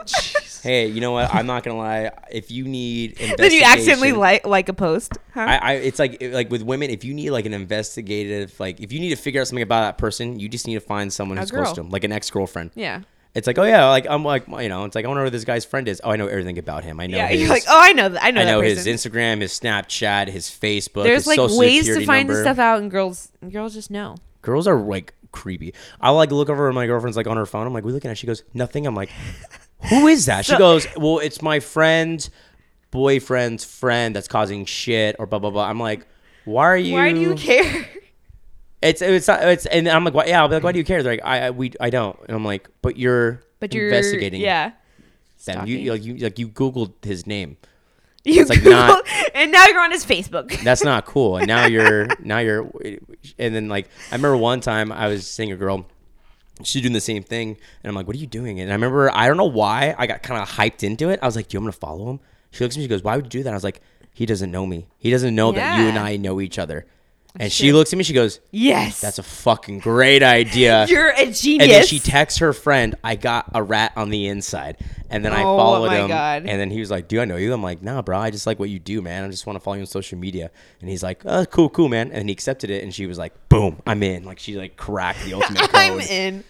Speaker 1: hey, you know what? I'm not gonna lie. If you need,
Speaker 3: then you accidentally
Speaker 1: investigation-
Speaker 3: like like a post, huh?
Speaker 1: I, I, it's like it- like with women, if you need like an investigative, like if you need to figure out something about that person, you just need to find someone who's close
Speaker 3: girl.
Speaker 1: to them, like an ex girlfriend.
Speaker 3: yeah.
Speaker 1: It's like, oh yeah, like I'm like you know, it's like I wonder who this guy's friend is. Oh, I know everything about him. I know.
Speaker 3: Yeah,
Speaker 1: his,
Speaker 3: you're like, oh, I know, th- I know,
Speaker 1: I know
Speaker 3: that
Speaker 1: his
Speaker 3: person.
Speaker 1: Instagram, his Snapchat, his Facebook.
Speaker 3: There's
Speaker 1: his
Speaker 3: like
Speaker 1: social
Speaker 3: ways to
Speaker 1: security
Speaker 3: find this
Speaker 1: number.
Speaker 3: stuff out, and girls, girls just know.
Speaker 1: girls are like creepy. I like look over at my girlfriend's like on her phone. I'm like, we looking at. it?" She goes, nothing. I'm like, who is that? she goes, well, it's my friend's boyfriend's friend that's causing shit or blah blah blah. I'm like, why are you?
Speaker 3: Why do you care?
Speaker 1: It's it's not, it's and I'm like why, yeah I'll be like why do you care they're like I, I we I don't and I'm like but you're
Speaker 4: But you're
Speaker 1: investigating
Speaker 4: Yeah.
Speaker 1: them you,
Speaker 4: stalking.
Speaker 1: you like you like you googled his name
Speaker 3: You
Speaker 1: It's like
Speaker 3: Google,
Speaker 1: not-
Speaker 3: and now you're on his Facebook.
Speaker 1: that's not cool and now you're now you're and then like I remember one time I was seeing a girl she's doing the same thing and I'm like what are you doing and I remember I don't know why I got kind of hyped into it I was like yo I'm gonna follow him she looks at me she goes why would you do that I was like he doesn't know me he doesn't know that you
Speaker 3: Yeah.
Speaker 1: and I know each other and she looks at me she goes
Speaker 3: yes,
Speaker 1: that's a fucking great idea
Speaker 3: you're a genius.
Speaker 1: And then she texts her friend, I got a rat on the inside. And then I
Speaker 3: Oh,
Speaker 1: followed
Speaker 3: my
Speaker 1: him.
Speaker 3: God.
Speaker 1: And then he was like, Do I know you? I'm like, Nah, bro. I just like what you do, man. I just want to follow you on social media. And he's like, Oh, cool, cool, man. And he accepted it. And she was like, Boom, I'm in. Like, she like cracked the ultimate code.
Speaker 3: I'm in.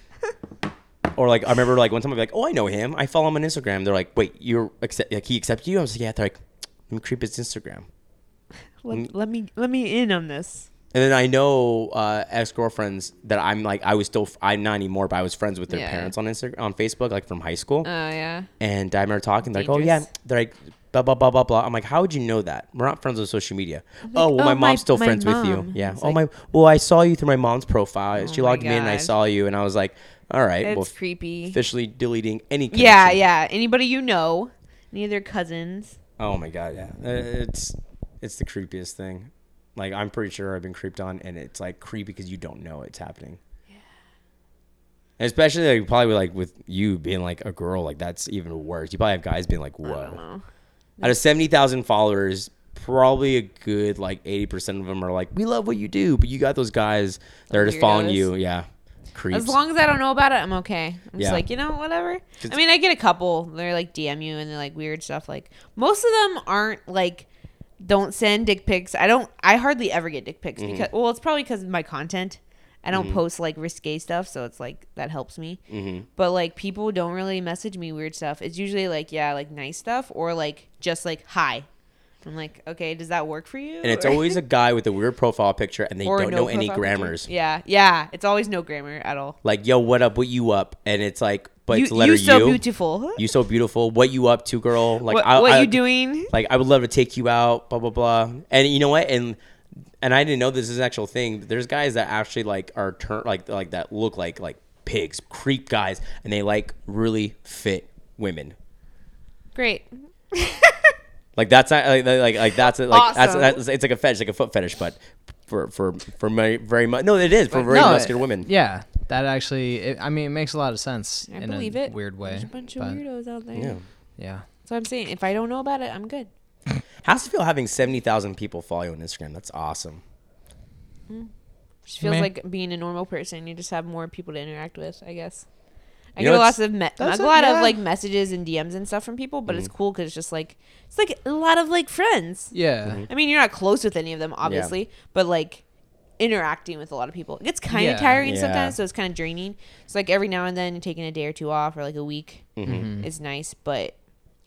Speaker 1: Or like, I remember like one time I'd be like, Oh, I know him. I follow him on Instagram. They're like, Wait, you're accept- like, he accepted you? I was like, Yeah. They're like, Let me creep his Instagram. Mm.
Speaker 3: Let, let me let me in on this.
Speaker 1: And then I know uh, ex girlfriends that I'm like I was still I'm not anymore, but I was friends with their
Speaker 4: Yeah.
Speaker 1: parents on Instagram on Facebook like from high school.
Speaker 4: Oh yeah.
Speaker 1: And I remember talking, they're like, "Oh yeah,"
Speaker 4: Dangerous.
Speaker 1: they're like, "Blah blah blah blah blah." I'm like, "How would you know that? We're not friends on social media." oh well,
Speaker 3: "Oh,
Speaker 1: my mom's
Speaker 3: my-
Speaker 1: still
Speaker 3: my
Speaker 1: friends with you.
Speaker 3: mom."
Speaker 1: Yeah.
Speaker 3: It's
Speaker 1: Oh
Speaker 3: like- Oh
Speaker 1: my. Well, I saw you through my mom's profile. she
Speaker 4: my
Speaker 1: logged me in, and I
Speaker 4: God.
Speaker 1: saw you, and I was like, "All right,
Speaker 3: It's
Speaker 1: well,
Speaker 3: creepy.
Speaker 1: officially deleting any." Connection.
Speaker 3: Yeah, yeah. Anybody you know, any of their cousins.
Speaker 1: Oh my god, yeah. Uh, It's it's the creepiest thing. Like I'm pretty sure I've been creeped on, and it's like creepy because you don't know it's happening. Yeah. Especially like probably like with you being like a girl, like that's even worse. You probably have guys being like, "Whoa!" Out of seventy thousand followers, probably a good like eighty percent of them are like, "We love what you do," but you got those guys that are just following
Speaker 4: Weirdos.
Speaker 1: you. Yeah, creeps.
Speaker 3: As long as I don't know about it, I'm okay. I'm
Speaker 1: Yeah.
Speaker 3: just like, you know, whatever.
Speaker 1: 'Cause-
Speaker 3: I mean, I get a couple. They're like DM you and they're like weird stuff. Like most of them aren't like don't send dick pics. I don't. I hardly ever get dick pics
Speaker 1: Mm-hmm.
Speaker 3: because well, it's probably because of my content. I don't post like risque stuff, so it's like that helps me.
Speaker 1: Mm-hmm.
Speaker 3: But like people don't really message me weird stuff. It's usually like yeah, like nice stuff or like just like hi. I'm like, okay, does that work for you?
Speaker 1: and it's
Speaker 3: Or-
Speaker 1: always a guy with a weird profile picture, and they
Speaker 3: or
Speaker 1: don't
Speaker 3: no
Speaker 1: know any
Speaker 3: profile picture.
Speaker 1: grammars.
Speaker 3: Yeah, yeah. It's always no grammar at all.
Speaker 1: Like, "Yo, what up? What you up?" And it's like, but
Speaker 3: you,
Speaker 1: it's letter
Speaker 3: you so
Speaker 1: U.
Speaker 3: beautiful.
Speaker 1: You so beautiful. What you up to, girl? Like
Speaker 3: what
Speaker 1: I,
Speaker 3: what
Speaker 1: I-
Speaker 3: you doing?
Speaker 1: Like I would love to take you out. Blah blah blah. And you know what? And and I didn't know this is an actual thing. But there's guys that actually like are turn like like that look like like pigs, creep guys, and they like really fit women.
Speaker 3: Great.
Speaker 1: Like that's not like like, like that's like that's,
Speaker 3: Awesome.
Speaker 1: that's it's like a fetish, like a foot fetish, but for for for my, very much no, it is for very
Speaker 2: No,
Speaker 1: muscular
Speaker 2: it-
Speaker 1: women.
Speaker 2: Yeah, that actually. It, I mean, it makes a lot of sense
Speaker 3: I
Speaker 2: in
Speaker 3: believe
Speaker 2: a
Speaker 3: it.
Speaker 2: weird way.
Speaker 3: There's a bunch of
Speaker 2: but,
Speaker 3: weirdos out there.
Speaker 1: Yeah.
Speaker 2: Yeah.
Speaker 3: So I'm saying, if I don't know about it, I'm good.
Speaker 1: How's it feel having seventy thousand people follow you on Instagram? That's awesome.
Speaker 3: Just feels
Speaker 2: Meh.
Speaker 3: like being a normal person. You just have more people to interact with, I guess. I
Speaker 1: You know,
Speaker 3: get a
Speaker 1: it's-
Speaker 3: lot of me-
Speaker 2: that's
Speaker 3: a
Speaker 2: it,
Speaker 3: lot
Speaker 2: yeah.
Speaker 3: of like messages and DMs and stuff from people, but it's cool because it's just like it's like a lot of like friends.
Speaker 2: Yeah.
Speaker 1: Mm-hmm.
Speaker 3: I mean, you're not close with any of them, obviously, but like interacting with a lot of people, it gets kind of
Speaker 2: Yeah.
Speaker 3: tiring
Speaker 1: Yeah.
Speaker 3: sometimes. So it's kind of draining. So like every now and then, taking a day or two off or like a week is nice, but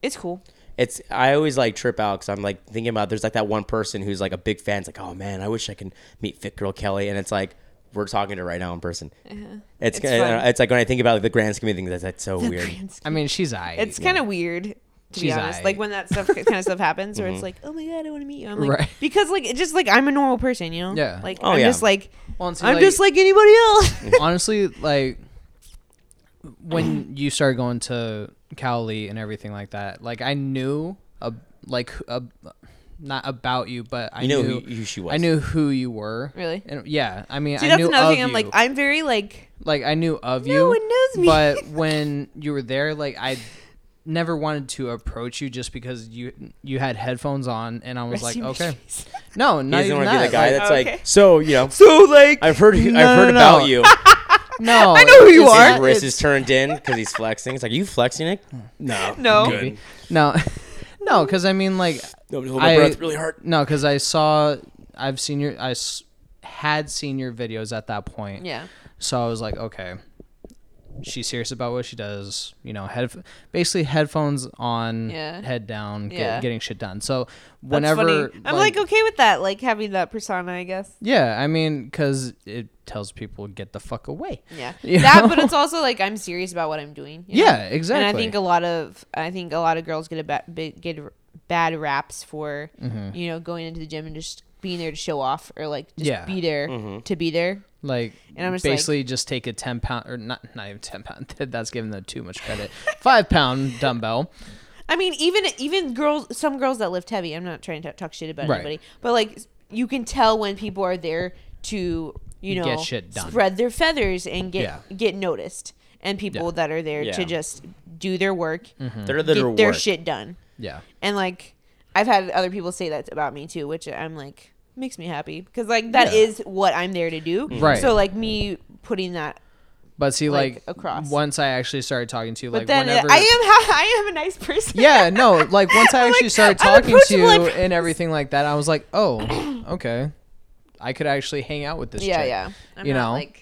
Speaker 3: it's cool.
Speaker 1: it's I always like trip out because I'm like thinking about there's like that one person who's like a big fan. It's like, oh man, I wish I can meet Fit Girl Kelly, and it's like we're talking to her right now in person.
Speaker 2: Uh-huh.
Speaker 1: It's it's,
Speaker 3: It's fun.
Speaker 1: it's like when I think about like the grand scheme of things, that's, that's so weird.
Speaker 2: I mean, she's I.
Speaker 3: It's kind of weird. To be
Speaker 2: She's
Speaker 3: honest,
Speaker 2: aight.
Speaker 3: like when that stuff kind of stuff happens, where it's like, oh my god, I want to meet you. I'm like,
Speaker 2: Right.
Speaker 3: because like it just like I'm a normal person, you know.
Speaker 2: Yeah.
Speaker 3: Like
Speaker 1: Oh,
Speaker 3: I'm
Speaker 1: yeah.
Speaker 3: just like
Speaker 2: Well, and see,
Speaker 3: I'm
Speaker 2: like-
Speaker 3: just like anybody else.
Speaker 2: honestly like when you started going to Cowley and everything like that, like I knew a like a, not about you, but I
Speaker 1: You know
Speaker 2: knew
Speaker 1: who, who she was.
Speaker 2: I knew who you were.
Speaker 3: Really?
Speaker 2: And yeah, I mean,
Speaker 3: See,
Speaker 2: I
Speaker 3: that's
Speaker 2: knew
Speaker 3: another
Speaker 2: of
Speaker 3: thing. I'm like,
Speaker 2: you.
Speaker 3: I'm very like
Speaker 2: like I knew of you.
Speaker 3: No one knows me.
Speaker 2: But when you were there, like I never wanted to approach you just because you you had headphones on, and I was like,
Speaker 3: resting
Speaker 2: okay,
Speaker 3: bitch.
Speaker 2: no,
Speaker 1: he
Speaker 2: not
Speaker 1: doesn't
Speaker 2: even
Speaker 1: want to
Speaker 2: that.
Speaker 1: be the guy
Speaker 2: like,
Speaker 1: that's
Speaker 3: okay.
Speaker 1: like, so you know,
Speaker 3: So like
Speaker 1: I've heard
Speaker 2: No,
Speaker 1: I've heard
Speaker 2: no,
Speaker 1: about
Speaker 2: no.
Speaker 1: you.
Speaker 2: no,
Speaker 3: I know who you
Speaker 2: it's-
Speaker 3: are.
Speaker 1: His
Speaker 2: it's-
Speaker 1: wrist is turned in because he's flexing. It's like, you flexing it? No,
Speaker 3: No.
Speaker 1: Good.
Speaker 2: No, no, because I mean, like,
Speaker 1: No, I'm just holding my
Speaker 2: I
Speaker 1: breath really hard.
Speaker 2: No, because I saw, I've seen your, I s- had seen your videos at that point.
Speaker 3: yeah.
Speaker 2: So I was like, okay, she's serious about what she does. You know, head basically headphones on,
Speaker 3: Yeah.
Speaker 2: head down, get-
Speaker 3: Yeah.
Speaker 2: getting shit done. So
Speaker 3: That's
Speaker 2: whenever
Speaker 3: funny. I'm like, okay with that, like having that persona, I guess.
Speaker 2: yeah, I mean, because it tells people get the fuck away.
Speaker 3: Yeah.
Speaker 2: You
Speaker 3: that,
Speaker 2: know?
Speaker 3: but it's also like I'm serious about what I'm doing. you know?
Speaker 2: Yeah, exactly.
Speaker 3: And I think a lot of I think
Speaker 2: Mm-hmm.
Speaker 3: a lot of girls get a ba- bi- get r- bad raps for you know going into the gym and just being there to show off or like just
Speaker 2: Yeah.
Speaker 3: be there
Speaker 1: Mm-hmm.
Speaker 3: to be there.
Speaker 2: Like,
Speaker 3: And I'm just
Speaker 2: basically just take a 10 pound, or not, not even 10 pound, that's giving them too much credit. Five pound dumbbell.
Speaker 3: I mean, even even girls, some girls that lift heavy. I'm not trying to talk shit about
Speaker 2: Right.
Speaker 3: anybody, but like you can tell when people are there to you know
Speaker 2: Get shit done.
Speaker 3: spread their feathers and get
Speaker 2: Yeah.
Speaker 3: get noticed, and people
Speaker 2: Yeah. Mm-hmm.
Speaker 3: that are there
Speaker 1: Yeah.
Speaker 3: to just do their work,
Speaker 2: Hmm.
Speaker 1: They're there to
Speaker 3: get their
Speaker 1: work.
Speaker 3: shit done,
Speaker 2: Yeah.
Speaker 3: and like I've had other people say that about me too, which I'm like makes me happy because like that
Speaker 2: Yeah.
Speaker 3: is what I'm there to do.
Speaker 2: Right.
Speaker 3: So like me putting that
Speaker 2: But see, like,
Speaker 3: Like, across.
Speaker 2: once I actually started talking to you,
Speaker 3: But
Speaker 2: like,
Speaker 3: then
Speaker 2: whenever.
Speaker 3: I am I am a nice person.
Speaker 2: yeah, no, like once I
Speaker 3: I'm
Speaker 2: actually
Speaker 3: like,
Speaker 2: started
Speaker 3: I'm
Speaker 2: talking to you
Speaker 3: approachable, I
Speaker 2: and everything like that, I was like, oh, okay, I could actually hang out with this.
Speaker 3: yeah,
Speaker 2: chick.
Speaker 3: yeah. I'm
Speaker 2: you
Speaker 3: not
Speaker 2: know?
Speaker 3: like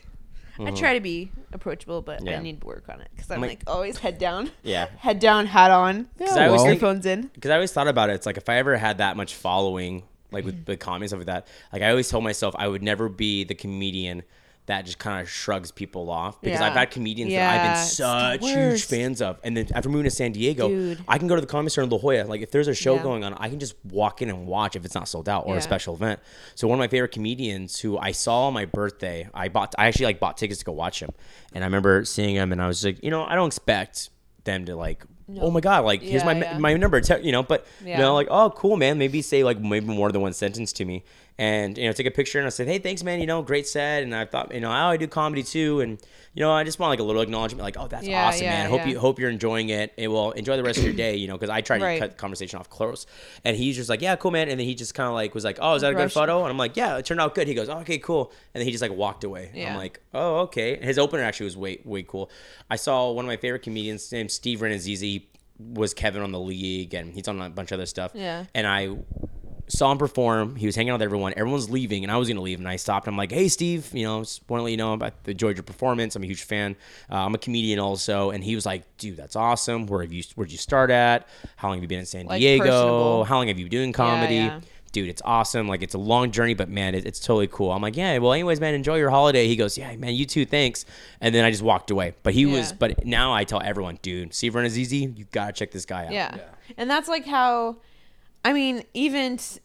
Speaker 3: I try to be approachable, but
Speaker 1: Yeah.
Speaker 3: I need to work on it because I'm
Speaker 1: Like-
Speaker 3: like, always head down.
Speaker 1: Yeah.
Speaker 3: head down, hat on.
Speaker 1: Because I always
Speaker 2: well.
Speaker 1: think-
Speaker 3: Earphones in.
Speaker 1: because I always thought about it. It's like if I ever had that much following, like
Speaker 3: Mm.
Speaker 1: with the comments and stuff like that, like I always told myself I would never be the comedian that just kind of shrugs people off because I've
Speaker 3: Yeah.
Speaker 1: had comedians
Speaker 3: Yeah, it's the
Speaker 1: that I've been such huge
Speaker 3: worst.
Speaker 1: fans of. And then after moving to San Diego,
Speaker 3: Dude.
Speaker 1: I can go to the comedy store in La Jolla. Like if there's a show
Speaker 3: Yeah.
Speaker 1: going on, I can just walk in and watch if it's not sold out or
Speaker 3: Yeah.
Speaker 1: a special event. So one of my favorite comedians who I saw on my birthday, I bought I actually like bought tickets to go watch him. And I remember seeing him and I was like, you know, I don't expect them to like oh my god, like here's
Speaker 3: Yeah,
Speaker 1: my
Speaker 3: yeah.
Speaker 1: my my number, te- you know, but you
Speaker 3: Yeah.
Speaker 1: know, like, oh, cool, man. Maybe say like maybe more than one sentence to me, and you know, take a picture, and I said, hey, thanks, man. You know, great set, and I thought, you know, oh, I do comedy too, and you know, I just want like a little acknowledgement, like, oh, that's
Speaker 3: Yeah,
Speaker 1: awesome,
Speaker 3: yeah,
Speaker 1: man. Hope
Speaker 3: yeah.
Speaker 1: you hope you're enjoying it. It will enjoy the rest of your day, you know, because I try to
Speaker 3: Right.
Speaker 1: cut the conversation off close, and he's just like, yeah, cool, man, and then he just kind of like was like, oh, is that a good
Speaker 3: Rushed.
Speaker 1: photo? And I'm like, yeah, it turned out good. He goes, oh, okay, cool, and then he just like walked away. I'm
Speaker 3: Yeah.
Speaker 1: like, oh, okay. His opener actually was way way cool. I saw one of my favorite comedians named Steve Renazizi was Kevin on the league and he's on a bunch of other stuff.
Speaker 3: Yeah.
Speaker 1: And I saw him perform. He was hanging out with everyone. Everyone's leaving and I was going to leave and I stopped. I'm like, hey, Steve, you know, just want to let you know about the Georgia performance. I'm a huge fan. Uh, I'm a comedian also. And he was like, dude, that's awesome. Where have you, where'd you start at? How long have you been in San
Speaker 3: Like,
Speaker 1: Diego?
Speaker 3: personable.
Speaker 1: How long have you been doing comedy?
Speaker 3: yeah.
Speaker 1: dude, it's awesome. Like, it's a long journey, but man, it, it's totally cool. I'm like, yeah, well, anyways, man, enjoy your holiday. He goes, yeah, man, you too, thanks. And then I just walked away. But he was,
Speaker 3: Yeah.
Speaker 1: but now I tell everyone, dude, Steve Renazizi, you gotta check this guy out.
Speaker 3: Yeah. and that's like how. I mean, even s-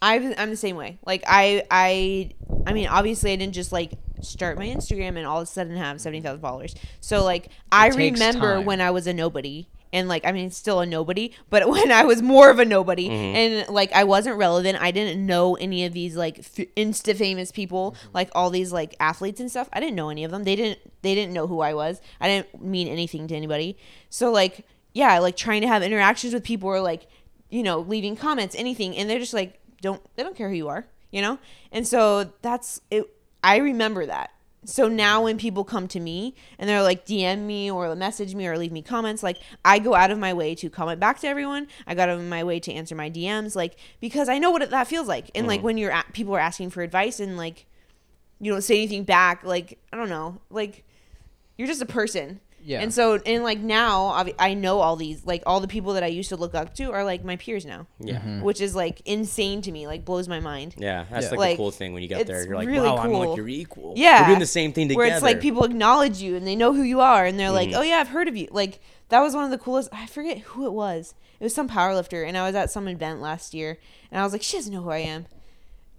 Speaker 3: I've, I'm the same way. Like I, I, I mean, obviously, I didn't just like start my Instagram and all of a sudden have seventy thousand followers. So like, I
Speaker 2: takes
Speaker 3: remember
Speaker 2: time.
Speaker 3: when I was a nobody, and like, I mean, still a nobody, but when I was more of a nobody,
Speaker 2: Mm-hmm.
Speaker 3: and like, I wasn't relevant. I didn't know any of these like f- insta famous people,
Speaker 2: Mm-hmm.
Speaker 3: like all these like athletes and stuff. I didn't know any of them. They didn't, they didn't know who I was. I didn't mean anything to anybody. So like, yeah, like trying to have interactions with people or like you know, leaving comments, anything, and they're just like, don't they don't care who you are, you know? And so that's it. I remember that. So now when people come to me and they're like DM me or message me or leave me comments, like I go out of my way to comment back to everyone. I go out of my way to answer my DMs, like because I know what that feels like. And like when you're at, people are asking for advice and like you don't say anything back, like I don't know, like you're just a person.
Speaker 2: Yeah.
Speaker 3: And so, and like now, obvi- I know all these, like all the people that I used to look up to are like my peers now.
Speaker 1: Yeah.
Speaker 3: Which is like insane to me, like blows my mind.
Speaker 1: Yeah, that's like,
Speaker 2: Yeah.
Speaker 1: the
Speaker 3: Like,
Speaker 1: cool thing when you get
Speaker 3: it's
Speaker 1: there. You're like,
Speaker 3: really
Speaker 1: wow, I'm like
Speaker 3: cool.
Speaker 1: your equal.
Speaker 3: Yeah.
Speaker 1: we're doing the same thing together.
Speaker 3: Where it's like people acknowledge you and they know who you are and they're like, oh yeah, I've heard of you. Like that was one of the coolest. I forget who it was. It was some powerlifter, and I was at some event last year, and I was like, she doesn't know who I am.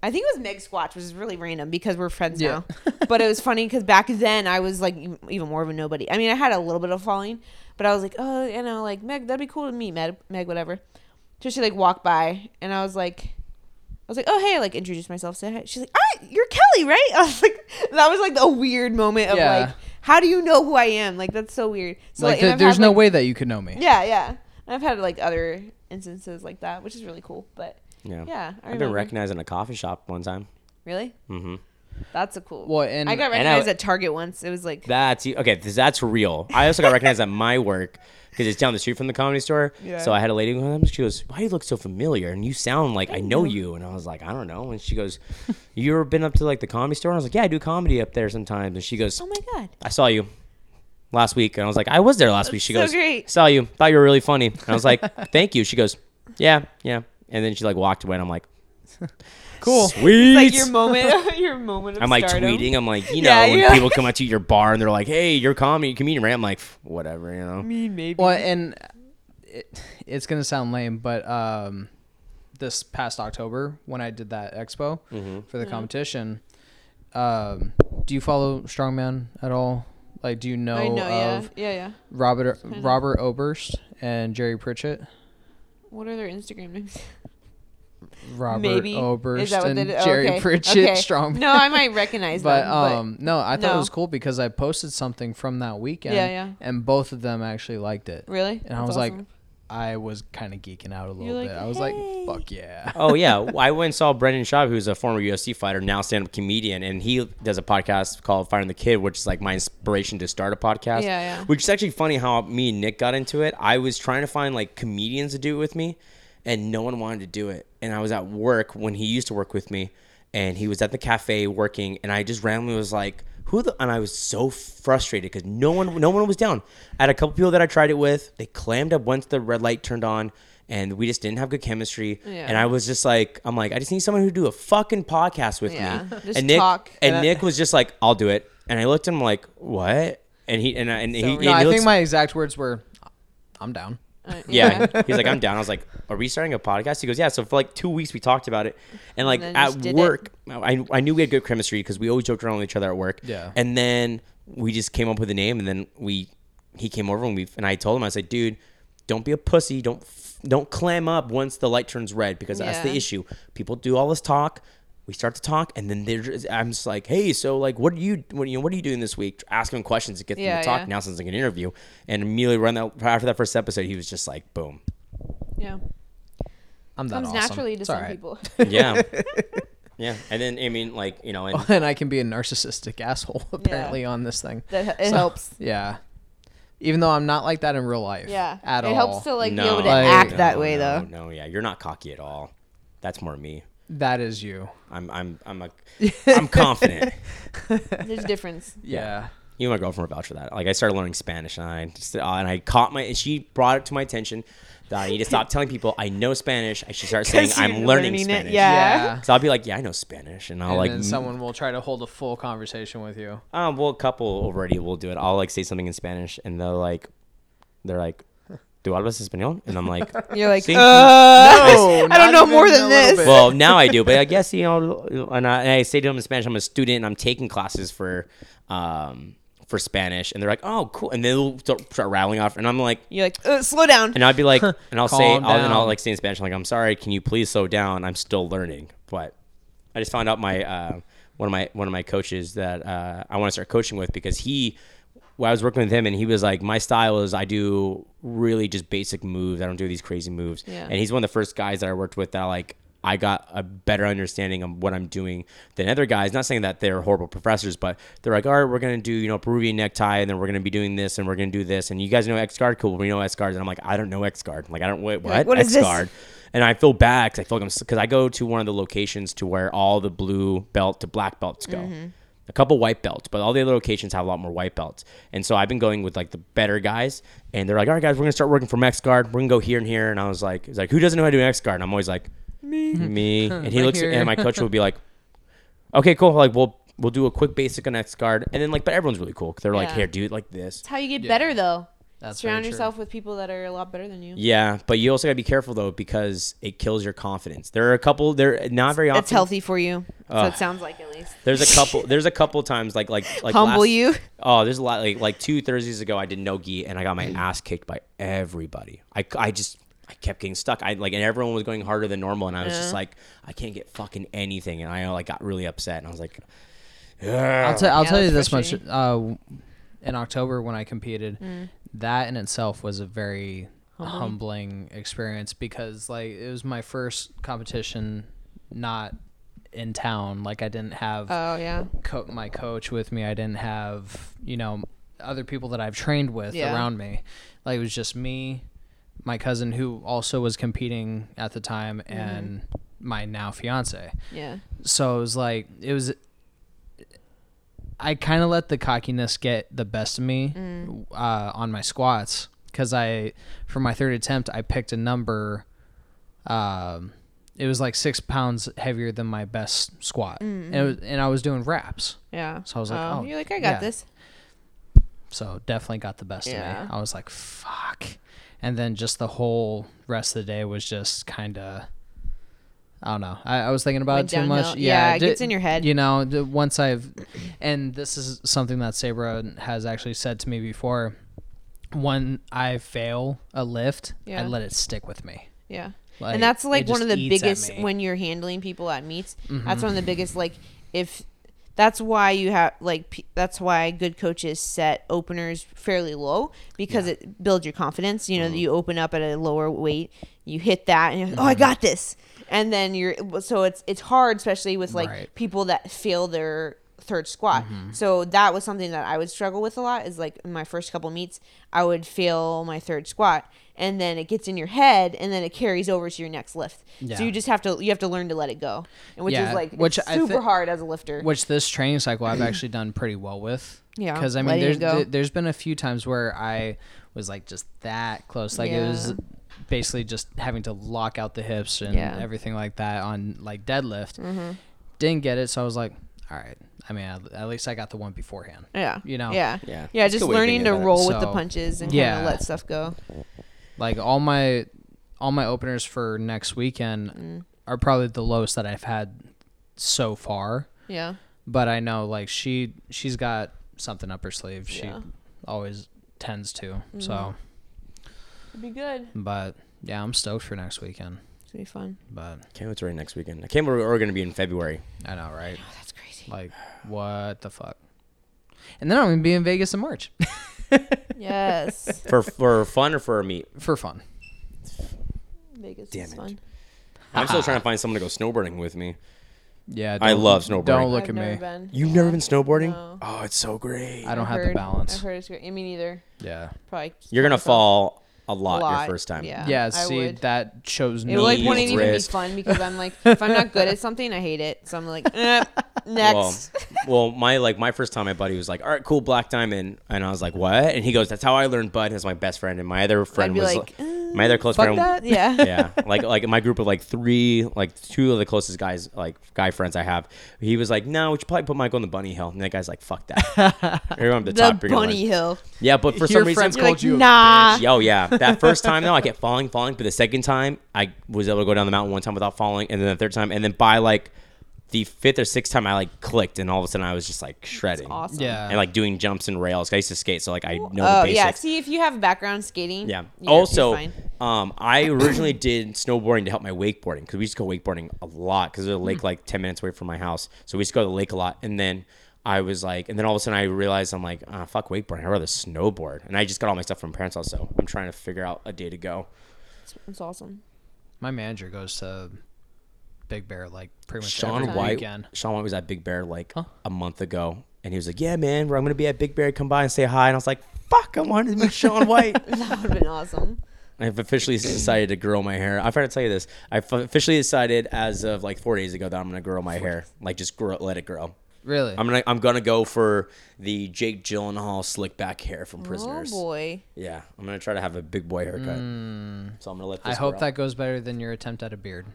Speaker 3: I think it was Meg Squatch, which is really random because we're friends
Speaker 2: Yeah.
Speaker 3: now. but it was funny because back then I was like e- even more of a nobody. I mean, I had a little bit of following, but I was like, oh, you know, like Meg, that'd be cool to meet Meg, Meg whatever. So she like walked by, and I was like, I was like, oh hey, like introduce myself, say hi. She's like, ah, you're Kelly, right? I was like, that was like a weird moment of
Speaker 2: Yeah.
Speaker 3: like, how do you know who I am? Like that's so weird. So
Speaker 2: like,
Speaker 3: and
Speaker 2: th-
Speaker 3: I've
Speaker 2: there's
Speaker 3: had,
Speaker 2: no
Speaker 3: like-
Speaker 2: way that you could know me.
Speaker 3: Yeah, yeah. I've had like other instances like that, which is really cool. But
Speaker 1: yeah,
Speaker 3: yeah, I
Speaker 1: I've been
Speaker 3: remember.
Speaker 1: recognized in a coffee shop one time.
Speaker 3: really,
Speaker 1: hmm
Speaker 3: that's a cool.
Speaker 2: Well, and
Speaker 3: I got
Speaker 1: and I-
Speaker 3: recognized at Target once. It was like
Speaker 1: That's e, okay. th- That's real. I also got recognized at my work because it's down the street from the comedy store.
Speaker 3: Yeah.
Speaker 1: So I had a lady come up. She goes, "Why do you look so familiar? And you sound like I know you." And I was like, "I don't know." And she goes, "You ever been up to like the comedy store?" And I was like, "Yeah, I do comedy up there sometimes." And she goes,
Speaker 3: Oh my god.
Speaker 1: "I saw you." Last week, and I was like, I was there last week. She
Speaker 3: so
Speaker 1: goes,
Speaker 3: great.
Speaker 1: Saw you, thought you were really funny. And I was like, Thank you. She goes, Yeah, yeah. And then she like walked away, and I'm like,
Speaker 2: Cool.
Speaker 1: Sweet.
Speaker 3: Like your moment your moment of
Speaker 1: I'm like
Speaker 3: stardom.
Speaker 1: tweeting. I'm like, you know,
Speaker 3: Yeah,
Speaker 1: when
Speaker 3: you're
Speaker 1: people come up to your bar and they're like, "Hey, you're a comedy comedian, right?" I'm like, "Pff, whatever, you know.
Speaker 3: mean maybe.
Speaker 2: Well, and it, it's gonna sound lame, but um, this past October when I did that expo for the competition. Um, do you follow strongman at all? Like, do you know,
Speaker 3: I know, yeah,
Speaker 2: of
Speaker 3: yeah, yeah.
Speaker 2: Robert Robert Oberst and Jerry Pritchett?
Speaker 3: What are their Instagram names?
Speaker 2: Robert
Speaker 3: Maybe
Speaker 2: Oberst
Speaker 3: is that what
Speaker 2: and
Speaker 3: they did? Oh,
Speaker 2: Jerry
Speaker 3: okay.
Speaker 2: Pritchett
Speaker 3: okay.
Speaker 2: strongman.
Speaker 3: No, I might recognize
Speaker 2: but
Speaker 3: them.
Speaker 2: um no i thought it
Speaker 3: no.
Speaker 2: was cool because i posted something from that weekend
Speaker 3: Yeah, yeah.
Speaker 2: and both of them actually liked it
Speaker 3: but really,
Speaker 2: and i was like i was kind of geeking out a little
Speaker 3: like,
Speaker 2: bit i was
Speaker 3: "Hey."
Speaker 2: like fuck yeah
Speaker 1: oh yeah, I went and saw Brendan Schaub, who's a former UFC fighter, now stand-up comedian, and he does a podcast called Firing the Kid, which is like my inspiration to start a podcast.
Speaker 3: Yeah, yeah.
Speaker 1: Which is actually funny how me and Nick got into it. I was trying to find like comedians to do it with me, and no one wanted to do it. And I was at work when he used to work with me, and he was at the cafe working, and I just randomly was like. Who the, and I was so frustrated because no one no one was down. I had a couple people that I tried it with. They clammed up once the red light turned on, and we just didn't have good chemistry.
Speaker 3: Yeah.
Speaker 1: And I was just like, I'm like, I just need someone who do a fucking podcast with
Speaker 3: Yeah.
Speaker 1: me.
Speaker 3: Just
Speaker 1: and Nick
Speaker 3: talk.
Speaker 1: and
Speaker 3: And uh, I-
Speaker 1: Nick was just like, I'll do it. And I looked at him like, what? And he and, I- and he, and
Speaker 2: no
Speaker 1: he
Speaker 2: i
Speaker 1: looks-
Speaker 2: think my exact words were i'm down
Speaker 3: uh,
Speaker 1: yeah. He's like, I'm down. I was like, Are we starting a podcast? He goes, Yeah. So for like two weeks, we talked about it, and like
Speaker 3: then just
Speaker 1: at
Speaker 3: did
Speaker 1: work, I, I knew we had good chemistry because we always joked around with each other at work.
Speaker 2: Yeah.
Speaker 1: And then we just came up with a name, and then we he came over and we and I told him I was like, Dude, don't be a pussy. Don't f- don't clam up once the light turns red because that's the
Speaker 3: Yeah.
Speaker 1: issue. People do all this talk. We start to talk, and then they're just, I'm just like, hey, so like, what are you, what you know, what are you doing this week? Ask him questions to get them
Speaker 3: Yeah,
Speaker 1: to talk.
Speaker 3: yeah.
Speaker 1: Now sounds like an interview, and immediately run that after that first episode, he was just like, boom,
Speaker 3: yeah,
Speaker 2: i'm that
Speaker 3: comes
Speaker 2: awesome.
Speaker 3: naturally to
Speaker 2: It's
Speaker 3: some
Speaker 2: alright.
Speaker 3: people.
Speaker 1: yeah, yeah. And then I mean, like you know, and
Speaker 2: and i can be a narcissistic asshole apparently on this thing
Speaker 3: That it
Speaker 2: So-
Speaker 3: helps.
Speaker 2: yeah even though i'm not like that in real life
Speaker 3: Yeah,
Speaker 2: at
Speaker 3: it
Speaker 2: all
Speaker 3: helps to like
Speaker 1: no,
Speaker 3: be able to
Speaker 2: Like-
Speaker 3: act Oh, that
Speaker 1: no,
Speaker 3: way
Speaker 1: no,
Speaker 3: though.
Speaker 1: No, yeah, you're not cocky at all. That's more me.
Speaker 2: that is you
Speaker 1: I'm I'm I'm a I'm confident.
Speaker 3: There's a difference.
Speaker 2: yeah
Speaker 1: You and my girlfriend would vouch for that. Like I started learning Spanish, and I just, uh, and I caught my. and She brought it to my attention that I need to stop telling people I know Spanish. I should start saying
Speaker 3: 'Cause
Speaker 1: I'm
Speaker 3: you're
Speaker 1: learning,
Speaker 3: learning it,
Speaker 1: Spanish.
Speaker 3: yeah.
Speaker 1: So I'll be like, yeah, I know Spanish, and I'll
Speaker 2: and
Speaker 1: like
Speaker 2: then
Speaker 1: m-
Speaker 2: someone will try to hold a full conversation with you
Speaker 1: Um, well, a couple already will do it. I'll like say something in Spanish, and they're like, they're like, "Do hablas español?" And I'm like,
Speaker 3: You're like,
Speaker 1: "Sí."
Speaker 2: no,
Speaker 3: Uh, I don't know more than this.
Speaker 1: well, now I do, but I guess you know, and I, and I say to them in Spanish, I'm a student, and I'm taking classes for, um, for Spanish, and they're like, "Oh, cool," and they'll start start rattling off, and I'm like.
Speaker 3: you're like, uh, slow down.
Speaker 1: And I'd be like, and I'll say,
Speaker 2: Calm
Speaker 1: I'll, and I'll
Speaker 2: down.
Speaker 1: like say in Spanish, like, I'm sorry, can you please slow down? I'm still learning. But I just found out my uh, one of my one of my coaches that uh, I want to start coaching with because he, well, I was working with him, and he was like, my style is I do really just basic moves. I don't do these crazy moves.
Speaker 3: Yeah.
Speaker 1: And he's one of the first guys that I worked with that like. I got a better understanding of what I'm doing than other guys. Not saying that they're horrible professors, but they're like, all right, we're gonna do you know Peruvian necktie, and then we're gonna be doing this, and we're gonna do this, and you guys know X guard, cool. We know X guards, and I'm like, I don't know X guard. Like I don't wait, what?
Speaker 3: like, what is
Speaker 1: X
Speaker 3: this?
Speaker 1: guard? And I feel bad because I feel like I'm because I go to one of the locations to where all the blue belt to black belts go. A couple white belts, but all the other locations have a lot more white belts. And so I've been going with like the better guys, and they're like, "All right, guys, we're gonna start working from X guard. We're gonna go here and here." And I was like, "It's like who doesn't know how to do an X guard?" And I'm always like, "Me, me." And he
Speaker 2: Right
Speaker 1: looks,
Speaker 2: here.
Speaker 1: and my coach will be like, "Okay, cool. Like we'll we'll do a quick basic on X guard, and then like, but everyone's really cool. They're like,
Speaker 3: Yeah.
Speaker 1: here, do it like this."
Speaker 3: That's how you get better though.
Speaker 2: That's very
Speaker 3: Surround
Speaker 2: true.
Speaker 3: yourself with people that are a lot better than you.
Speaker 1: Yeah, but you also gotta be careful though because it kills your confidence. There are a couple. There not very often.
Speaker 3: It's healthy for you. so it sounds like at least.
Speaker 1: There's a couple. There's a couple times like like like
Speaker 3: Humble
Speaker 1: last-
Speaker 3: you.
Speaker 1: Oh, there's a lot. Like like two Thursdays ago, I did no gi and I got my ass kicked by everybody. I I just I kept getting stuck. I like and everyone was going harder than normal, and I was just like I can't get fucking anything, and I like got really upset, and I was like,
Speaker 2: I'll, i I'll
Speaker 3: Yeah,
Speaker 2: tell you
Speaker 3: that's
Speaker 2: this much. Uh, in October, when I competed,
Speaker 3: Mm.
Speaker 2: that in itself was a very humbling. experience because, like, it was my first competition not in town. Like, I didn't have
Speaker 3: Oh yeah.
Speaker 2: co- my coach with me. I didn't have you know other people that I've trained with
Speaker 3: Yeah.
Speaker 2: around me. Like it was just me, my cousin who also was competing at the time,
Speaker 3: Mm-hmm.
Speaker 2: and my now fiance.
Speaker 3: Yeah.
Speaker 2: So it was like it was. I kind of let the cockiness get the best of me uh, on my squats because I, for my third attempt, I picked a number. Um, it was like six pounds heavier than my best squat, and, it was, and I was doing reps.
Speaker 3: Yeah.
Speaker 2: So I was like, oh,
Speaker 3: you're like, I got
Speaker 2: yeah.
Speaker 3: this.
Speaker 2: So definitely got the best
Speaker 3: Yeah.
Speaker 2: of me. I was like, fuck. And then just the whole rest of the day was just kind of I don't know. I, I was thinking about
Speaker 3: Went
Speaker 2: it too much.
Speaker 3: downhill. Yeah, it
Speaker 2: d-
Speaker 3: gets in your head.
Speaker 2: You know, d- once I've, and this is something that Sabra has actually said to me before. When I fail a lift, I
Speaker 3: Yeah.
Speaker 2: let it stick with me.
Speaker 3: Yeah.
Speaker 2: Like,
Speaker 3: and that's
Speaker 2: it
Speaker 3: like
Speaker 2: just
Speaker 3: one of the
Speaker 2: eats at
Speaker 3: biggest
Speaker 2: me. Mm-hmm.
Speaker 3: when you're handling people at meets. That's one of the biggest like if that's why you have like p- that's why good coaches set openers fairly low because it builds your confidence. You know,
Speaker 2: Mm-hmm.
Speaker 3: that you open up at a lower weight, you hit that, and you're like, oh,
Speaker 2: Mm-hmm.
Speaker 3: I got this. And then you're so it's it's hard, especially with like
Speaker 2: Right.
Speaker 3: people that fail their third squat.
Speaker 2: Mm-hmm.
Speaker 3: So that was something that I would struggle with a lot is like in my first couple meets, I would fail my third squat and then it gets in your head and then it carries over to your next lift.
Speaker 2: Yeah.
Speaker 3: So you just have to you have to learn to let it go. And which
Speaker 2: Yeah,
Speaker 3: is like
Speaker 2: which
Speaker 3: it's
Speaker 2: I
Speaker 3: super
Speaker 2: thi-
Speaker 3: hard as a lifter.
Speaker 2: Which this training cycle I've actually done pretty well with.
Speaker 3: Yeah,
Speaker 2: Because I mean,
Speaker 3: letting
Speaker 2: there's
Speaker 3: it go.
Speaker 2: th- there's been a few times where I was like just that close, like it was
Speaker 3: Yeah.
Speaker 2: basically just having to lock out the hips and
Speaker 3: Yeah. Mm-hmm.
Speaker 2: everything like that on like deadlift. Didn't get it, so I was like, all right. I mean, at- at least I got the one beforehand.
Speaker 3: yeah.
Speaker 2: you know.
Speaker 3: Yeah.
Speaker 1: Yeah.
Speaker 3: Yeah,
Speaker 1: That's a
Speaker 3: just
Speaker 1: good way of
Speaker 3: learning
Speaker 1: thinking
Speaker 3: to
Speaker 1: about it.
Speaker 3: roll with the
Speaker 2: So,
Speaker 3: punches and
Speaker 2: yeah.
Speaker 3: kind of let stuff go.
Speaker 2: Like all my all my openers for next weekend
Speaker 3: Mm.
Speaker 2: are probably the lowest that I've had so far.
Speaker 3: Yeah.
Speaker 2: but I know like she she's got something up her sleeve. She
Speaker 3: Yeah. Mm-hmm.
Speaker 2: always tends to. So,
Speaker 3: It'd be good.
Speaker 2: but yeah, I'm stoked for next weekend.
Speaker 3: It'd be fun.
Speaker 2: But
Speaker 1: Can't wait to right next weekend. I can't believe we're going to be in February.
Speaker 2: I know, right?
Speaker 3: That's crazy.
Speaker 2: Like what the fuck? And then I'm gonna be in Vegas in March
Speaker 3: Yes.
Speaker 1: For for fun or for a meet?
Speaker 2: for fun.
Speaker 3: Vegas
Speaker 1: Damn
Speaker 3: is
Speaker 1: it.
Speaker 3: fun.
Speaker 1: I'm still trying to find someone to go snowboarding with me.
Speaker 2: Yeah,
Speaker 1: I
Speaker 2: don't-
Speaker 1: love snowboarding.
Speaker 2: Don't look
Speaker 3: I've
Speaker 2: at
Speaker 3: never
Speaker 2: me.
Speaker 3: been.
Speaker 1: You've never been snowboarding?
Speaker 3: No.
Speaker 1: Oh, it's so great.
Speaker 2: I don't
Speaker 3: I've
Speaker 2: have the
Speaker 3: heard-
Speaker 2: balance.
Speaker 3: I've heard it's great. I mean, either
Speaker 2: Yeah,
Speaker 3: probably.
Speaker 1: You're gonna
Speaker 3: kill myself.
Speaker 1: fall a lot,
Speaker 3: Lot,
Speaker 1: your first time.
Speaker 3: yeah.
Speaker 2: yeah.
Speaker 3: I
Speaker 2: see,
Speaker 3: would.
Speaker 2: that shows
Speaker 3: It
Speaker 2: no.
Speaker 3: like
Speaker 1: Knees,
Speaker 3: wouldn't even be
Speaker 1: wrist.
Speaker 3: fun because I'm like, if I'm not good at something, I hate it. So I'm like, eh,
Speaker 1: Well,
Speaker 3: next.
Speaker 1: well, my like my first time, my buddy was like, "All right, cool, Black Diamond," and I was like, "What?" And he goes, "That's how I learned Bud." That's my best friend, and my other friend
Speaker 3: be
Speaker 1: was
Speaker 3: like, "Uh,
Speaker 1: my other close
Speaker 2: fuck
Speaker 1: friend.
Speaker 2: that.
Speaker 3: yeah.
Speaker 1: yeah, like like my group of like three, like two of the closest guys, like guy friends I have. He was like, "No, we should probably put Michael on the bunny hill." And that guy's like, "Fuck that." You're on the,
Speaker 3: The
Speaker 1: top. you're gonna
Speaker 3: bunny
Speaker 1: learn.
Speaker 3: hill.
Speaker 1: Yeah, but for
Speaker 2: Your
Speaker 1: some reason,
Speaker 2: friends
Speaker 3: You're like,
Speaker 2: you a
Speaker 3: nah.
Speaker 1: Oh yeah, that first time though, I kept falling, falling. But the second time, I was able to go down the mountain one time without falling, and then the third time, and then by like the fifth or sixth time, I like clicked, and all of a sudden I was just like shredding,
Speaker 3: Awesome.
Speaker 2: Yeah,
Speaker 1: and like doing jumps and rails. 'cause I used to skate, so like I know
Speaker 3: Oh
Speaker 1: the basics.
Speaker 3: yeah. See if you have background skating.
Speaker 1: Yeah.
Speaker 3: you're- you're
Speaker 1: also,
Speaker 3: fine.
Speaker 1: um, I originally did snowboarding to help my wakeboarding because we used to go wakeboarding a lot because there's a
Speaker 3: Hmm.
Speaker 1: lake like ten minutes away from my house, so we used to go to the lake a lot. And then I was like, and then all of a sudden I realized I'm like, ah, fuck wakeboarding, I'd rather snowboard. And I just got all my stuff from my parents also. I'm trying to figure out a day to go.
Speaker 3: it's, it's awesome.
Speaker 2: my manager goes to Big Bear like pretty much
Speaker 1: Sean
Speaker 2: every
Speaker 1: White,
Speaker 2: weekend.
Speaker 1: Sean White was at Big Bear like a month ago, and he was like, yeah, man, we're- I'm gonna be at Big Bear, come by and say hi. And I was like, fuck, I wanted to meet Sean White.
Speaker 3: That would have been awesome.
Speaker 1: I've officially decided to grow my hair. I've tried to tell you this. I've officially decided as of like four days ago that I'm gonna grow my hair. Like just grow, let it grow.
Speaker 2: Really?
Speaker 1: I'm gonna I'm gonna go for the Jake Gyllenhaal slick back hair from
Speaker 3: Oh
Speaker 1: Prisoners.
Speaker 3: boy.
Speaker 1: Yeah, I'm gonna try to have a big boy haircut. So I'm gonna let.
Speaker 2: I
Speaker 1: This
Speaker 2: hope
Speaker 1: grow.
Speaker 2: that goes better than your attempt at a beard.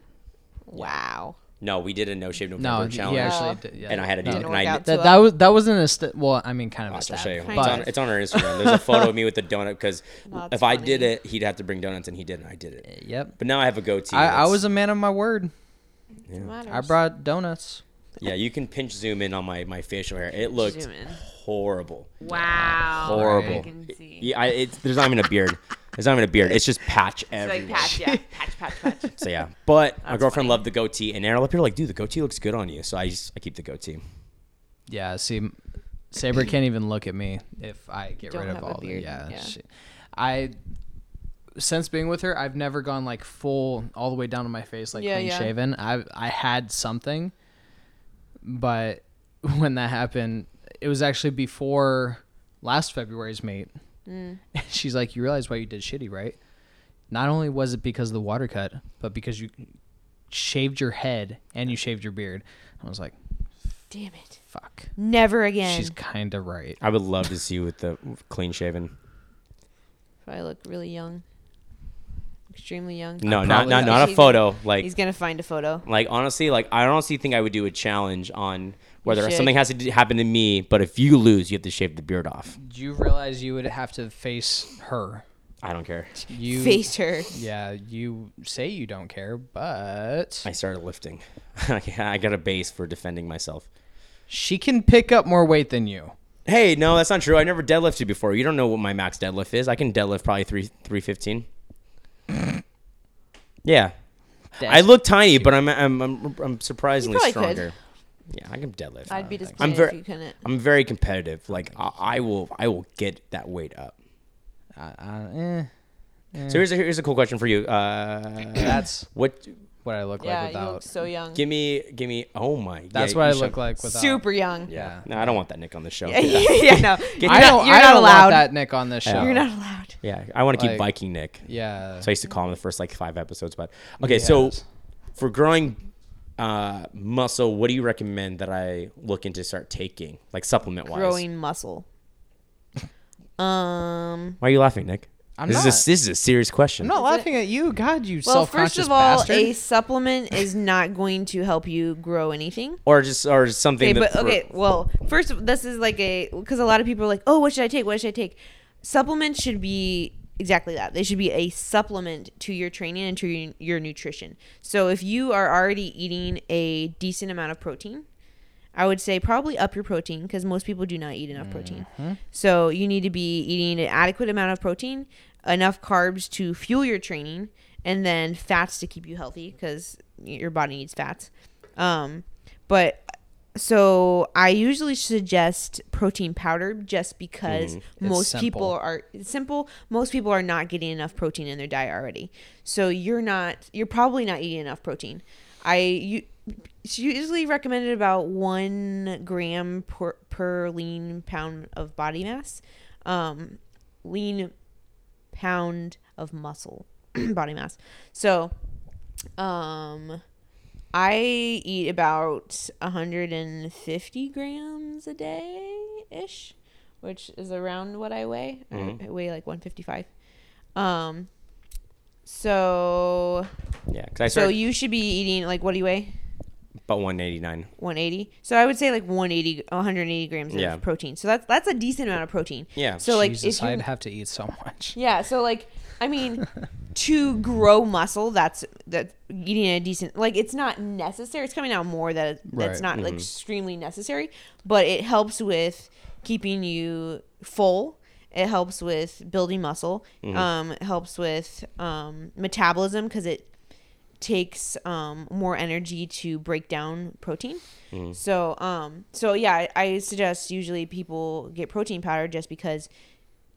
Speaker 3: Wow.
Speaker 1: No, we did a no shave no,
Speaker 2: No,
Speaker 1: beard
Speaker 2: he
Speaker 1: challenge.
Speaker 2: actually
Speaker 3: Oh.
Speaker 2: did. Yeah,
Speaker 1: And I had a
Speaker 2: no.
Speaker 1: dude,
Speaker 3: Didn't
Speaker 1: and
Speaker 3: work
Speaker 1: I
Speaker 3: out.
Speaker 2: That,
Speaker 3: So-
Speaker 2: that was that wasn't a st- well. I mean, kind of a
Speaker 1: I'll
Speaker 2: stab.
Speaker 1: show you. It's
Speaker 3: Kind
Speaker 1: on,
Speaker 3: of.
Speaker 1: it's on our Instagram. There's a photo of me with the donut because
Speaker 3: That's
Speaker 1: if I did
Speaker 3: funny.
Speaker 1: it, he'd have to bring donuts, and he didn't. I did it.
Speaker 2: Yep.
Speaker 1: But now I have a goatee.
Speaker 2: I, I
Speaker 1: It's-
Speaker 2: was a man of my word.
Speaker 3: It matters.
Speaker 2: I brought donuts.
Speaker 1: Yeah, you can pinch zoom in on my my facial hair. It looked
Speaker 3: Zoom in.
Speaker 1: horrible.
Speaker 4: Wow.
Speaker 1: horrible.
Speaker 4: I can see.
Speaker 1: Yeah, I, it's, there's not even a beard. There's not even a beard. It's just patch
Speaker 4: It's
Speaker 1: everywhere.
Speaker 4: like patch, yeah, patch, patch, patch.
Speaker 1: So yeah, but my girlfriend loved the goatee, and a lot of people are like, "Dude, the goatee looks good on you." So I just I keep the goatee.
Speaker 2: Yeah. See, Saber can't even look at me if I get
Speaker 3: Don't
Speaker 2: rid of
Speaker 3: have a
Speaker 2: all the.
Speaker 3: beard,
Speaker 2: Yeah.
Speaker 3: yeah.
Speaker 2: she- I. Since being with her, I've never gone like full all the way down to my face like
Speaker 3: Yeah,
Speaker 2: clean
Speaker 3: yeah.
Speaker 2: shaven. I I had something, but when that happened, it was actually before last February's meet.
Speaker 3: Mm.
Speaker 2: She's like, "You realize why you did shitty, right? Not only was it because of the water cut, but because you shaved your head and you shaved your beard." I was like,
Speaker 3: Damn it.
Speaker 2: "Fuck."
Speaker 3: Never again.
Speaker 2: She's kind of right.
Speaker 1: I would love to see you with the clean shaven.
Speaker 3: Probably look really young. Extremely young.
Speaker 1: No,
Speaker 2: I'm
Speaker 1: not
Speaker 2: probably
Speaker 1: not,
Speaker 2: not.
Speaker 1: not a
Speaker 3: He's-
Speaker 1: photo. Like
Speaker 3: He's gonna find a photo.
Speaker 1: like honestly, like I honestly think I would do a challenge on whether
Speaker 3: should.
Speaker 1: something has to d- happen to me. But if you lose, you have to shave the beard off.
Speaker 2: Do you realize you would have to face her?
Speaker 1: I don't care.
Speaker 2: You
Speaker 3: Face her.
Speaker 2: Yeah, you say you don't care, but
Speaker 1: I started lifting. I got a base for defending myself.
Speaker 2: she can pick up more weight than you.
Speaker 1: Hey, no, that's not true. I never deadlifted before. You don't know what my max deadlift is. I can deadlift probably three three fifteen. yeah, I look tiny, but I'm I'm I'm, I'm surprisingly
Speaker 3: You probably could.
Speaker 1: stronger. Yeah, I can deadlift.
Speaker 3: I'd be disappointed
Speaker 1: I'm very-
Speaker 3: if you couldn't.
Speaker 1: I'm very competitive. Like I, I will I will get that weight up.
Speaker 2: I, I, eh,
Speaker 1: So here's a, here's a cool question for you. Uh,
Speaker 2: that's
Speaker 1: what?
Speaker 2: what I look
Speaker 3: Yeah,
Speaker 2: like
Speaker 3: you look
Speaker 2: without.
Speaker 3: so young.
Speaker 1: Give me give me. Oh my.
Speaker 2: That's
Speaker 1: yeah,
Speaker 2: what
Speaker 1: you
Speaker 2: I
Speaker 1: shut-
Speaker 2: look like without.
Speaker 3: Super young.
Speaker 1: Yeah.
Speaker 2: Yeah.
Speaker 1: No, I don't want that Nick on the show.
Speaker 3: Yeah,
Speaker 1: Yeah.
Speaker 3: no. You're
Speaker 2: I
Speaker 3: not-
Speaker 2: don't.
Speaker 3: you're
Speaker 2: I
Speaker 3: not
Speaker 2: don't
Speaker 3: allowed.
Speaker 2: want that Nick on this show.
Speaker 1: Yeah.
Speaker 3: You're not allowed.
Speaker 1: Yeah, I want to keep
Speaker 2: Like-
Speaker 1: Viking Nick.
Speaker 2: Yeah.
Speaker 1: So I used to call him the first like five episodes, but okay. So
Speaker 2: Yes.
Speaker 1: for growing uh, muscle, what do you recommend that I look into start taking, like supplement wise?
Speaker 3: Growing muscle. Um.
Speaker 1: Why are you laughing, Nick?
Speaker 2: I'm
Speaker 1: this
Speaker 2: not.
Speaker 1: is a, this is a serious question.
Speaker 2: I'm not laughing at you. God, you
Speaker 3: Well,
Speaker 2: self-conscious
Speaker 3: first of all,
Speaker 2: bastard.
Speaker 3: a supplement is not going to help you grow anything.
Speaker 1: Or just or just something.
Speaker 3: Okay,
Speaker 1: that
Speaker 3: but
Speaker 1: for-
Speaker 3: okay. Well, first, of, this is like a because a lot of people are like, "Oh, what should I take? What should I take?" Supplements should be exactly that. They should be a supplement to your training and to your, your nutrition. So if you are already eating a decent amount of protein, I would say probably up your protein because most people do not eat enough protein. So you need to be eating an adequate amount of protein, enough carbs to fuel your training, and then fats to keep you healthy because your body needs fats. Um, but so I usually suggest protein powder just because most people
Speaker 2: simple.
Speaker 3: are it's simple. Most people are not getting enough protein in their diet already. So you're not you're probably not eating enough protein. I you it's usually recommended about one gram per, per lean pound of body mass, um, lean pound of muscle body mass. So, um, I eat about 150 grams a day ish, which is around what I weigh. I-
Speaker 1: Mm-hmm.
Speaker 3: I weigh like 155. Um, so
Speaker 1: Yeah, because I
Speaker 3: so
Speaker 1: started
Speaker 3: you should be eating like what do you weigh?
Speaker 1: about 189.
Speaker 3: 180. So I would say like 180, 180 grams
Speaker 1: Yeah.
Speaker 3: of protein. So that's that's a decent amount of protein.
Speaker 1: Yeah.
Speaker 3: So like
Speaker 2: Jesus,
Speaker 3: if you
Speaker 2: I'd have to eat so much.
Speaker 3: yeah. So like, I mean, to grow muscle, that's that eating a decent like it's not necessary. It's coming out more that it- that's
Speaker 2: Right. Mm-hmm.
Speaker 3: not like extremely necessary, but it helps with keeping you full. It helps with building muscle.
Speaker 2: Mm-hmm.
Speaker 3: Um, it helps with um, metabolism because it takes um, more energy to break down protein. So um, so yeah, I, I suggest usually people get protein powder just because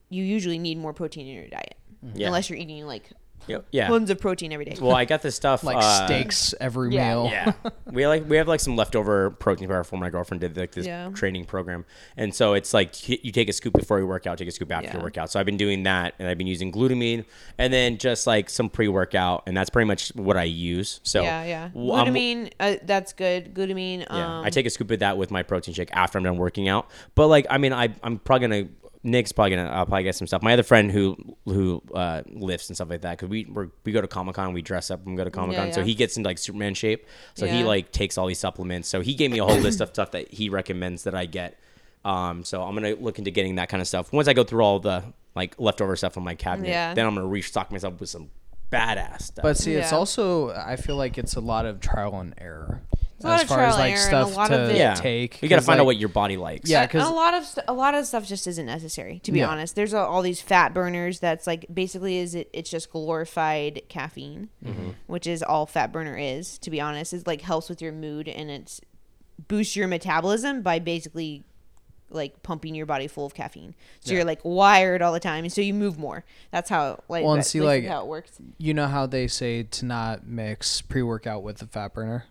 Speaker 3: you usually need more protein in your diet
Speaker 1: Mm-hmm. Yeah.
Speaker 3: unless you're eating like
Speaker 1: Yeah. yeah.
Speaker 3: tons of protein every day.
Speaker 1: Well, I got this stuff
Speaker 2: Like
Speaker 1: uh,
Speaker 2: steaks every
Speaker 3: yeah,
Speaker 2: meal.
Speaker 1: Yeah, we like we have like some leftover protein powder for my girlfriend did like this
Speaker 3: Yeah.
Speaker 1: training program, and so it's like you you take a scoop before your workout, take a scoop after your
Speaker 3: Yeah.
Speaker 1: workout. So I've been doing that, and I've been using glutamine, and then just like some pre workout, and that's pretty much what I use. So
Speaker 3: yeah, yeah.
Speaker 1: w- I'm-
Speaker 3: Glutamine, uh, that's good. Glutamine. Um,
Speaker 1: yeah, I take a scoop of that with my protein shake after I'm done working out. But like, I mean, I I'm probably gonna Nick's probably gonna I'll probably get some stuff. My other friend who who uh, lifts and stuff like that because we we're, we go to Comic Con, we dress up and go to Comic Con, so
Speaker 3: yeah.
Speaker 1: he gets into like Superman shape. So he
Speaker 3: Yeah.
Speaker 1: like takes all these supplements. So he gave me a whole list of stuff that he recommends that I get. Um, so I'm gonna look into getting that kind of stuff once I go through all the like leftover stuff on my cabinet.
Speaker 3: Yeah.
Speaker 1: Then I'm gonna restock myself with some badass stuff.
Speaker 2: But see, it's
Speaker 3: Yeah.
Speaker 2: also I feel like it's a lot of trial and error
Speaker 3: a lot
Speaker 2: as
Speaker 3: of
Speaker 2: far
Speaker 3: trial
Speaker 2: as
Speaker 3: and
Speaker 2: like
Speaker 3: error and
Speaker 2: stuff
Speaker 3: a lot
Speaker 2: to
Speaker 3: of it-
Speaker 1: yeah,
Speaker 2: take.
Speaker 1: you gotta
Speaker 2: 'cause,
Speaker 1: find out
Speaker 2: like-
Speaker 1: what your body likes.
Speaker 2: Yeah,
Speaker 3: And a
Speaker 2: because
Speaker 3: lot of st- a lot of stuff just isn't necessary. To be
Speaker 2: Yeah.
Speaker 3: honest, there's a, all these fat burners. That's like basically is it? It's just glorified caffeine,
Speaker 2: Mm-hmm.
Speaker 3: which is all fat burner is. To be honest, is like helps with your mood and it's boosts your metabolism by basically like pumping your body full of caffeine. So you're like wired all the time, and so you move more. That's how like
Speaker 2: Well, and
Speaker 3: that-
Speaker 2: see,
Speaker 3: basically
Speaker 2: like-
Speaker 3: how it works.
Speaker 2: you know how they say to not mix pre workout with the fat burner.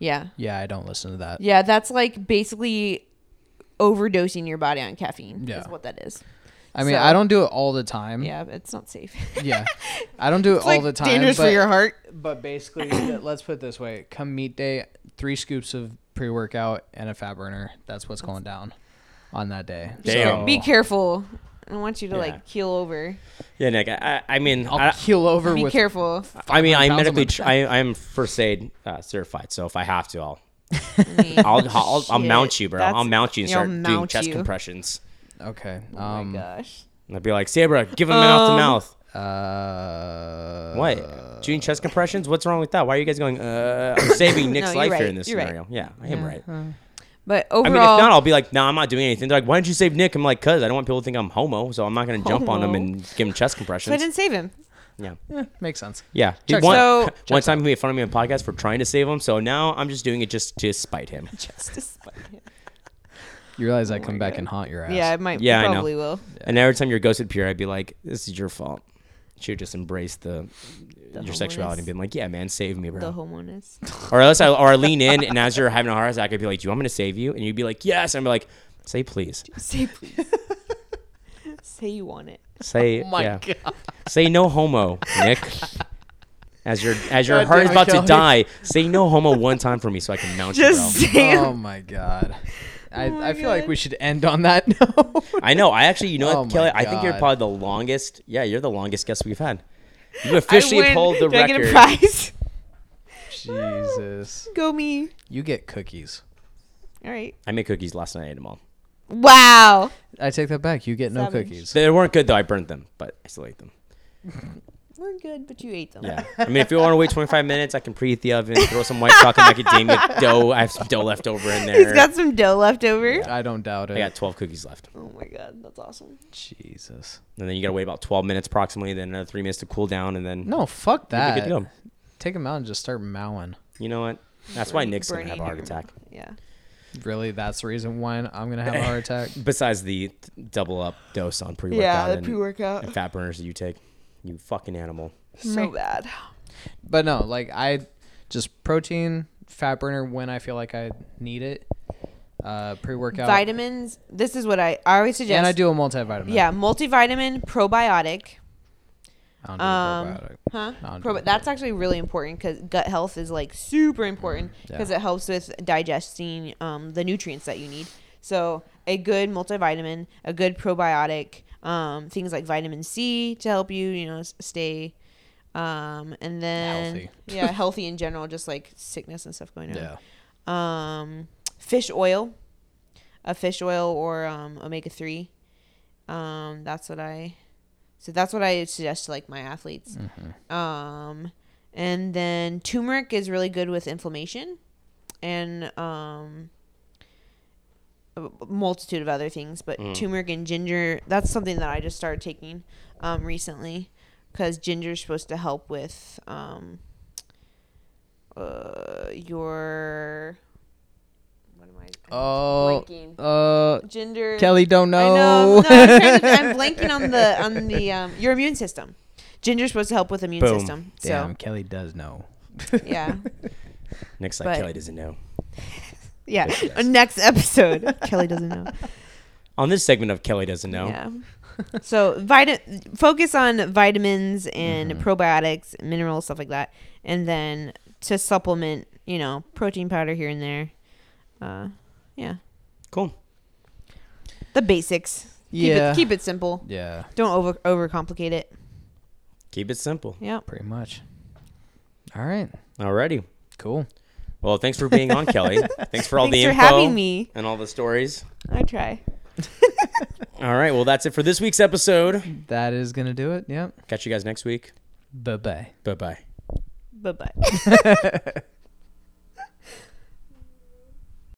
Speaker 3: Yeah.
Speaker 2: Yeah, I don't listen to that.
Speaker 3: Yeah, that's like basically overdosing your body on caffeine.
Speaker 2: Yeah.
Speaker 3: Is what that is.
Speaker 2: I mean,
Speaker 3: So-
Speaker 2: I don't do it all the time.
Speaker 3: Yeah, but it's not safe.
Speaker 2: Yeah. I don't do it all
Speaker 3: like,
Speaker 2: the time.
Speaker 3: dangerous for
Speaker 2: but-
Speaker 3: your heart.
Speaker 2: But basically, th- let's put it this way: come meet day, three scoops of pre workout and a fat burner. That's what's going down on that day.
Speaker 1: Damn.
Speaker 2: So,
Speaker 3: Be careful. I don't want you to
Speaker 1: Yeah.
Speaker 3: like keel over.
Speaker 1: yeah, Nick. I, I I mean,
Speaker 2: I'll
Speaker 1: I-
Speaker 2: keel over
Speaker 3: Be
Speaker 2: with
Speaker 3: careful.
Speaker 1: I mean, I'm
Speaker 2: 500 pounds on
Speaker 1: medically,
Speaker 2: my
Speaker 1: tr- I, I'm first aid uh, certified, so if I have to, I'll,
Speaker 3: I mean,
Speaker 1: I'll, I'll, I'll mount
Speaker 3: Shit,
Speaker 1: you, bro. I'll
Speaker 3: that's-
Speaker 1: mount you and
Speaker 3: You'll
Speaker 1: start doing
Speaker 3: mount
Speaker 1: chest
Speaker 3: you.
Speaker 1: compressions.
Speaker 2: Okay.
Speaker 3: oh
Speaker 2: Um,
Speaker 3: my gosh.
Speaker 1: And I'd be like, Sabra, give him mouth
Speaker 3: Um,
Speaker 1: to mouth.
Speaker 2: Uh,
Speaker 1: What? Doing chest compressions? What's wrong with that? Why are you guys going? Uh, I'm saving Nick's
Speaker 3: you're
Speaker 1: life
Speaker 3: right.
Speaker 1: here in this
Speaker 3: You're right.
Speaker 1: scenario. Yeah, I am right.
Speaker 3: But
Speaker 1: I
Speaker 3: overall,
Speaker 1: mean, if not, I'll be like, no, I'm not doing anything. They're like, why didn't you save Nick? I'm like, cause I don't want people to think I'm homo, so I'm not gonna jump on him
Speaker 3: Homo.
Speaker 1: and give him chest
Speaker 3: so I
Speaker 1: compressions.
Speaker 3: didn't save him.
Speaker 1: yeah,
Speaker 2: Yeah, makes sense.
Speaker 1: yeah. He-
Speaker 2: Checks
Speaker 1: one,
Speaker 3: out. So-
Speaker 1: one time he made fun of me on podcast for trying to save him, so now I'm just doing it just to spite him.
Speaker 3: Just to spite him.
Speaker 2: You realize I come back and haunt your ass.
Speaker 3: Yeah, it might.
Speaker 1: Yeah, I know.
Speaker 3: probably will.
Speaker 1: And every time you're ghosted, Pierre, I'd be like, this is your fault. She would just embrace the, your sexuality and
Speaker 3: homeless.
Speaker 1: be like, yeah, man, save me, bro.
Speaker 3: The homeowners.
Speaker 1: or else I or I lean in and as you're having a heart attack, I'd be like, Do you want me to save you? And you'd be like, Yes. And I'd be like, Say please.
Speaker 3: Say please. Say you want it.
Speaker 1: Say
Speaker 2: Oh my
Speaker 1: yeah.
Speaker 2: god.
Speaker 1: Say no homo, Nick. As your as your
Speaker 2: God
Speaker 1: heart
Speaker 2: damn
Speaker 1: is about to
Speaker 2: it,
Speaker 1: die, say no homo one time for me so I can mount
Speaker 3: Just
Speaker 1: you,
Speaker 3: say.
Speaker 2: Oh my god. I,
Speaker 3: Oh my
Speaker 2: I feel like
Speaker 3: God.
Speaker 2: we should end on that note.
Speaker 1: bro. I know. I actually you know
Speaker 2: Oh
Speaker 1: what,
Speaker 2: my
Speaker 1: Kelly, I think you're
Speaker 2: God.
Speaker 1: probably the longest yeah, you're the longest guest we've had. You
Speaker 3: I
Speaker 1: officially
Speaker 3: win.
Speaker 1: pulled the
Speaker 3: Do I get a
Speaker 1: record.
Speaker 3: prize?
Speaker 2: Jesus.
Speaker 3: Go me.
Speaker 2: You get cookies.
Speaker 3: All right.
Speaker 1: I made cookies last night, I ate them all.
Speaker 3: Wow.
Speaker 2: I take that back. You get no
Speaker 3: Savage.
Speaker 2: cookies.
Speaker 1: They weren't good though, I burned them, but I still ate them.
Speaker 3: We're good, but you ate them.
Speaker 1: Yeah. I mean, if you want to wait 25 minutes, I can preheat the oven, throw some white chocolate macadamia dough. I have some dough left over in there.
Speaker 3: He's got some dough left over.
Speaker 2: I don't doubt it.
Speaker 1: I got 12 cookies left.
Speaker 3: Oh my god, that's awesome.
Speaker 2: Jesus.
Speaker 1: And then you got to wait about 12 minutes approximately, then another three minutes to cool down, and then
Speaker 2: No, fuck
Speaker 1: you'll be
Speaker 2: that.
Speaker 1: good to go.
Speaker 2: Take them out and just start mowing.
Speaker 1: You know what? That's why Nick's going to have a
Speaker 3: Burning
Speaker 1: heart
Speaker 3: your-
Speaker 1: attack.
Speaker 3: Yeah.
Speaker 2: Really, that's the reason why I'm gonna have a heart attack.
Speaker 1: Besides the th- double up dose on pre workout
Speaker 3: Yeah, the
Speaker 1: and,
Speaker 3: pre workout.
Speaker 1: and fat burners that you take. You fucking animal.
Speaker 3: So bad.
Speaker 2: But no, like I just protein, fat burner when I feel like I need it. Uh, pre workout.
Speaker 3: Vitamins. This is what I, I always suggest.
Speaker 2: And I do a multivitamin.
Speaker 3: Yeah, multivitamin, probiotic.
Speaker 2: I don't do
Speaker 3: Um,
Speaker 2: probiotic.
Speaker 3: Huh?
Speaker 2: I don't do
Speaker 3: Probi- that's actually really important because gut health is like super important
Speaker 2: Mm, yeah.
Speaker 3: because it helps with digesting um, the nutrients that you need. So a good multivitamin, a good probiotic, um, things like vitamin C to help you, you know, s- stay. Um, and then
Speaker 2: Healthy.
Speaker 3: yeah, healthy in general, just like sickness and stuff going on.
Speaker 2: Yeah.
Speaker 3: um, fish oil, a fish oil or um, omega three. Um, that's what I. So that's what I suggest to like my athletes. Um, and then turmeric is really good with inflammation, and um, a multitude of other things. But turmeric and ginger, that's something that I just started taking um, recently, because ginger is supposed to help with um, uh, your. What am I?
Speaker 2: Oh.
Speaker 3: blanking.
Speaker 2: Uh,
Speaker 3: Ginger.
Speaker 2: Kelly don't know.
Speaker 3: I know. No, I'm, trying to, I'm blanking on the on the um, your immune system. Ginger's supposed to help with immune
Speaker 1: Boom.
Speaker 3: system. So
Speaker 2: Damn, Kelly does know.
Speaker 3: yeah,
Speaker 1: Nick's like,
Speaker 3: But-
Speaker 1: Kelly doesn't know.
Speaker 3: yeah.
Speaker 1: Yes, yes.
Speaker 3: Next episode, Kelly doesn't know.
Speaker 1: On this segment of Kelly doesn't know.
Speaker 3: Yeah. So vita- focus on vitamins and
Speaker 2: Mm-hmm.
Speaker 3: probiotics, minerals, stuff like that, and then to supplement, you know, protein powder here and there. Uh, yeah,
Speaker 1: Cool.
Speaker 3: the basics.
Speaker 2: Yeah.
Speaker 3: Keep it, keep it simple.
Speaker 2: Yeah,
Speaker 3: Don't over overcomplicate it.
Speaker 1: Keep it simple.
Speaker 3: Yeah.
Speaker 2: pretty much. All right.
Speaker 1: Alrighty.
Speaker 2: Cool.
Speaker 1: Well, thanks for being on, Kelly. Thanks for all
Speaker 3: Thanks
Speaker 1: the
Speaker 3: for
Speaker 1: info
Speaker 3: having me.
Speaker 1: and all the stories.
Speaker 3: I try.
Speaker 1: All right. Well, that's it for this week's episode.
Speaker 2: That is gonna do it. Yep.
Speaker 1: Catch you guys next week.
Speaker 2: Bye bye.
Speaker 1: Bye bye.
Speaker 3: Bye bye.